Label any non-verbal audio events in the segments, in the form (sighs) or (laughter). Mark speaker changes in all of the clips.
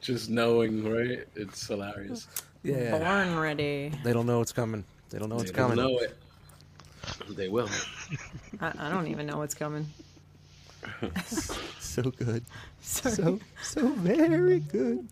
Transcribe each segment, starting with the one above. Speaker 1: Just knowing, right? It's hilarious.
Speaker 2: Yeah,
Speaker 3: Born ready.
Speaker 2: they don't know it's coming. They don't know it's
Speaker 1: they
Speaker 2: coming.
Speaker 1: know it. They will.
Speaker 3: I, I don't even know what's coming.
Speaker 2: So good.
Speaker 3: Sorry.
Speaker 2: so very good.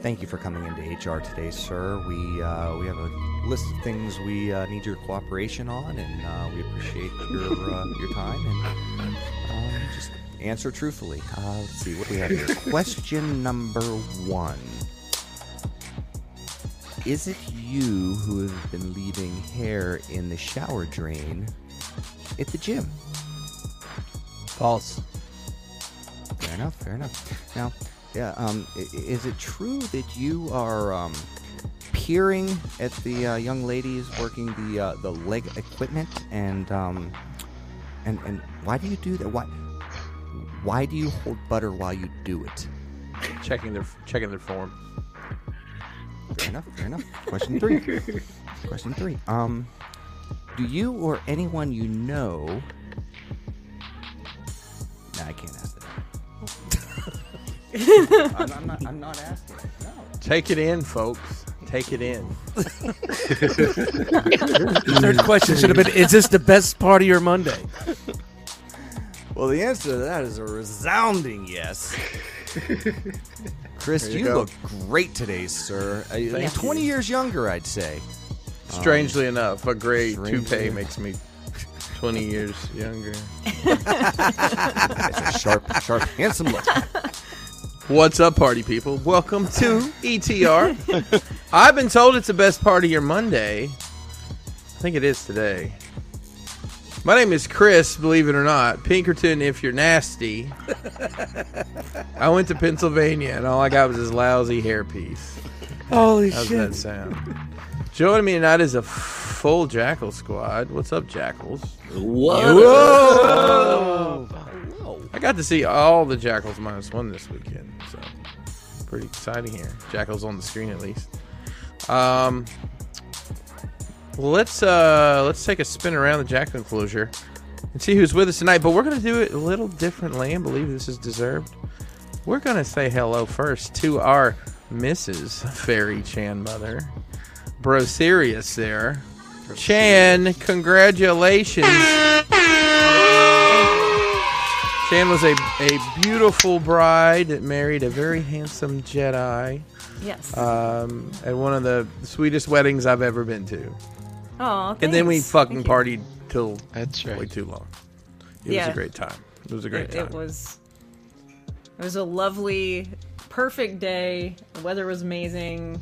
Speaker 2: Thank you for coming into HR today, sir. We uh, we have a list of things we uh, need your cooperation on, and uh, we appreciate your uh, your time and um, just answer truthfully. Uh, let's see what do we have here. Question number one: Is it you who have been leaving hair in the shower drain at the gym?
Speaker 4: False.
Speaker 2: Fair enough. Fair enough. Now, yeah, um, i- is it true that you are um, peering at the uh, young ladies working the uh, the leg equipment and um, and and why do you do that? Why why do you hold butter while you do it?
Speaker 4: Checking their checking their form.
Speaker 2: Fair enough. Fair enough. Question three. Question three. Um, do you or anyone you know? Nah, I can't ask that. I'm, I'm not. I'm not asking. No.
Speaker 4: Take it in, folks. Take it in.
Speaker 2: (laughs) Third question should have been.
Speaker 4: Is this the best part of your Monday?
Speaker 2: Well, the answer to that is a resounding yes. Chris, you,
Speaker 4: you go.
Speaker 2: look great today, sir. I- I mean,
Speaker 4: Thank
Speaker 2: Twenty
Speaker 4: you.
Speaker 2: years younger, I'd (laughs) say.
Speaker 4: Strangely enough, a gray
Speaker 2: Um, strangely
Speaker 4: toupee
Speaker 2: enough.
Speaker 4: makes me 20 years younger.
Speaker 2: That's a sharp, sharp, handsome look.
Speaker 4: What's up, party people? Welcome to ETR. I've been told it's the best part of your Monday. I think it is today. My name is Chris, believe it or not. Pinkerton, if you're nasty. I went to Pennsylvania and all I got was this lousy hairpiece.
Speaker 2: Holy
Speaker 4: How's that sound? Joining me tonight is a full Jackal squad. What's up, Jackals?
Speaker 1: Whoa!
Speaker 4: I got to see all the Jackals minus one this weekend, so pretty exciting here. Jackals on the screen at least. Um, let's uh, let's take a spin around the Jackal enclosure and see who's with us tonight. But we're gonna do it a little differently, and believe this is deserved. We're gonna say hello first to our Mrs. Fairy Chan mother, Bro Serious there. Chan, congratulations. Shan was a, a beautiful bride that married a very handsome Jedi
Speaker 3: Yes.
Speaker 2: Uh,
Speaker 4: um, at one of the sweetest weddings I've ever been to. And
Speaker 3: oh,
Speaker 4: then we fucking
Speaker 3: party.
Speaker 4: partied till
Speaker 5: That's
Speaker 4: way
Speaker 5: right.
Speaker 4: too long. It was
Speaker 3: Yeah.
Speaker 4: a great time. It was a great
Speaker 3: It,
Speaker 4: time.
Speaker 3: it was. It was a lovely, perfect day. The weather was amazing.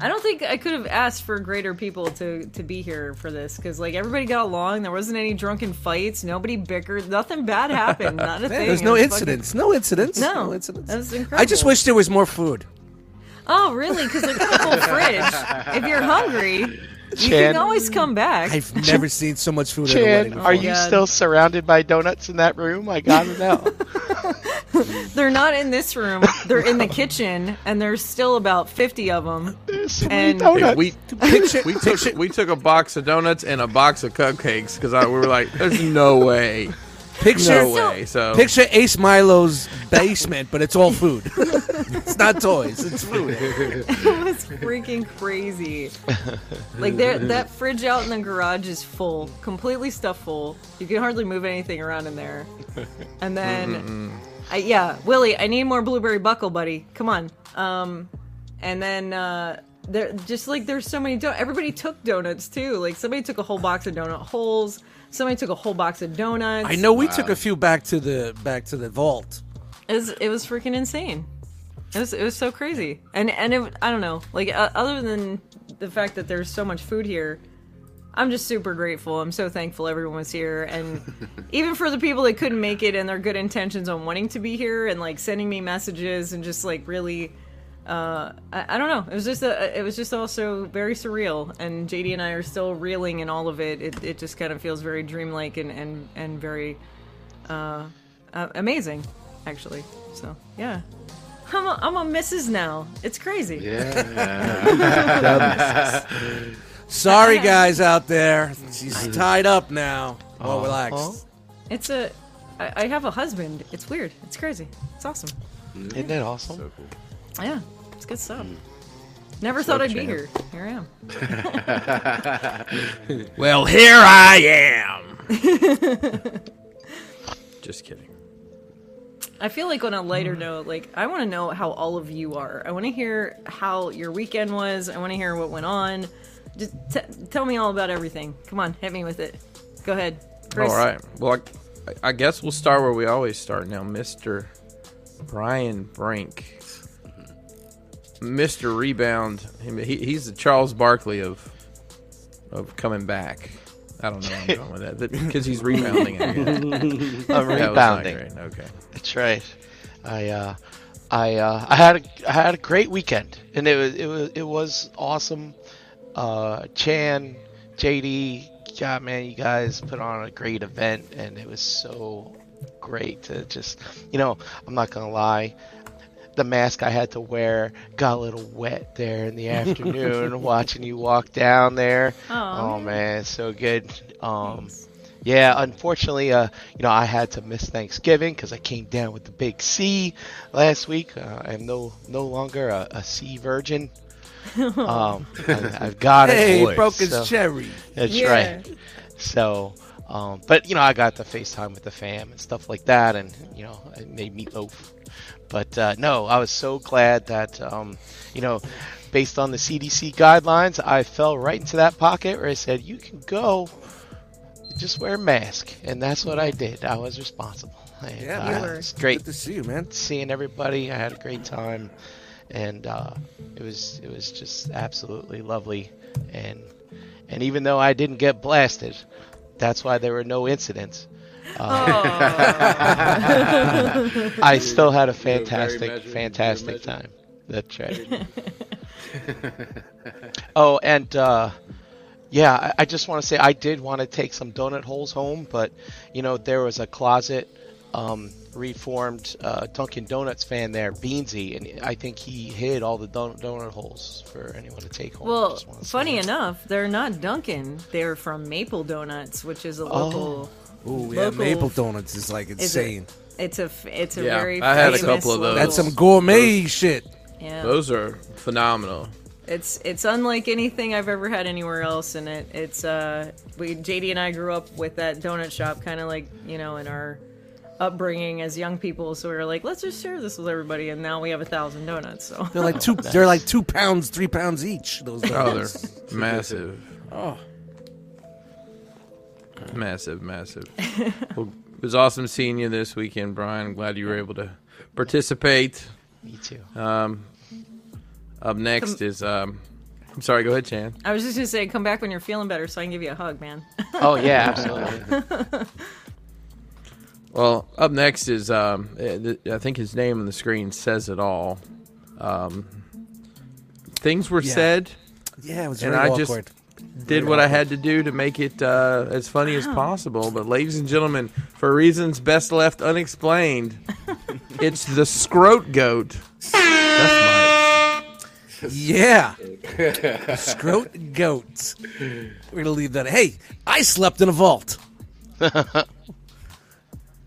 Speaker 3: I don't think I could have asked for greater people to to be here for this because like everybody got along. There wasn't any drunken fights. Nobody bickered. Nothing bad happened.
Speaker 2: (laughs)
Speaker 3: Not a thing.
Speaker 2: there's
Speaker 3: It
Speaker 2: no
Speaker 3: was
Speaker 2: incidents. No incidents.
Speaker 3: Fucking... No,
Speaker 2: incidents.
Speaker 3: that was incredible.
Speaker 2: I just wish there was more food.
Speaker 3: Oh, really? Because they've got a whole fridge. If you're hungry, you
Speaker 5: Chan.
Speaker 3: can always come back. (laughs)
Speaker 2: I've never seen so much food at a wedding.
Speaker 5: Chan,
Speaker 2: Before.
Speaker 5: are you
Speaker 3: God.
Speaker 5: still surrounded by donuts in that room? I gotta know.
Speaker 3: They're not in this room. They're in the kitchen, and there's still about 50 of them.
Speaker 5: There's so many
Speaker 3: And-
Speaker 4: Hey,
Speaker 5: donuts.
Speaker 6: (laughs)
Speaker 4: we, we, took, we took a box of donuts and a box of cupcakes because we were like, there's no way
Speaker 6: Picture
Speaker 4: No way. So
Speaker 6: picture Ace Milo's basement, but it's all food. (laughs) it's not toys. It's food.
Speaker 3: It was freaking crazy. Like there, that fridge out in the garage is full, completely stuffed full. You can hardly move anything around in there. And then, I, yeah, Willie, I need more blueberry buckle, buddy. Come on. Um, and then uh, there, just like there's so many. Do- Everybody took donuts too. Like somebody took a whole box of donut holes. Somebody took a whole box of donuts.
Speaker 6: I know we took a few back to the back to the vault.
Speaker 3: It was, it was freaking insane. It was it was so crazy, and and it, I don't know, like uh, other than the fact that there's so much food here, I'm just super grateful. I'm so thankful everyone was here, and even for the people that couldn't make it and their good intentions on wanting to be here and like sending me messages and just like really. Uh, I, I don't know. It was just a, it was just also very surreal, and JD and I are still reeling in all of it. It, it just kind of feels very dreamlike and and and very uh, amazing, actually. So yeah, I'm a, I'm a Mrs. now. It's crazy.
Speaker 1: Yeah.
Speaker 6: Sorry, (laughs) guys out there. She's tied up now. All relaxed.
Speaker 3: It's a I, I have a husband. It's weird. It's crazy. It's awesome.
Speaker 5: Isn't that awesome?
Speaker 1: so cool.
Speaker 3: Yeah, it's good stuff.
Speaker 4: Hmm.
Speaker 3: Never thought I'd be
Speaker 1: champ.
Speaker 3: here. Here I am.
Speaker 4: well, here I am.
Speaker 6: (laughs)
Speaker 4: Just kidding.
Speaker 3: I feel like on a lighter
Speaker 4: Hmm.
Speaker 3: note, like I want to know how all of you are. I want to hear how your weekend was. I want to hear what went on. Just t- tell me all about everything. Come on, hit me with it. Go ahead. Chris.
Speaker 4: All right. Well, I, I guess we'll start where we always start now, Mister Brian Brink, Mister Rebound. Him- He, he's the Charles Barkley of of coming back. I don't know where I'm going with that because he's rebounding. it
Speaker 5: (laughs)
Speaker 4: again.
Speaker 5: I'm
Speaker 4: That was not
Speaker 5: rebounding.
Speaker 4: great. Okay.
Speaker 5: That's right. I uh, I uh, I had a, I had a great weekend, and it was it was it was awesome. Uh, Chan, JD, God man, you guys put on a great event, and it was so great to just you know I'm not gonna lie. The mask I had to wear got a little wet there in the afternoon watching you walk down there.
Speaker 3: Aw.
Speaker 5: Oh man, it's so good. Um, yeah, unfortunately, uh, you know, I had to miss Thanksgiving because I came down with the big C last week. Uh, I'm no no longer a, a C virgin. Um, I, I've got it.
Speaker 6: Hey, he broke his
Speaker 5: so-
Speaker 6: cherry.
Speaker 5: That's
Speaker 3: Yeah.
Speaker 5: right. So, um, but you know, I got to FaceTime with the fam and stuff like that, and you know, I made meatloaf. But uh, no, I was so glad that um, you know, based on the CDC guidelines, I fell right into that pocket where I said, "You can go, just wear a mask," and that's what I did. I was responsible. And,
Speaker 6: Yeah,
Speaker 5: uh,
Speaker 3: you were.
Speaker 5: it's great
Speaker 6: Good to see you, man.
Speaker 5: seeing everybody. I had a great time, and uh, it was it was just absolutely lovely. And and even though I didn't get blasted, that's why there were no incidents.
Speaker 3: Oh.
Speaker 4: (laughs)
Speaker 5: I still had a
Speaker 1: very
Speaker 5: fantastic,
Speaker 1: measured-
Speaker 5: fantastic
Speaker 1: very
Speaker 5: time. That's right. oh, and uh, yeah, I, I just want to say I did want to take some donut holes home, but you know there was a closet um, reformed uh, Dunkin' Donuts fan there, Beansy, and I think he hid all the don- donut holes for anyone to take home.
Speaker 3: Well,
Speaker 5: Just wanna say
Speaker 3: funny
Speaker 5: that.
Speaker 3: enough, they're not Dunkin'. They're from Maple Donuts, which is a
Speaker 6: Oh.
Speaker 3: local.
Speaker 6: Ooh, yeah,
Speaker 3: Local-
Speaker 6: maple donuts is like
Speaker 3: is
Speaker 6: insane.
Speaker 3: A, it's a f- it's a
Speaker 4: Yeah,
Speaker 3: very.
Speaker 4: I had a
Speaker 3: famous
Speaker 4: couple of those.
Speaker 3: local-
Speaker 6: That's some gourmet shit.
Speaker 3: Yeah.
Speaker 4: Those are phenomenal.
Speaker 3: It's it's unlike anything I've ever had anywhere else, and it it's uh we JD and I grew up with that donut shop, kind of like you know in our upbringing as young people. So we were like, let's just share this with everybody, and now we have a thousand donuts.
Speaker 6: (laughs)
Speaker 3: So
Speaker 6: They're like two. They're like two pounds, three pounds each. Those
Speaker 4: Oh,
Speaker 6: donuts.
Speaker 4: they're massive. Oh. Massive, massive. well, it was awesome seeing you this weekend, Brian. Glad you were able to participate.
Speaker 5: me too.
Speaker 4: Up next is um I'm sorry, go ahead, Chan.
Speaker 3: I was just gonna say, come back when you're feeling better, so I can give you a hug, man. (laughs)
Speaker 5: oh yeah, absolutely.
Speaker 4: Well, up next is um, eh, th- I think his name on the screen says it all. Um, things were
Speaker 6: Yeah.
Speaker 4: said.
Speaker 6: yeah, it was
Speaker 4: And
Speaker 6: very
Speaker 4: I just-
Speaker 6: awkward.
Speaker 4: did what I had to do to make it uh, as funny as possible. But, ladies and gentlemen, for reasons best left unexplained, it's the Scroat Goat. That's
Speaker 6: Yeah. Scroat goats.
Speaker 4: (laughs)
Speaker 6: We're gonna leave that. Hey, I slept in a vault.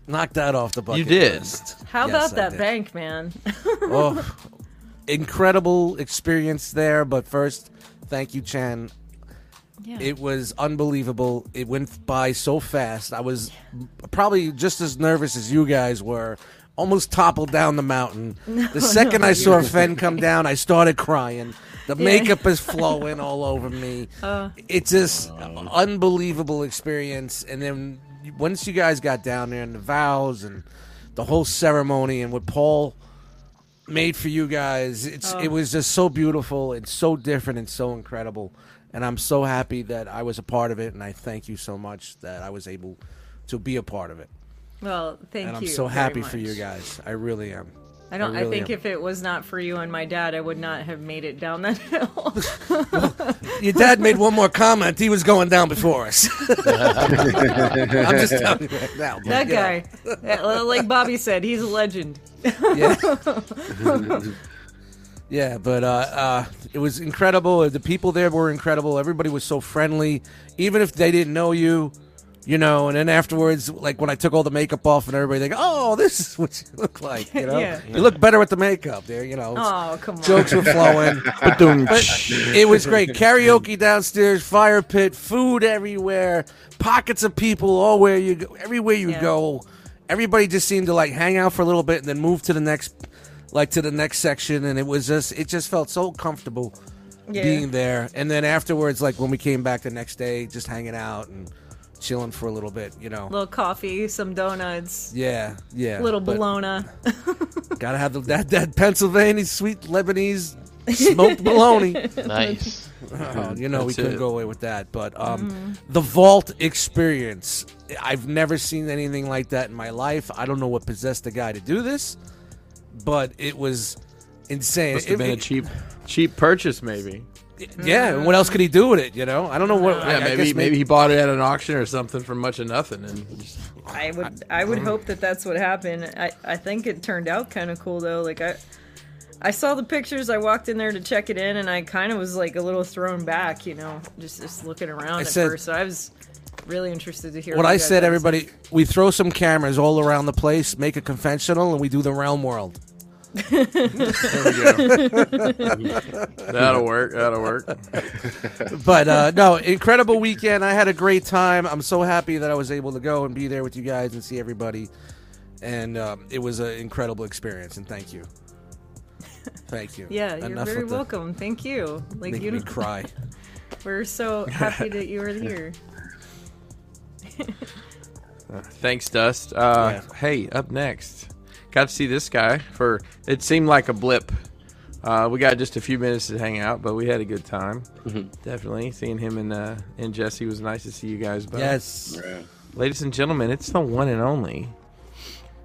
Speaker 6: knocked that off the bucket
Speaker 4: You did.
Speaker 6: list.
Speaker 3: How about
Speaker 6: Yes, I
Speaker 3: that
Speaker 6: did.
Speaker 3: bank, man? (laughs)
Speaker 6: Oh, incredible experience there. But first, thank you, Chan.
Speaker 3: yeah.
Speaker 6: It was unbelievable. It went by so fast. I was probably just as nervous as you guys were. Almost toppled down the mountain. the second I saw Fen come down, I started crying. The
Speaker 3: (laughs)
Speaker 6: makeup is flowing all over me.
Speaker 3: Uh.
Speaker 6: it's just unbelievable experience. And then once you guys got down there and the vows and the whole ceremony and what Paul made for you guys. It's
Speaker 3: Oh.
Speaker 6: it was just so beautiful and so different and so incredible. And I'm so happy that I was a part of it and I thank you so much that I was able to be a part of it.
Speaker 3: well, thank
Speaker 6: and I'm
Speaker 3: you.
Speaker 6: so
Speaker 3: very
Speaker 6: happy for
Speaker 3: much.
Speaker 6: you guys. I really am.
Speaker 3: I don't. I,
Speaker 6: really
Speaker 3: think
Speaker 6: am.
Speaker 3: if it was not for you and my dad, I would not have made it down that (laughs)
Speaker 6: (laughs)
Speaker 3: hill.
Speaker 6: Your dad made one more comment. He was going down before us. (laughs) I'm just telling you right now.
Speaker 3: that
Speaker 6: but, you know, (laughs)
Speaker 3: guy, That- like Bobby said, he's a legend.
Speaker 6: yeah. yeah, but uh, uh, it was incredible. The people there were incredible. Everybody was so friendly, even if they didn't know you, you know. And then afterwards, like when I took all the makeup off and everybody, like, oh, this is what you look like, you know.
Speaker 3: (laughs) Yeah.
Speaker 6: You look better with the makeup there, you know.
Speaker 3: Oh come on.
Speaker 6: Jokes were flowing. But it was great. Karaoke downstairs, fire pit, food everywhere, pockets of people all where you go, everywhere you
Speaker 3: Yeah.
Speaker 6: go. Everybody just seemed to like hang out for a little bit and then move to the next, like to the next section, and it was just it just felt so comfortable
Speaker 3: Yeah.
Speaker 6: being there. And then afterwards, like when we came back the next day, just hanging out and chilling for a little bit, you know.
Speaker 3: little coffee, some donuts,
Speaker 6: yeah, yeah.
Speaker 3: little
Speaker 6: but- (laughs)
Speaker 3: bologna.
Speaker 6: Gotta have the, that that Pennsylvania
Speaker 3: (laughs)
Speaker 6: sweet Lebanese smoked bologna.
Speaker 5: Nice.
Speaker 6: Oh, you know, we
Speaker 4: Mm, That's
Speaker 6: couldn't
Speaker 4: it.
Speaker 6: go away with that. But um, the vault experience, I've never seen anything like that in my life. I don't know what possessed the guy to do this, but it was insane.
Speaker 4: Must have
Speaker 6: It-
Speaker 4: been a
Speaker 6: it-
Speaker 4: cheap, cheap purchase, maybe.
Speaker 6: yeah, and what else could he do with it? You know, I don't know what. I-
Speaker 4: Yeah,
Speaker 6: I guess
Speaker 4: maybe, maybe he bought it at an auction or something for much of nothing, (laughs) and just-
Speaker 3: I would I would hope that that's what happened. I I think it turned out kind of cool though. Like I I saw the pictures. I walked in there to check it in, and I kind of was like a little thrown back, you know, just just looking around at
Speaker 6: said-
Speaker 3: first. So I was really interested to hear
Speaker 6: What
Speaker 3: you
Speaker 6: I
Speaker 3: guys
Speaker 6: said,
Speaker 3: had to
Speaker 6: everybody, we throw some cameras all around the place, make a conventional, and we do the realm world.
Speaker 4: there we go. That'll work. That'll work.
Speaker 6: but uh, no, incredible weekend. I had a great time. I'm so happy that I was able to go and be there with you guys and see everybody. And um, it was an incredible experience. And thank you. Thank you.
Speaker 3: say. (laughs) Yeah, you're
Speaker 6: Enough
Speaker 3: very
Speaker 6: with the
Speaker 3: welcome. Thank you. Like
Speaker 6: Make
Speaker 3: you, (laughs)
Speaker 6: me
Speaker 3: don't-
Speaker 6: cry.
Speaker 3: we're so happy that you were
Speaker 6: (laughs)
Speaker 3: here.
Speaker 4: Thanks, Dust. Uh,
Speaker 6: Yeah.
Speaker 4: Hey, up next, got to see this guy for. It seemed like a blip. Uh, we got just a few minutes to hang out, but we had a good time.
Speaker 6: Mm-hmm.
Speaker 4: Definitely seeing him and uh, and Jesse was nice to see you guys. Both.
Speaker 6: yes.
Speaker 1: Yeah.
Speaker 4: ladies and gentlemen, it's the one and only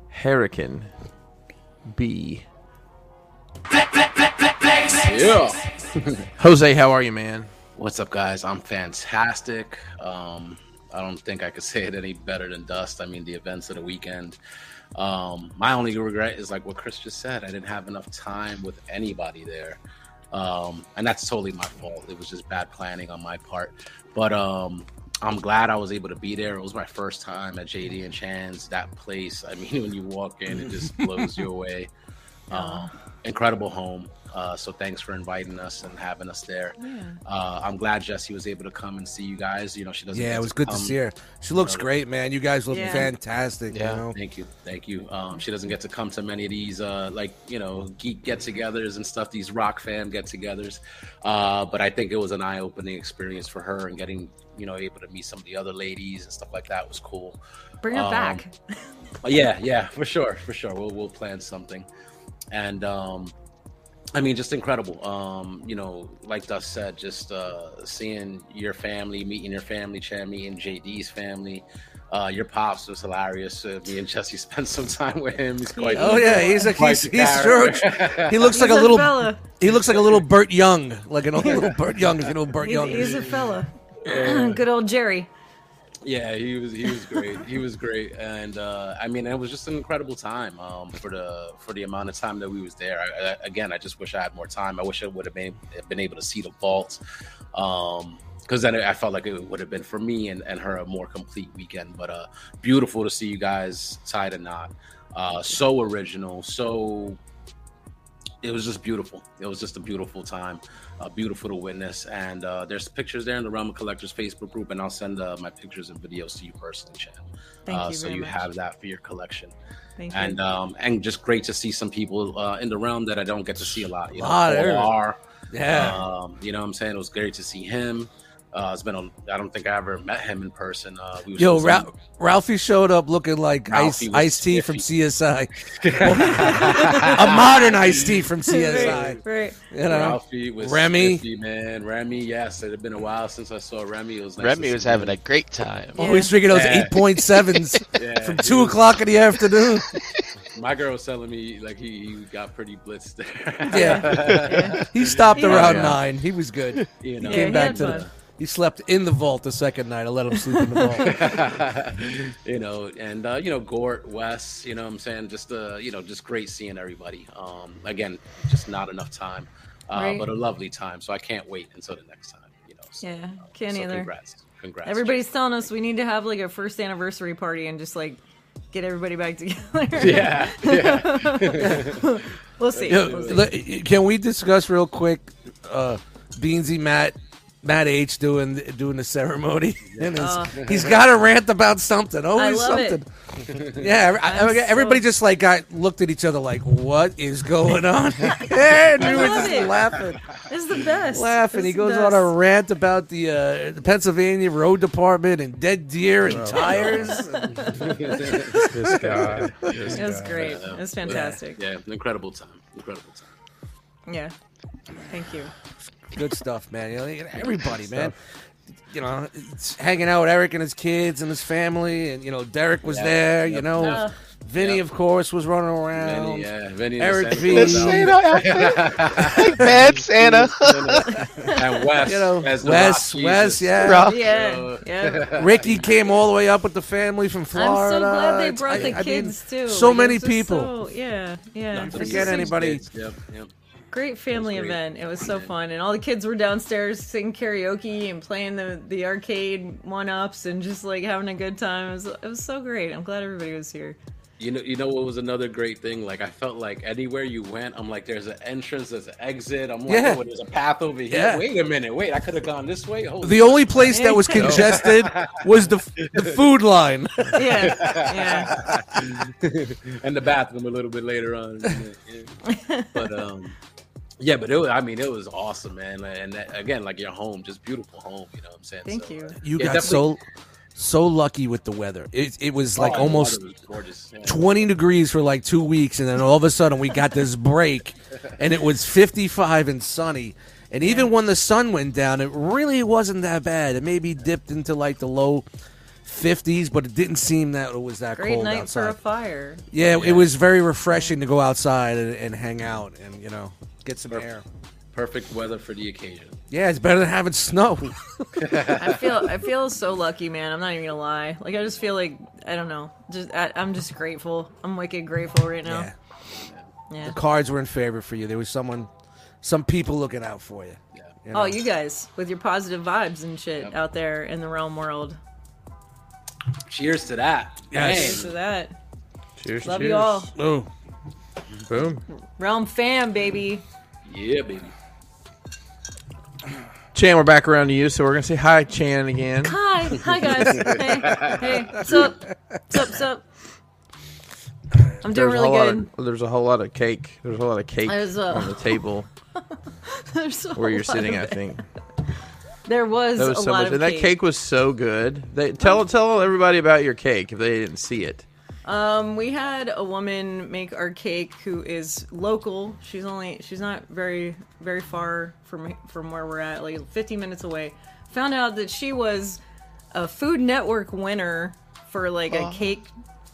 Speaker 4: Hurricane B.
Speaker 1: yeah.
Speaker 4: Jose, how are you, man?
Speaker 1: What's up, guys? I'm fantastic. Um, I don't think I could say it any better than Dust. I mean, the events of the weekend. Um, my only regret is like what Chris just said. I didn't have enough time with anybody there, um, and that's totally my fault. It was just bad planning on my part. But um, I'm glad I was able to be there. It was my first time at JD and Chan's. That place. I mean, (laughs) when you walk in, it just blows you away. Um, incredible home. Uh, so thanks for inviting us and having us there. Uh, I'm glad Jesse was able to come and see you guys. You know, she doesn't.
Speaker 6: Yeah,
Speaker 1: get
Speaker 6: it was good to
Speaker 1: come-
Speaker 6: see her. She looks great, man. You guys look
Speaker 3: Yeah.
Speaker 6: fantastic.
Speaker 5: Yeah.
Speaker 6: You know?
Speaker 1: Thank you, thank you. Um, she doesn't get to come to many of these, uh, like you know, geek get-togethers and stuff. These rock fan get-togethers, uh, but I think it was an eye-opening experience for her, and getting you know able to meet some of the other ladies and stuff like that was cool.
Speaker 3: Bring it
Speaker 1: Um,
Speaker 3: back.
Speaker 1: Uh, yeah, yeah, for sure, for sure. We'll we'll plan something, and um, I mean, just incredible. Um, you know, like Dust said, just uh, seeing your family, meeting your family, Chan, meeting JD's family. Uh, your pops was hilarious. Uh, me and Jesse (laughs) spent some time with him. He's quite.
Speaker 6: Oh yeah, he's like
Speaker 1: Quite
Speaker 6: he's,
Speaker 1: the
Speaker 6: he's huge.
Speaker 1: character. (laughs)
Speaker 6: He looks like
Speaker 3: He's
Speaker 6: a little
Speaker 3: fella.
Speaker 6: he looks like a little Burt Young, like an old little
Speaker 3: (laughs)
Speaker 6: Burt Young. If you know who Burt
Speaker 3: He's,
Speaker 6: Young.
Speaker 3: he's
Speaker 6: is.
Speaker 3: a fella. (laughs) Good old Jerry.
Speaker 1: Uh, Yeah, he was he was great. he was great, and uh, I mean, it was just an incredible time um, for the for the amount of time that we was there. I, I, again, I just wish I had more time. I wish I would have been been able to see the vault. Um, because then I felt like it would have been for me and, and her a more complete weekend. But uh, beautiful to see you guys tied a knot. Uh, so original, so it was just beautiful. It was just a beautiful time, uh, beautiful to witness. And uh, there's pictures there in the Realm of Collectors Facebook group, and I'll send uh, my pictures and videos to you personally, Shannon.
Speaker 3: Thank
Speaker 1: uh,
Speaker 3: you
Speaker 1: so
Speaker 3: very
Speaker 1: you
Speaker 3: much.
Speaker 1: have that for your collection.
Speaker 3: Thank you.
Speaker 1: And um, and just great to see some people uh, in the realm that I don't get to see a lot. You know,
Speaker 6: Ah,
Speaker 1: Paul
Speaker 6: there.
Speaker 1: R.
Speaker 6: Yeah.
Speaker 1: Um, you know what I'm saying? It was great to see him. Uh, it's been a, I don't think I ever met him in person. Uh, we were
Speaker 6: Yo,
Speaker 1: supposed
Speaker 6: Ra- Ralphie showed up looking like
Speaker 1: Ralphie
Speaker 6: Ice
Speaker 1: was
Speaker 6: Ice T from
Speaker 1: iffy. (laughs)
Speaker 6: CSI. a modern Ice T from CSI.
Speaker 1: (laughs)
Speaker 3: (laughs) Right, right.
Speaker 6: You know?
Speaker 1: Ralphie was
Speaker 6: Remy.
Speaker 1: 50, man. Remy, yes, it had been a while since I saw Remy. It was nice to
Speaker 5: Remy
Speaker 1: see
Speaker 5: was having
Speaker 1: him.
Speaker 5: a great time.
Speaker 3: Yeah.
Speaker 6: Always drinking those
Speaker 1: Yeah.
Speaker 6: eight
Speaker 1: (laughs)
Speaker 6: point sevens
Speaker 1: Yeah,
Speaker 6: from
Speaker 1: he
Speaker 6: two
Speaker 1: was-
Speaker 6: o'clock in the afternoon.
Speaker 1: My girl was telling me like he, he got pretty blitzed there.
Speaker 6: Yeah. He stopped
Speaker 3: Yeah.
Speaker 6: around
Speaker 5: Yeah.
Speaker 6: nine. He was good.
Speaker 1: (laughs) you know.
Speaker 3: Yeah,
Speaker 6: Came
Speaker 3: he
Speaker 6: back
Speaker 3: had
Speaker 6: to the
Speaker 3: fun.
Speaker 6: he slept in the vault the second night. I let him sleep in the
Speaker 1: (laughs)
Speaker 6: vault.
Speaker 1: you know, and uh, you know, Gort, Wes, you know what I'm saying? Just uh, you know, just great seeing everybody. Um again, just not enough time. Uh,
Speaker 3: Right.
Speaker 1: but a lovely time. So I can't wait until the next time, you know. So, um,
Speaker 3: Yeah, can't
Speaker 1: so
Speaker 3: either.
Speaker 1: congrats. Congrats.
Speaker 3: Everybody's telling us we need to have like a first anniversary party and just like get everybody back (laughs) together.
Speaker 1: (laughs)
Speaker 3: (laughs)
Speaker 1: Yeah. yeah.
Speaker 3: we'll see.
Speaker 6: Yo,
Speaker 3: we'll see.
Speaker 6: le- can we discuss real quick uh, Beansy Matt Matt H doing doing the ceremony? (laughs) and his-
Speaker 3: Uh.
Speaker 6: he's got a rant about something. Always
Speaker 3: love it.
Speaker 6: something. Yeah, I- I-
Speaker 3: I'm
Speaker 6: everybody
Speaker 3: so-
Speaker 6: just like got looked at each other like, "What is going on?" and we were
Speaker 3: love
Speaker 6: just
Speaker 3: it.
Speaker 6: laughing,
Speaker 3: This is the best.
Speaker 6: laughing.
Speaker 3: This
Speaker 6: He
Speaker 3: is
Speaker 6: goes
Speaker 3: the
Speaker 6: on a
Speaker 3: best.
Speaker 6: rant about the, uh, the Pennsylvania Road Department and dead deer and tires.
Speaker 4: This guy. This
Speaker 3: It was
Speaker 4: guy.
Speaker 3: great. It was fantastic.
Speaker 1: Yeah, incredible time. Incredible time.
Speaker 3: Yeah. Thank you.
Speaker 6: good stuff, man. You know, you- everybody, man. You know, it's hanging out with Eric and his kids and his family, and you know, Derek was
Speaker 1: Yeah.
Speaker 6: there. You
Speaker 1: Yep.
Speaker 6: know,
Speaker 3: Yeah.
Speaker 6: Vinny, of course, was running around.
Speaker 1: Vinny, yeah, Vinny
Speaker 6: Um, Eric
Speaker 1: and the Santa
Speaker 6: V.
Speaker 1: Claus
Speaker 6: Let's
Speaker 1: album.
Speaker 5: Santa outfit.
Speaker 2: (laughs)
Speaker 5: Like Bad Santa.
Speaker 1: (laughs) and Wes,
Speaker 6: You know,
Speaker 1: as the
Speaker 6: Wes,
Speaker 1: Rock
Speaker 6: Wes,
Speaker 1: Jesus.
Speaker 6: yeah.
Speaker 5: Rock.
Speaker 3: Uh, Yeah. Yeah.
Speaker 6: Ricky came all the way up with the family from
Speaker 3: I'm
Speaker 6: Florida.
Speaker 3: so glad they
Speaker 6: It's-
Speaker 3: brought
Speaker 6: I-
Speaker 3: the
Speaker 6: I mean,
Speaker 3: kids too.
Speaker 6: so
Speaker 3: Like, it
Speaker 6: many
Speaker 3: was just
Speaker 6: people.
Speaker 3: so- yeah, yeah. It was
Speaker 6: forget
Speaker 3: just a
Speaker 6: anybody.
Speaker 1: Kids, Yep, yep.
Speaker 3: Great family
Speaker 1: great.
Speaker 3: event. It was so fun, and all the kids were downstairs singing karaoke and playing the the arcade one ups and just like having a good time. It was it was so great. I'm glad everybody was
Speaker 6: (laughs)
Speaker 3: here.
Speaker 1: You know, you know what was another great thing? Like I felt like anywhere you went, I'm like, there's an entrance, there's an exit. I'm like,
Speaker 6: Yeah.
Speaker 1: oh, there's a path over here.
Speaker 6: Yeah.
Speaker 1: Wait a minute, wait, I could have gone this way. Holy
Speaker 6: The only place
Speaker 3: (laughs)
Speaker 6: that was congested was the, the
Speaker 1: (laughs)
Speaker 6: food line.
Speaker 3: Yeah, yeah.
Speaker 1: and the bathroom a little bit later
Speaker 6: (laughs)
Speaker 1: on. Yeah. but um, yeah, but it was, I mean, it was awesome, man. And that, again, like your home, just beautiful home. You know what I'm saying?
Speaker 3: Thank
Speaker 1: So,
Speaker 3: you.
Speaker 1: uh,
Speaker 6: You
Speaker 1: yeah,
Speaker 6: got
Speaker 1: definitely-
Speaker 6: so so lucky with the weather. It, it was like
Speaker 1: Oh, the
Speaker 6: almost
Speaker 1: water was gorgeous. Yeah.
Speaker 6: 20 degrees for like two weeks and then all of a sudden we got this break and it was 55 and sunny and even when the sun went down it really wasn't that bad it maybe dipped into like the low 50s but it didn't seem that it was that
Speaker 3: Great
Speaker 6: cold
Speaker 3: night for a
Speaker 6: outside
Speaker 3: fire.
Speaker 6: yeah,
Speaker 1: Yeah.
Speaker 6: it was very refreshing to go outside and, and hang out and you know get some air
Speaker 1: Perfect weather for the occasion.
Speaker 6: yeah it's better than having (laughs) snow
Speaker 3: I feel I feel so lucky, man. I'm not even gonna lie. Like I just feel like I don't know. Just I, I'm just grateful. I'm wicked grateful right now.
Speaker 6: yeah
Speaker 3: Yeah.
Speaker 6: the cards were in favor for you there was someone some people looking out for you
Speaker 1: Yeah.
Speaker 3: Oh, you guys with your positive vibes and shit
Speaker 1: Yep.
Speaker 3: out there in the realm world.
Speaker 1: Cheers to that.
Speaker 6: Yes.
Speaker 1: Dang.
Speaker 3: Cheers to that.
Speaker 4: Cheers,
Speaker 3: Love
Speaker 4: cheers.
Speaker 3: you all.
Speaker 6: oh
Speaker 4: Boom.
Speaker 3: Realm fam, baby.
Speaker 1: Yeah, baby.
Speaker 4: Chan, we're back around to you, so we're gonna say hi, Chan, again.
Speaker 3: Hi, hi guys.
Speaker 4: (laughs)
Speaker 3: hey, hey, what's up? What's up? What's up? I'm doing
Speaker 4: There's a
Speaker 3: really
Speaker 4: whole
Speaker 3: good. (laughs)
Speaker 4: Lot of, there's a whole lot of cake. There's a whole lot of cake
Speaker 3: I was, uh,
Speaker 4: on the table
Speaker 3: There's a
Speaker 4: where you're
Speaker 3: lot
Speaker 4: sitting.
Speaker 3: of
Speaker 4: I
Speaker 3: it.
Speaker 4: think
Speaker 3: There was,
Speaker 4: that was
Speaker 3: a
Speaker 4: so
Speaker 3: lot
Speaker 4: much,
Speaker 3: of
Speaker 4: and that cake was so good. They tell tell everybody about your cake if they didn't see it.
Speaker 3: Um, we had a woman make our cake who is local. She's only she's not very very far from from where we're at, like 50 minutes away. Found out that she was a Food Network winner for like a cake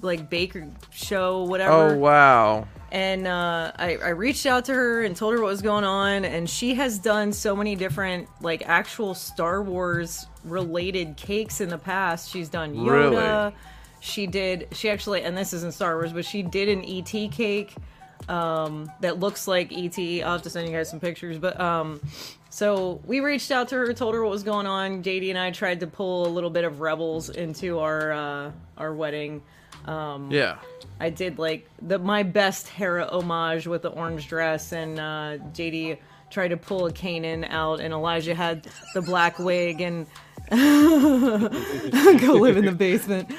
Speaker 3: like baker show whatever.
Speaker 4: Oh wow!
Speaker 3: and uh, I, I reached out to her and told her what was going on and she has done so many different like actual star wars related cakes in the past she's done yoda
Speaker 4: Really?
Speaker 3: she did she actually and this isn't star wars but she did an E et E cake um, that looks like et i'll have to send you guys some pictures but um, So we reached out to her, told her what was going on. JD and I tried to pull a little bit of Rebels into our uh, our wedding.
Speaker 4: Yeah.
Speaker 3: I did like the my best Hera homage with the orange dress, and uh, JD tried to pull a Kanan out, and Elijah had the black wig, and
Speaker 4: (laughs)
Speaker 3: go live in the basement.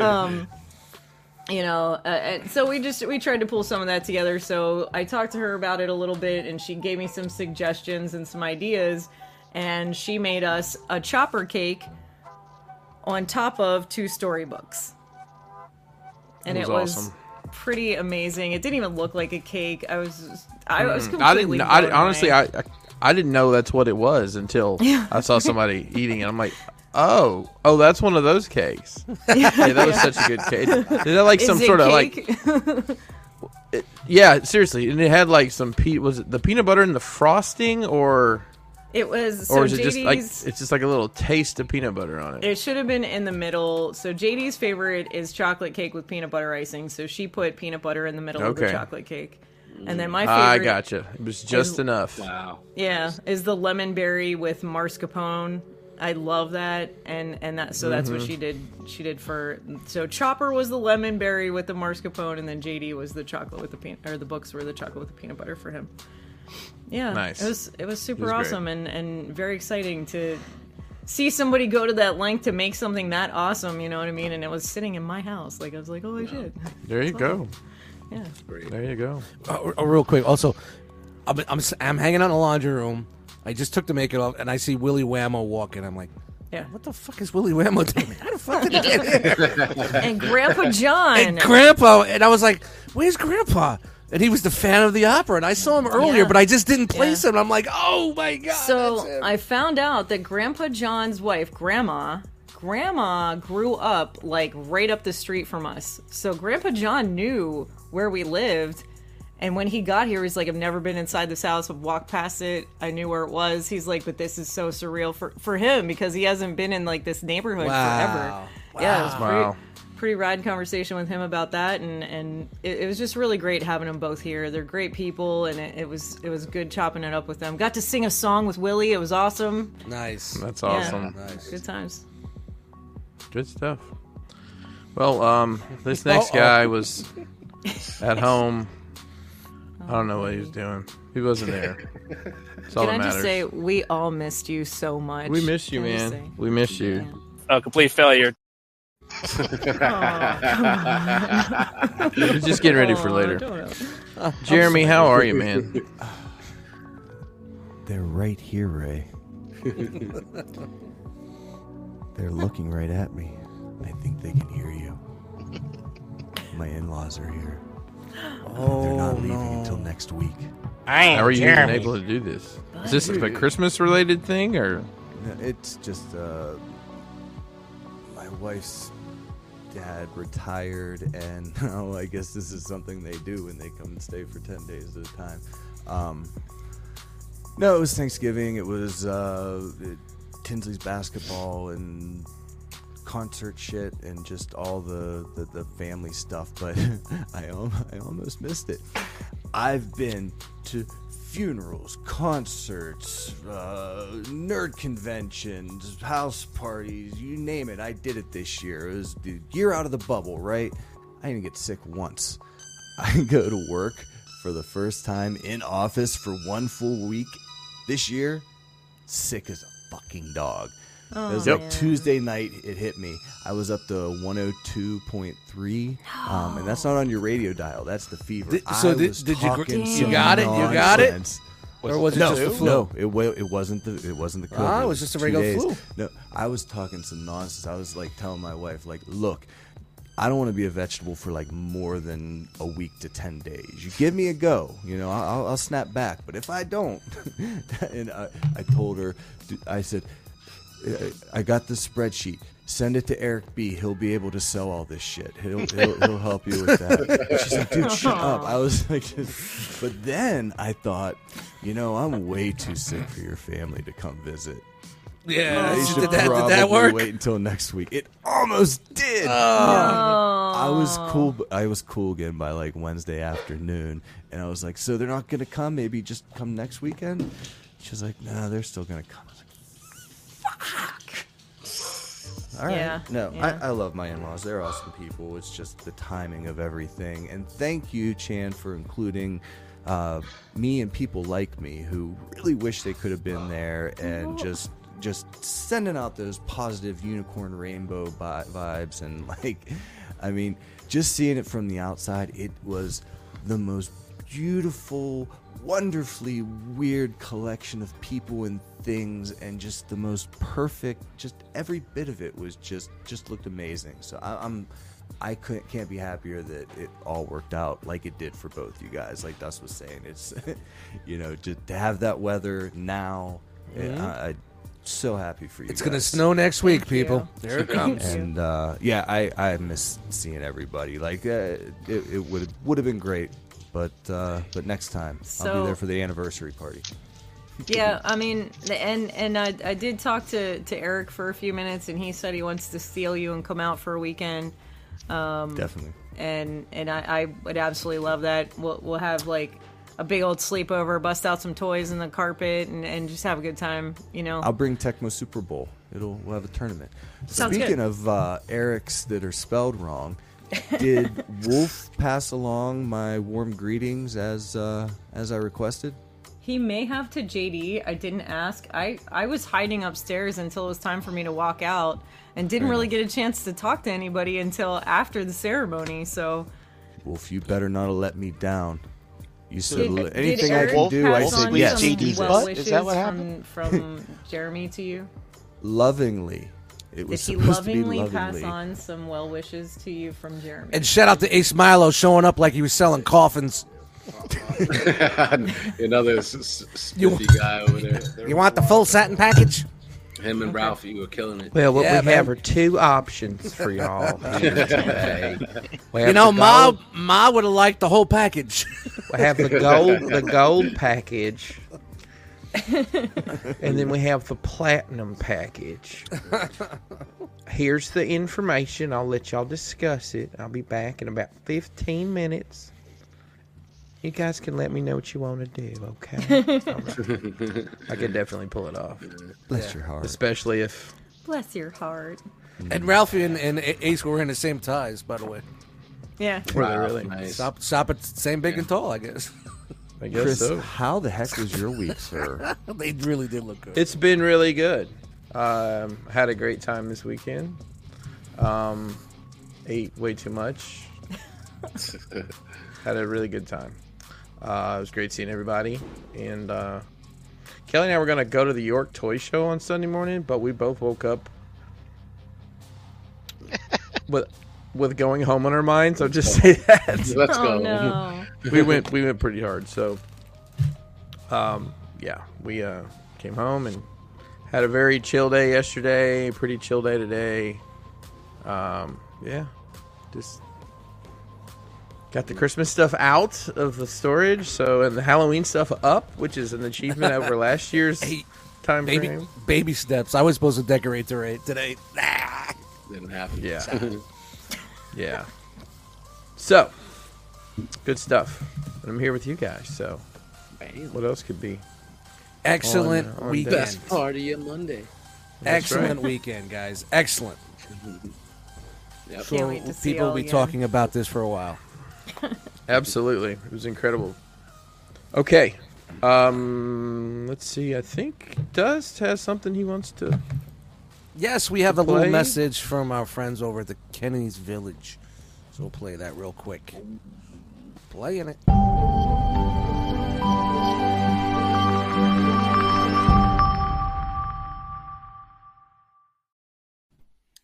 Speaker 3: um, you know, uh, and so we just we tried to pull some of that together. So I talked to her about it a little bit, and she gave me some suggestions and some ideas, and she made us a chopper cake on top of two storybooks. And
Speaker 4: It
Speaker 3: it
Speaker 4: was
Speaker 3: was
Speaker 4: awesome.
Speaker 3: pretty amazing. It didn't even look like a cake. I was, I was
Speaker 4: I didn't.
Speaker 3: completely.
Speaker 4: I
Speaker 3: blown
Speaker 4: honestly,
Speaker 3: away.
Speaker 4: I, I I didn't know that's what it was until
Speaker 3: (laughs)
Speaker 4: I saw somebody eating it. I'm like, oh, oh, that's one of those
Speaker 3: (laughs)
Speaker 4: cakes. Yeah, that was such a good cake. Did that like
Speaker 3: Is
Speaker 4: some
Speaker 3: it
Speaker 4: sort of
Speaker 3: cake?
Speaker 4: like? Yeah, seriously, and it had like some pe- was it the peanut butter and the frosting, or
Speaker 3: It was.
Speaker 4: or
Speaker 3: so
Speaker 4: is it
Speaker 3: JD's,
Speaker 4: just like it's just like a little taste of peanut butter on it?
Speaker 3: It should have been in the middle. So JD's favorite is chocolate cake with peanut butter icing. So she put peanut butter in the middle of the
Speaker 4: Okay. Ah,
Speaker 3: chocolate cake. And then my favorite,
Speaker 4: I gotcha. It was just enough.
Speaker 1: Wow.
Speaker 3: yeah, is the lemon berry with mascarpone. I love that, and and that so that's what she did. She did for so Chopper was the lemon berry with the mascarpone, and then JD was the chocolate with the peanut, or the books were the chocolate with the peanut butter for him. Yeah,
Speaker 4: Nice.
Speaker 3: It was it was super
Speaker 4: was great.
Speaker 3: awesome and and very exciting to see somebody go to that length to make something that awesome. You know what I mean? And it was sitting in my house, like I was like, oh shit, (laughs)
Speaker 4: There you go.
Speaker 3: yeah.
Speaker 4: There you go.
Speaker 6: Uh, uh, real quick, also, I'm, I'm s- I'm hanging out in the laundry room. I just took the makeup off, and I see Willie Whammo walking. I'm like,
Speaker 3: Yeah,
Speaker 6: what the fuck is Willie Whammo doing? (laughs) How the fuck did he get (laughs) here?
Speaker 3: and
Speaker 6: (laughs)
Speaker 3: Grandpa John.
Speaker 6: and grandpa and i was like where's grandpa and he was the fan of the opera and i saw him earlier
Speaker 3: Yeah.
Speaker 6: but i just didn't place
Speaker 3: Yeah.
Speaker 6: him i'm like oh my god that's
Speaker 3: So
Speaker 6: him.
Speaker 3: I found out that Grandpa John's wife, Grandma, Grandma grew up like right up the street from us. So Grandpa John knew where we lived. And when he got here, he's like, I've never been inside this house. I've walked past it. I knew where it was. He's like, but this is so surreal for, for him because he hasn't been in like this neighborhood
Speaker 6: Wow.
Speaker 3: forever. Yeah, it was pretty,
Speaker 4: Wow.
Speaker 3: pretty rad conversation with him about that. And, and it, it was just really great having them both here. They're great people. And it, it was, it was good chopping it up with them. Got to sing a song with Willie. It was awesome.
Speaker 6: nice
Speaker 4: That's
Speaker 3: Yeah.
Speaker 4: awesome.
Speaker 6: nice
Speaker 3: Good times.
Speaker 4: Good stuff. Well, um, this next
Speaker 3: uh,
Speaker 6: Uh-oh.
Speaker 4: guy was
Speaker 3: (laughs)
Speaker 4: at home. I don't know what he was doing. He wasn't
Speaker 3: (laughs)
Speaker 4: there. That's all
Speaker 3: Oh, Can I
Speaker 4: that
Speaker 3: just
Speaker 4: matters.
Speaker 3: say we all missed you so much?
Speaker 4: we miss you,
Speaker 3: Can I just
Speaker 4: man. We miss you.
Speaker 7: A complete failure.
Speaker 3: say?
Speaker 4: We're just getting ready for
Speaker 3: Aw,
Speaker 4: later.
Speaker 3: don't know.
Speaker 4: Jeremy, how are you, man?
Speaker 2: They're right here, Ray. They're looking right at me. I think they can hear you. My in-laws are here. but they're not leaving until next week.
Speaker 7: I am
Speaker 4: How are you even
Speaker 7: Jeremy.
Speaker 4: able to do this? Is this a Christmas-related thing or?
Speaker 2: No, It's just uh, my wife's dad retired, and (laughs) oh, I guess this is something they do when they come and stay for ten days at a time. Um, no, it was Thanksgiving. It was uh, it- Tinsley's basketball and concert shit and just all the, the, the family stuff, but (laughs) I, al- I almost missed it. I've been to funerals, concerts, uh, nerd conventions, house parties, you name it. I did it this year. It was the year out of the bubble, right? I didn't get sick once. I (laughs) go to work for the first time in office for one full week this year. Sick as a fucking dog. it was like
Speaker 4: man.
Speaker 2: Tuesday night it hit me. I was up to 102.3. Um, and that's not on your radio dial. That's the fever.
Speaker 6: Did- so
Speaker 2: I
Speaker 6: did-
Speaker 2: was
Speaker 6: did you gr-
Speaker 2: talking
Speaker 6: you
Speaker 2: some
Speaker 6: got it? You got it?
Speaker 2: nonsense.
Speaker 6: or was it
Speaker 2: No,
Speaker 6: just the flu
Speaker 2: no, it, wa- it wasn't the it wasn't the COVID.
Speaker 6: Ah, it was just a
Speaker 2: two
Speaker 6: regular
Speaker 2: days.
Speaker 6: flu.
Speaker 2: No, I was talking some nonsense. I was like telling my wife, like, look, I don't want to be a vegetable for like more than a week to ten days. You give me a go, you know, I'll, I'll snap back. But if I don't, (laughs) and I, I told her, d- I said, I- I got the spreadsheet. Send it to Eric B. He'll be able to sell all this shit. He'll he'll, he'll help you with that. And she's like, dude, shut up. I was (laughs) like, but then I thought, you know, I'm way too sick for your family to come visit.
Speaker 6: yeah
Speaker 2: I
Speaker 6: did,
Speaker 2: should
Speaker 6: that, did
Speaker 2: probably
Speaker 6: that work
Speaker 2: wait until next week. It almost did. I was cool. b- I was cool again by like Wednesday afternoon, and I was like, "So they're not gonna come? Maybe just come next weekend." She's like, no, they're still gonna come. I was like, Fuck. All right.
Speaker 3: Yeah,
Speaker 2: No,
Speaker 3: yeah.
Speaker 2: I, I love my in-laws. They're awesome people. It's just the timing of everything. And thank you, Chan, for including uh, me and people like me who really wish they could have been there and just just sending out those positive unicorn rainbow bi- vibes and (laughs) like, I mean, just seeing it from the outside, it was the most beautiful, wonderfully weird collection of people and things, and just the most perfect. Just every bit of it was just just looked amazing. So I, I'm, I couldn't can't be happier that it all worked out like it did for both you guys. Like Dust was saying, it's, (laughs) you know, just to have that weather now. I, I'm so happy for you.
Speaker 6: Mm-hmm. It's gonna
Speaker 2: guys.
Speaker 6: snow next week,
Speaker 3: Thank you.
Speaker 6: people. There (laughs) it comes.
Speaker 3: Thank you.
Speaker 2: And uh, yeah, I, I miss seeing everybody. Like uh, it, it would would have been great, but uh, but next time I'll
Speaker 3: So-
Speaker 2: be there for the anniversary party.
Speaker 3: Yeah, I mean, the- and and I, I did talk to, to Eric for a few minutes, and he said he wants to steal you and come out for a weekend, Um,
Speaker 2: Definitely.
Speaker 3: and and I, I would absolutely love that. We'll we'll have like a big old sleepover, bust out some toys in the carpet, and, and just have a good time. You know,
Speaker 2: I'll bring Tecmo Super Bowl. It'll we'll have a tournament.
Speaker 3: Sounds
Speaker 2: Speaking
Speaker 3: good.
Speaker 2: of uh, Eric's that are spelled wrong, did
Speaker 3: (laughs)
Speaker 2: Wolf pass along my warm greetings as uh, as I requested?
Speaker 3: He may have to JD. I didn't ask. I, I was hiding upstairs until it was time for me to walk out and didn't really get a chance to talk to anybody until after the ceremony. So
Speaker 2: Wolf, you better not have let me down. You said
Speaker 3: did,
Speaker 2: li-
Speaker 3: did
Speaker 2: anything I
Speaker 3: Eric
Speaker 2: can do. I
Speaker 3: pass
Speaker 2: said
Speaker 3: on
Speaker 5: yes.
Speaker 3: some
Speaker 5: JD's
Speaker 3: well
Speaker 5: butt? Is
Speaker 3: wishes
Speaker 5: that what
Speaker 3: from,
Speaker 2: (laughs)
Speaker 3: from Jeremy to you?
Speaker 2: lovingly. It
Speaker 3: Did
Speaker 2: was
Speaker 3: he
Speaker 2: supposed to be
Speaker 3: lovingly pass
Speaker 2: lovingly.
Speaker 3: on some well wishes to you from Jeremy?
Speaker 6: And shout out to Ace Milo showing up like he was selling coffins.
Speaker 1: (laughs) Another s- s-
Speaker 6: You-
Speaker 1: spiffy guy over there.
Speaker 6: You want the full satin package?
Speaker 1: Him and Ralph, you were killing
Speaker 8: (laughs)
Speaker 1: it.
Speaker 8: Well, what
Speaker 6: Yeah,
Speaker 8: we
Speaker 6: man.
Speaker 8: have are two options
Speaker 6: (laughs)
Speaker 8: for y'all here today. We have
Speaker 6: You know,
Speaker 8: the
Speaker 6: Ma
Speaker 8: gold-
Speaker 6: Ma would have liked the whole package. (laughs)
Speaker 8: We have the gold, the gold package, and then we have the platinum package. Here's the information. I'll let y'all discuss it. I'll be back in about 15 minutes. You guys can let me know what you want to
Speaker 6: (laughs)
Speaker 8: do, okay? All right. I could definitely pull it off,
Speaker 2: Bless your heart.
Speaker 8: especially if
Speaker 3: Bless your heart.
Speaker 6: and Ralphie and, and A- Ace were in the same ties, by the way.
Speaker 3: Yeah.
Speaker 8: were they
Speaker 1: Wow,
Speaker 8: really.
Speaker 1: nice.
Speaker 6: Stop, stop at same big and tall, I guess. (laughs)
Speaker 8: I guess
Speaker 2: Chris,
Speaker 8: so.
Speaker 2: how the heck was your
Speaker 4: (laughs)
Speaker 2: week, sir?
Speaker 6: they really did look good.
Speaker 8: It's been really good. Um, had a great time this weekend. Um, ate way too much. had a really good time. Uh, it was great seeing everybody. And uh, Kelly and I were gonna go to the York Toy Show on Sunday morning, but we both woke up with with going home on our minds. I'll just say that
Speaker 1: Let's go.
Speaker 3: Oh no.
Speaker 6: (laughs)
Speaker 8: we went we went pretty hard. So, um, yeah, we uh, came home and had a very chill day yesterday. Pretty chill day today. Um, yeah, just got the Christmas stuff out of the storage. So and the Halloween stuff up, which is an achievement
Speaker 6: (laughs)
Speaker 8: over last year's
Speaker 6: Hey,
Speaker 8: time
Speaker 6: baby,
Speaker 8: frame.
Speaker 6: baby steps. I was supposed to decorate the ra- today. (laughs)
Speaker 2: Oh,
Speaker 6: Ah.
Speaker 1: Didn't happen.
Speaker 4: (laughs)
Speaker 8: Yeah. yeah. So, good stuff. And I'm here with you guys. So,
Speaker 1: Bam.
Speaker 8: what else could be?
Speaker 6: Excellent
Speaker 8: On- on
Speaker 6: weekend.
Speaker 8: Best
Speaker 1: party of Monday.
Speaker 8: That's right.
Speaker 6: Excellent weekend, guys. Excellent.
Speaker 1: Yep.
Speaker 3: Can't wait to see
Speaker 6: People will
Speaker 3: all
Speaker 6: be
Speaker 3: again.
Speaker 6: talking about this for a while.
Speaker 8: Absolutely. It was incredible. Okay. Um, let's see. I think Dust has something he wants to.
Speaker 6: Yes, we have a little
Speaker 8: play?
Speaker 6: message from our friends over at the Kennedy's Village. So we'll play that real quick. Playing it.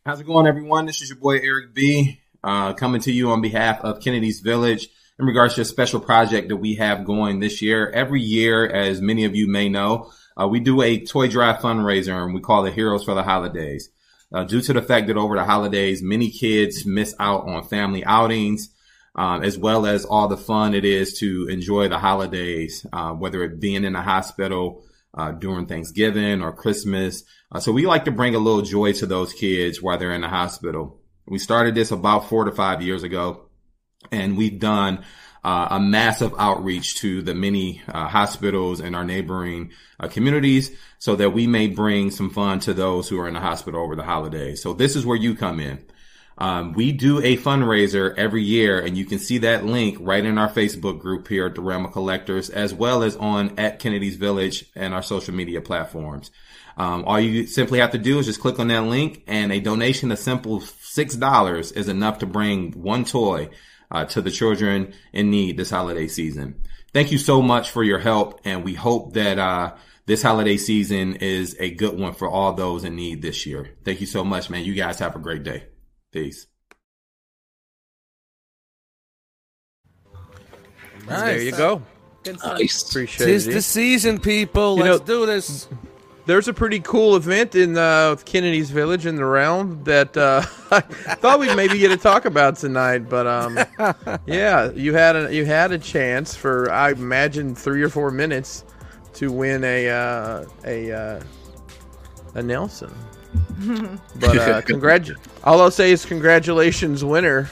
Speaker 9: How's it going, everyone? This is your boy Eric B. Uh, coming to you on behalf of Kennedy's Village in regards to a special project that we have going this year. Every year, as many of you may know, uh, we do a toy drive fundraiser and we call it Heroes for the Holidays. Uh, due to the fact that over the holidays, many kids miss out on family outings, um, as well as all the fun it is to enjoy the holidays, uh, whether it being in the hospital, uh, during Thanksgiving or Christmas. Uh, so we like to bring a little joy to those kids while they're in the hospital. We started this about four to five years ago, and we've done
Speaker 8: uh, a massive outreach to the many uh, hospitals in our neighboring uh, communities so that we may bring some fun to those who are in the hospital over the holidays. So this is where you come in. Um, we do a fundraiser every year, and you can see that link right in our Facebook group here at the Realm of Collectors, as well as on at Kennedy's Village and our social media platforms. Um, all you simply have to do is just click on that link, and a donation of simple six dollars is enough to bring one toy uh, to the children in need this holiday season. Thank you so much for your help, and we hope that uh, this holiday season is a good one for all those in need this year. Thank you so much, man. You guys have a great day. Peace.
Speaker 4: There you go.
Speaker 3: Good stuff.
Speaker 4: Appreciate
Speaker 6: Tis
Speaker 4: it.
Speaker 6: the season, people.
Speaker 4: You
Speaker 6: Let's
Speaker 4: know-
Speaker 6: do this.
Speaker 4: There's a pretty cool event in uh, Kennedy's Village in the realm that uh, (laughs) I thought we'd maybe get to talk about tonight, but um, yeah, you had a you had a chance for I imagine three or four minutes to win a uh, a uh, a Nelson. But uh, congrat- all I'll say is congratulations, winner.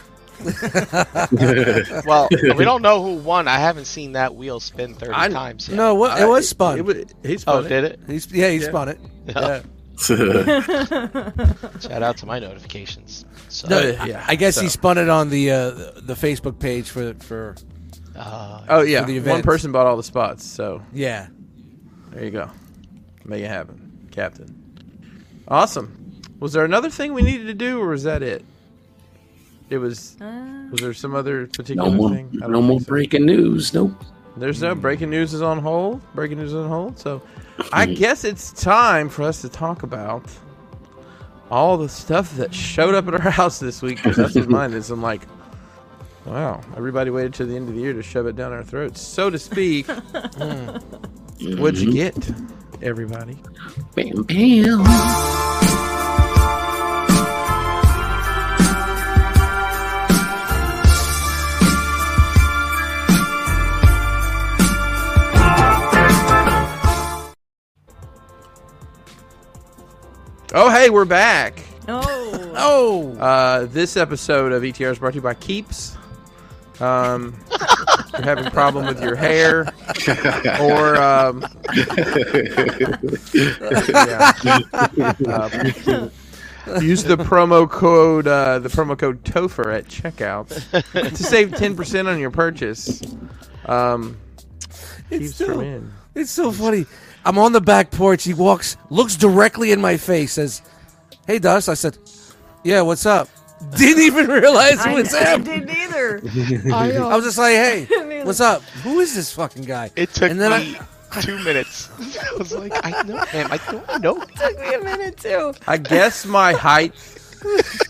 Speaker 5: Well, we don't know who won. I haven't seen that wheel spin 30
Speaker 4: I-
Speaker 5: times yet.
Speaker 6: No, what, it was spun.
Speaker 4: It was, he's
Speaker 5: Oh,
Speaker 4: funny.
Speaker 5: did it?
Speaker 6: He's, yeah, he
Speaker 4: Yeah. Oh,
Speaker 6: spun it.
Speaker 5: Yeah.
Speaker 1: That's
Speaker 5: Shout out to my notifications. So,
Speaker 6: No,
Speaker 4: Uh,
Speaker 6: I-
Speaker 4: yeah,
Speaker 6: I guess he
Speaker 4: so.
Speaker 6: spun it on the uh, the Facebook page for for
Speaker 5: uh,
Speaker 4: Oh yeah,
Speaker 6: For the
Speaker 4: one
Speaker 6: event.
Speaker 4: person bought all the spots, so
Speaker 6: yeah.
Speaker 4: There you go. Make it happen, Captain. Awesome. Was there another thing we needed to do, or was that it? It was. Was there some other particular
Speaker 1: no more,
Speaker 4: thing? I don't
Speaker 1: no more
Speaker 4: think so.
Speaker 1: breaking news. Nope.
Speaker 4: There's no breaking news is on hold. Breaking news is on hold. So, I guess it's time for us to talk about all the stuff that showed up at our (laughs) house this week. 'cause That's in mine. Is I'm like, wow, everybody waited to the end of the year to shove it down our throats, so to speak. Mm. What'd you get, everybody?
Speaker 1: Bam, bam.
Speaker 4: Oh, hey, we're back.
Speaker 3: Oh,
Speaker 6: (laughs) Oh,
Speaker 4: Uh, this episode of ETR is brought to you by Keeps. Um, if you're having a problem with your hair, or um, yeah. Um, use the promo code uh, the promo code Topher at checkout to save ten percent on your purchase. Um, keeps
Speaker 6: still-
Speaker 4: from in.
Speaker 6: it's so funny. I'm on the back porch. He walks, looks directly in my face, says, "Hey, Dust." I said, "Yeah, what's up?" (laughs) Didn't even realize it
Speaker 3: I,
Speaker 6: was
Speaker 3: I
Speaker 6: him.
Speaker 3: didn't
Speaker 6: (laughs)
Speaker 3: either.
Speaker 6: I was just
Speaker 3: (laughs)
Speaker 6: like, "Hey,
Speaker 3: Neither.
Speaker 6: what's up? Who is this fucking guy?"
Speaker 5: It took
Speaker 6: and then
Speaker 5: me two minutes. (laughs) I was like, I know, ma'am. I don't know.
Speaker 3: took me a minute too.
Speaker 4: I guess my height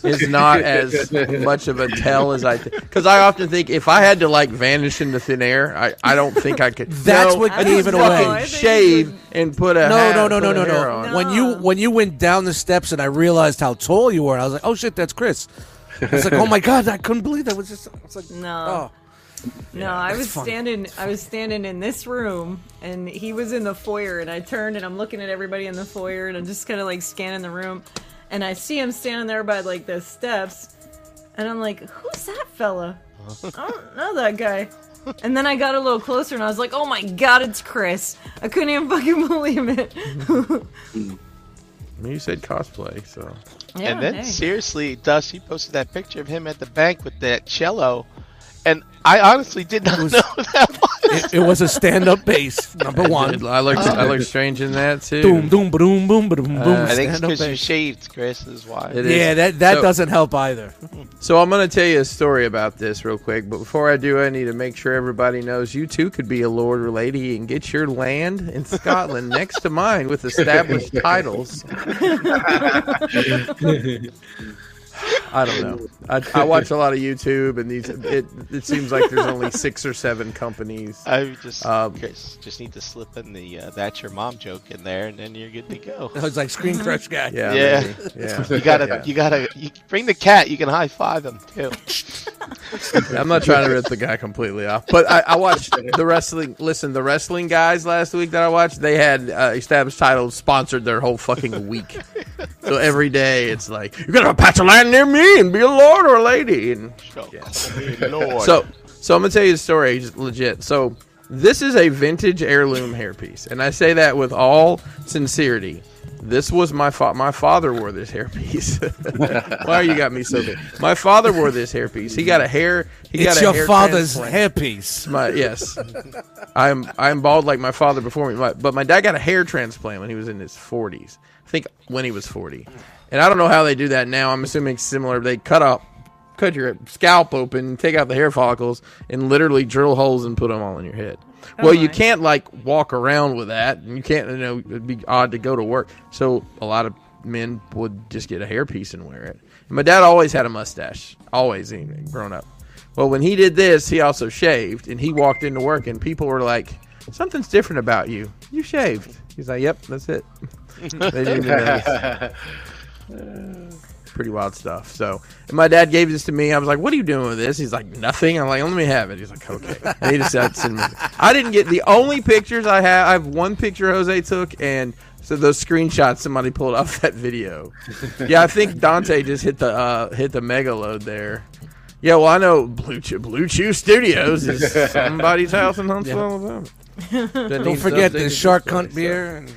Speaker 4: is not as much of a tell as I think. Because I often think if I had to like vanish into thin air, I, I don't think I could.
Speaker 6: That's
Speaker 4: No,
Speaker 6: what
Speaker 4: I
Speaker 6: gave
Speaker 4: just
Speaker 6: it away.
Speaker 4: fucking
Speaker 6: No, I
Speaker 3: think
Speaker 4: shave
Speaker 3: you-
Speaker 4: and put a
Speaker 6: I, no,
Speaker 4: hat-
Speaker 6: no, no,
Speaker 4: put
Speaker 6: no,
Speaker 4: a
Speaker 6: no,
Speaker 4: hair
Speaker 6: no.
Speaker 4: on.
Speaker 6: When you
Speaker 3: No.
Speaker 6: when you went down the steps and I realized how tall you were, I was like, "Oh shit, that's Chris." I was like, "Oh my god, I couldn't believe that was just." I was like,
Speaker 3: No,
Speaker 6: "Oh."
Speaker 3: no, I was
Speaker 6: funny.
Speaker 3: standing. I was standing in this room, and he was in the foyer. And I turned, and I'm looking at everybody in the foyer, and I'm just kind of like scanning the room, and I see him standing there by like the steps, and I'm like, "Who's that fella? I don't know that guy." And then I got a little closer, and I was like, "Oh my god, it's Chris!" I couldn't even fucking (laughs) believe
Speaker 6: (laughs)
Speaker 3: it.
Speaker 4: You said cosplay, so
Speaker 3: Yeah,
Speaker 5: and then
Speaker 3: hey.
Speaker 5: seriously, Dust, he posted that picture of him at the bank with that cello, and I honestly did not (laughs) know who that was.
Speaker 6: It was a stand-up bass number one.
Speaker 4: (laughs) I look I look strange in that too.
Speaker 6: Doom, doom, boom, boom, boom, boom.
Speaker 4: Uh,
Speaker 5: I think it's
Speaker 6: stand-up
Speaker 5: because you
Speaker 6: bass.
Speaker 5: shaved, Chris. Is why.
Speaker 4: It is.
Speaker 6: Yeah, that that
Speaker 4: So-
Speaker 6: doesn't help either. (laughs)
Speaker 4: So I'm going to tell you a story about this real quick, but before I do, I need to make sure everybody knows you too could be a lord or lady and get your land in Scotland next to mine with established titles. I don't know. I, I watch a lot of YouTube, and these it, it seems like there's only six or seven companies.
Speaker 5: I would just
Speaker 4: Um,
Speaker 5: Chris just need to slip in the uh, that's your mom joke in there, and then you're good to go.
Speaker 6: I was
Speaker 3: (laughs)
Speaker 6: like Screen Crush guy.
Speaker 4: Yeah,
Speaker 5: Yeah.
Speaker 4: maybe. yeah. (laughs)
Speaker 5: You gotta,
Speaker 4: Yeah.
Speaker 5: you gotta, you bring the cat. You can high five him too.
Speaker 4: (laughs) I'm not trying to rip the guy completely off, but I, I watched the wrestling. Listen, the wrestling guys last week that I watched, they had uh, established titles sponsored their whole fucking week. so every day it's like you're gonna patch a line near me and be a lord or a lady. And
Speaker 5: Sure. Lord.
Speaker 4: so, So I'm gonna tell you the story, just legit. So this is a vintage heirloom hairpiece, and I say that with all sincerity. This was my fa- my father wore this hairpiece. (laughs) Why you got me so good? My father wore this hairpiece. He got a hair. He got
Speaker 6: It's
Speaker 4: a
Speaker 6: your
Speaker 4: hair
Speaker 6: father's
Speaker 4: transplant.
Speaker 6: hairpiece.
Speaker 4: My yes, I'm I'm bald like my father before me. My, but my dad got a hair transplant when he was in his 40s. I think when he was 40, and I don't know how they do that now. I'm assuming it's similar. They cut up, cut your scalp open, take out the hair follicles, and literally drill holes and put them all in your head. well, you
Speaker 3: my.
Speaker 4: can't like walk around with that, and you can't. You know, it'd be odd to go to work. So a lot of men would just get a hairpiece and wear it. And my dad always had a mustache, always, even growing up. Well, when he did this, he also shaved, and he walked into work, and people were like, "Something's different about you. You shaved." He's like, "Yep, that's it." they
Speaker 6: (laughs)
Speaker 4: didn't even notice. Pretty wild stuff. So, and my dad gave this to me. I was like, "What are you doing with this?" He's like, "Nothing." I'm like, "Let me have it." He's like, "Okay." And he decided to send me. I didn't get the only pictures I have. I have one picture Jose took, and so those screenshots somebody pulled off that video. Yeah, I think Dante just hit the uh, hit the mega load there. Yeah, well, I know Blue Chew, Blue Chew Studios
Speaker 6: (laughs)
Speaker 4: is somebody's house in Huntsville, Alabama.
Speaker 6: Don't forget the shark hunt beer and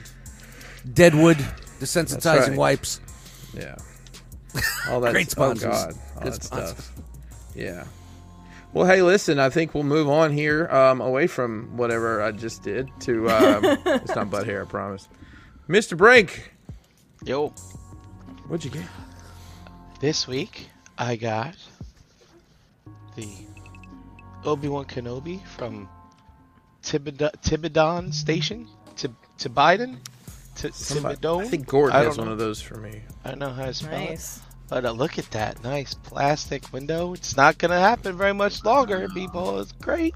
Speaker 6: Deadwood desensitizing
Speaker 4: right.
Speaker 6: wipes. (laughs)
Speaker 4: Yeah. All that
Speaker 6: Great
Speaker 4: oh,
Speaker 6: sponsors.
Speaker 4: God, all
Speaker 6: Good
Speaker 4: that
Speaker 6: sponsors.
Speaker 4: stuff. Yeah. Well, hey, listen. I think we'll move on here, um, away from whatever I just did. To um,
Speaker 6: (laughs)
Speaker 4: it's not butt hair, I promise. Mr. Brink,
Speaker 5: Yo,
Speaker 4: what'd you get?
Speaker 5: this week I got the Obi Wan Kenobi from Tibida- Tibidon Station to to Biden to
Speaker 4: Somebody-
Speaker 5: Tibidon.
Speaker 4: I think Gordon
Speaker 5: I
Speaker 4: has
Speaker 5: don't
Speaker 4: one
Speaker 5: know.
Speaker 4: of those for me.
Speaker 5: I don't know how to spell it.
Speaker 3: Nice.
Speaker 5: But uh, look at that nice plastic window. It's not going to happen very much longer, people. It's great.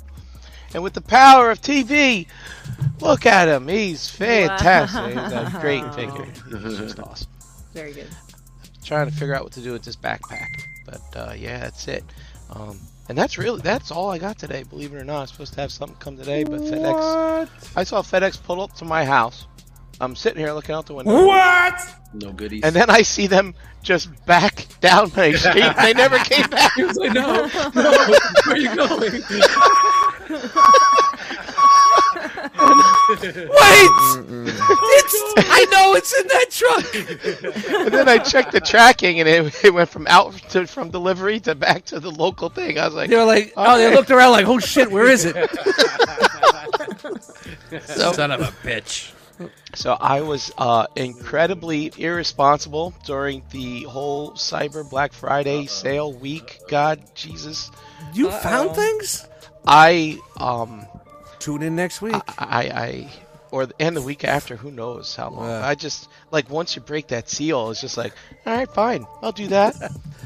Speaker 5: And with the power of TV, look at him. He's fantastic. He's a great
Speaker 3: Wow.
Speaker 5: figure. He's just awesome.
Speaker 3: Very good.
Speaker 5: Trying to figure out what to do with this backpack. But uh, yeah, that's it. Um, and that's really that's all I got today. Believe it or not, I'm supposed to have something come today, but FedEx. I saw FedEx pull up to my house. I'm sitting here looking out the window.
Speaker 1: No goodies.
Speaker 5: And then I see them just back down my street. They
Speaker 1: (laughs)
Speaker 5: never came back.
Speaker 1: no, where are you
Speaker 5: (laughs)
Speaker 1: going?
Speaker 6: It's, I know it's in that truck.
Speaker 5: And then I checked the tracking, and it, it went from out to from delivery to back to the local thing. I was like,
Speaker 6: They were like, oh, they
Speaker 5: Okay.
Speaker 6: looked around like, oh shit, where is it?
Speaker 1: Son of a bitch.
Speaker 5: so I was uh, incredibly irresponsible during the whole Cyber Black Friday sale week. God, Jesus,
Speaker 6: (laughs) You found things?
Speaker 5: I um,
Speaker 6: Tune in next (laughs) week.
Speaker 5: I, I or the, and the week after, who knows how long.
Speaker 6: Yeah.
Speaker 5: I just like once you break that seal, it's just like, all right, fine, I'll do that,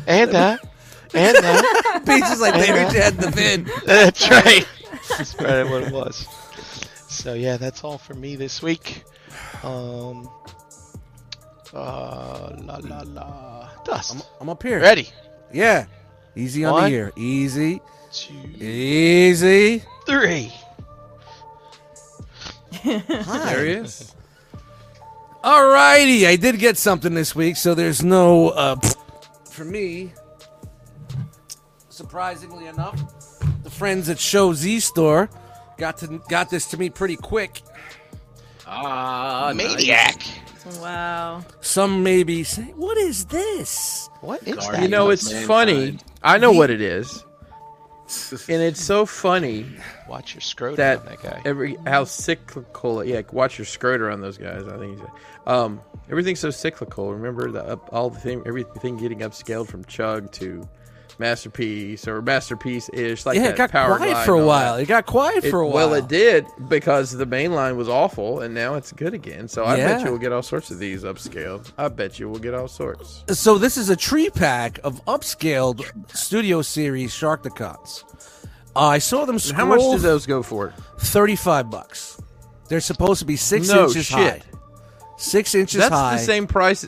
Speaker 5: and that, and that. (laughs)
Speaker 6: Beach is like, baby, Dad, the bin.
Speaker 5: That's right. That's right, what it was. So yeah, that's all for me this week. Um, uh, la la la, dust.
Speaker 6: I'm up here.
Speaker 5: Ready?
Speaker 6: Yeah. Easy on
Speaker 5: One.
Speaker 6: the ear. Easy.
Speaker 5: Two,
Speaker 6: Easy.
Speaker 5: three.
Speaker 6: There he is. Alrighty, I did get something this week, so there's no uh, for me. Surprisingly enough, the friends at Show Z Store got to got this to me pretty quick.
Speaker 1: Ah,
Speaker 5: Maniac.
Speaker 3: Wow.
Speaker 6: Some may be saying, "What is this?"
Speaker 5: What is
Speaker 1: Sorry.
Speaker 5: that?
Speaker 4: You know,
Speaker 1: Mankind.
Speaker 4: it's funny. I know what it
Speaker 6: (laughs)
Speaker 4: is, and it's so funny
Speaker 5: Watch your scrotum,
Speaker 4: that,
Speaker 5: on that guy.
Speaker 4: every how cyclical. Yeah, watch your scroter on those guys. I think. he's a- Um, everything's so cyclical. Remember the up, all the thing, everything getting upscaled from Chug to masterpiece or masterpiece ish. Like
Speaker 6: yeah,
Speaker 4: that
Speaker 6: it got
Speaker 4: power
Speaker 6: quiet
Speaker 4: line
Speaker 6: for
Speaker 4: and
Speaker 6: a
Speaker 4: all
Speaker 6: while.
Speaker 4: that.
Speaker 6: It got quiet
Speaker 4: It-
Speaker 6: for a while.
Speaker 4: Well, it did because the main line was awful, and now it's good again. So I bet
Speaker 6: Yeah.
Speaker 4: you we'll get all sorts of these upscaled. I bet you we'll get all sorts.
Speaker 6: So this is a tree pack of upscaled Studio Series Sharkticons. Uh, I saw them scroll
Speaker 4: How much do those go for?
Speaker 6: thirty-five bucks. They're supposed to be six
Speaker 4: No
Speaker 6: inches
Speaker 4: shit.
Speaker 6: high. Six inches
Speaker 4: That's
Speaker 6: high.
Speaker 4: the same price.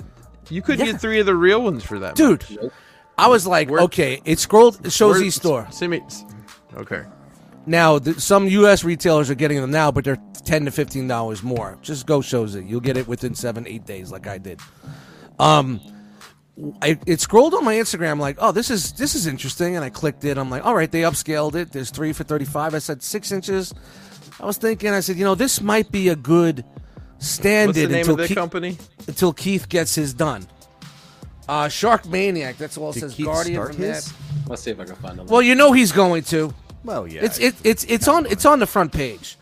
Speaker 4: You could
Speaker 6: Yeah.
Speaker 4: get three of the real ones for that, much.
Speaker 6: dude. I was like,
Speaker 4: Where-
Speaker 6: okay, it scrolled it shows
Speaker 4: Where-
Speaker 6: each store.
Speaker 4: Send me. Okay.
Speaker 6: Now, th- some U.S. retailers are getting them now, but they're ten to fifteen dollars more. Just go shows it. You'll get it within seven, eight days, like I did. Um, I, it scrolled on my Instagram like, oh, this is this is interesting, and I clicked it. I'm like, all right, they upscaled it. There's three for 35. I said six inches. I was thinking, I said, you know, this might be a good
Speaker 4: What's the
Speaker 6: standard
Speaker 4: name
Speaker 6: until
Speaker 4: of the
Speaker 6: Ke-
Speaker 4: company?
Speaker 6: until Keith gets his done. Uh, Shark Maniac. That's all it
Speaker 10: Did
Speaker 6: says.
Speaker 10: Keith
Speaker 6: Guardian
Speaker 10: start
Speaker 6: from that.
Speaker 10: his?
Speaker 1: Let's see if I can find a link.
Speaker 6: Well, you know he's going to.
Speaker 10: Well, yeah.
Speaker 6: It's it, it's it's on it's on the front page.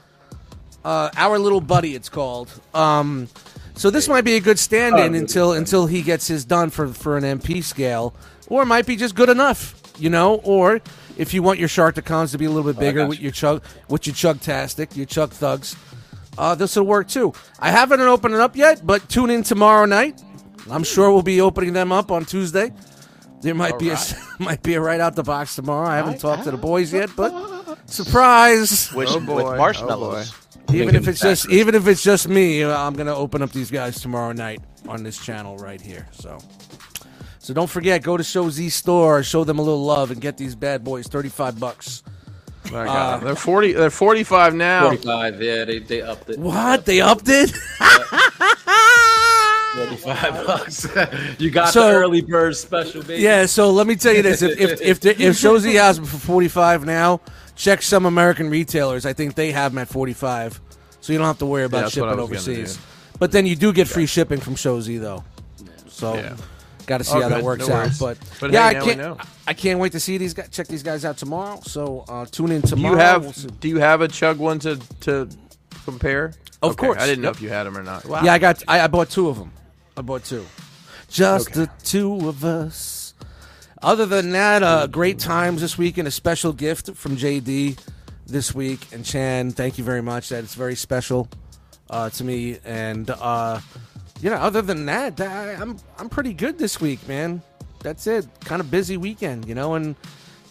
Speaker 6: Uh, Our little buddy, it's called. Um, so this might be a good stand-in until until he gets his done for for an MP scale, or it might be just good enough, you know. Or if you want your shark cons to be a little bit bigger
Speaker 1: got
Speaker 6: with
Speaker 1: you.
Speaker 6: your chug with your chug tastic, your chug thugs, uh, this will work too. I haven't opened it up yet, but tune in tomorrow night. I'm sure we'll be opening them up on Tuesday. There might be a (laughs) might be a right out the box tomorrow. I haven't talked to the boys yet, but surprise!
Speaker 5: With, with
Speaker 4: boy.
Speaker 5: marshmallows.
Speaker 6: Even if it's just
Speaker 1: Thinking
Speaker 6: even if it's just me, uh, I'm gonna open up these guys tomorrow night on this channel right here. So, so don't forget, go to Show Z store, show them a little love, and get these bad boys thirty five bucks.
Speaker 4: My God. they're forty. They're forty-five now.
Speaker 1: 45, yeah, they, they upped it.
Speaker 6: What they upped it? (laughs)
Speaker 1: 45 bucks. (laughs) you got
Speaker 6: So-
Speaker 1: the early bird special, baby.
Speaker 6: Yeah, so let me tell you this: if
Speaker 4: (laughs)
Speaker 6: if if, there, if shows he has them for forty five now, check some American retailers. I think they have them at forty five, so you don't have to worry about
Speaker 4: that's what I
Speaker 6: shipping
Speaker 4: was gonna
Speaker 6: overseas.
Speaker 4: do.
Speaker 6: But then you do get free shipping from Shozy though, so
Speaker 4: Yeah.
Speaker 6: got to see
Speaker 4: All
Speaker 6: how that
Speaker 4: good,
Speaker 6: works
Speaker 4: no
Speaker 6: out.
Speaker 4: worries.
Speaker 6: But,
Speaker 4: But
Speaker 6: yeah,
Speaker 4: hey, now
Speaker 6: I
Speaker 4: we
Speaker 6: can't.
Speaker 4: know.
Speaker 6: I can't wait to see these guys. Check these guys out tomorrow. So uh, tune in
Speaker 4: Do
Speaker 6: tomorrow.
Speaker 4: you have?
Speaker 6: We'll see.
Speaker 4: do you have a chug one to to compare?
Speaker 6: Of
Speaker 4: Okay,
Speaker 6: course.
Speaker 4: I didn't know
Speaker 6: Yep.
Speaker 4: if you had them or not. Wow.
Speaker 6: Yeah, I got. I, I bought two of them. I bought two. Just the two of us. Other than that, uh, great times this week and a special gift from JD this week and Chan. Thank you very much. That is very special uh, to me. And uh, you know, other than that, I, I'm I'm pretty good this week, man. That's it. Kind of busy weekend, you know, and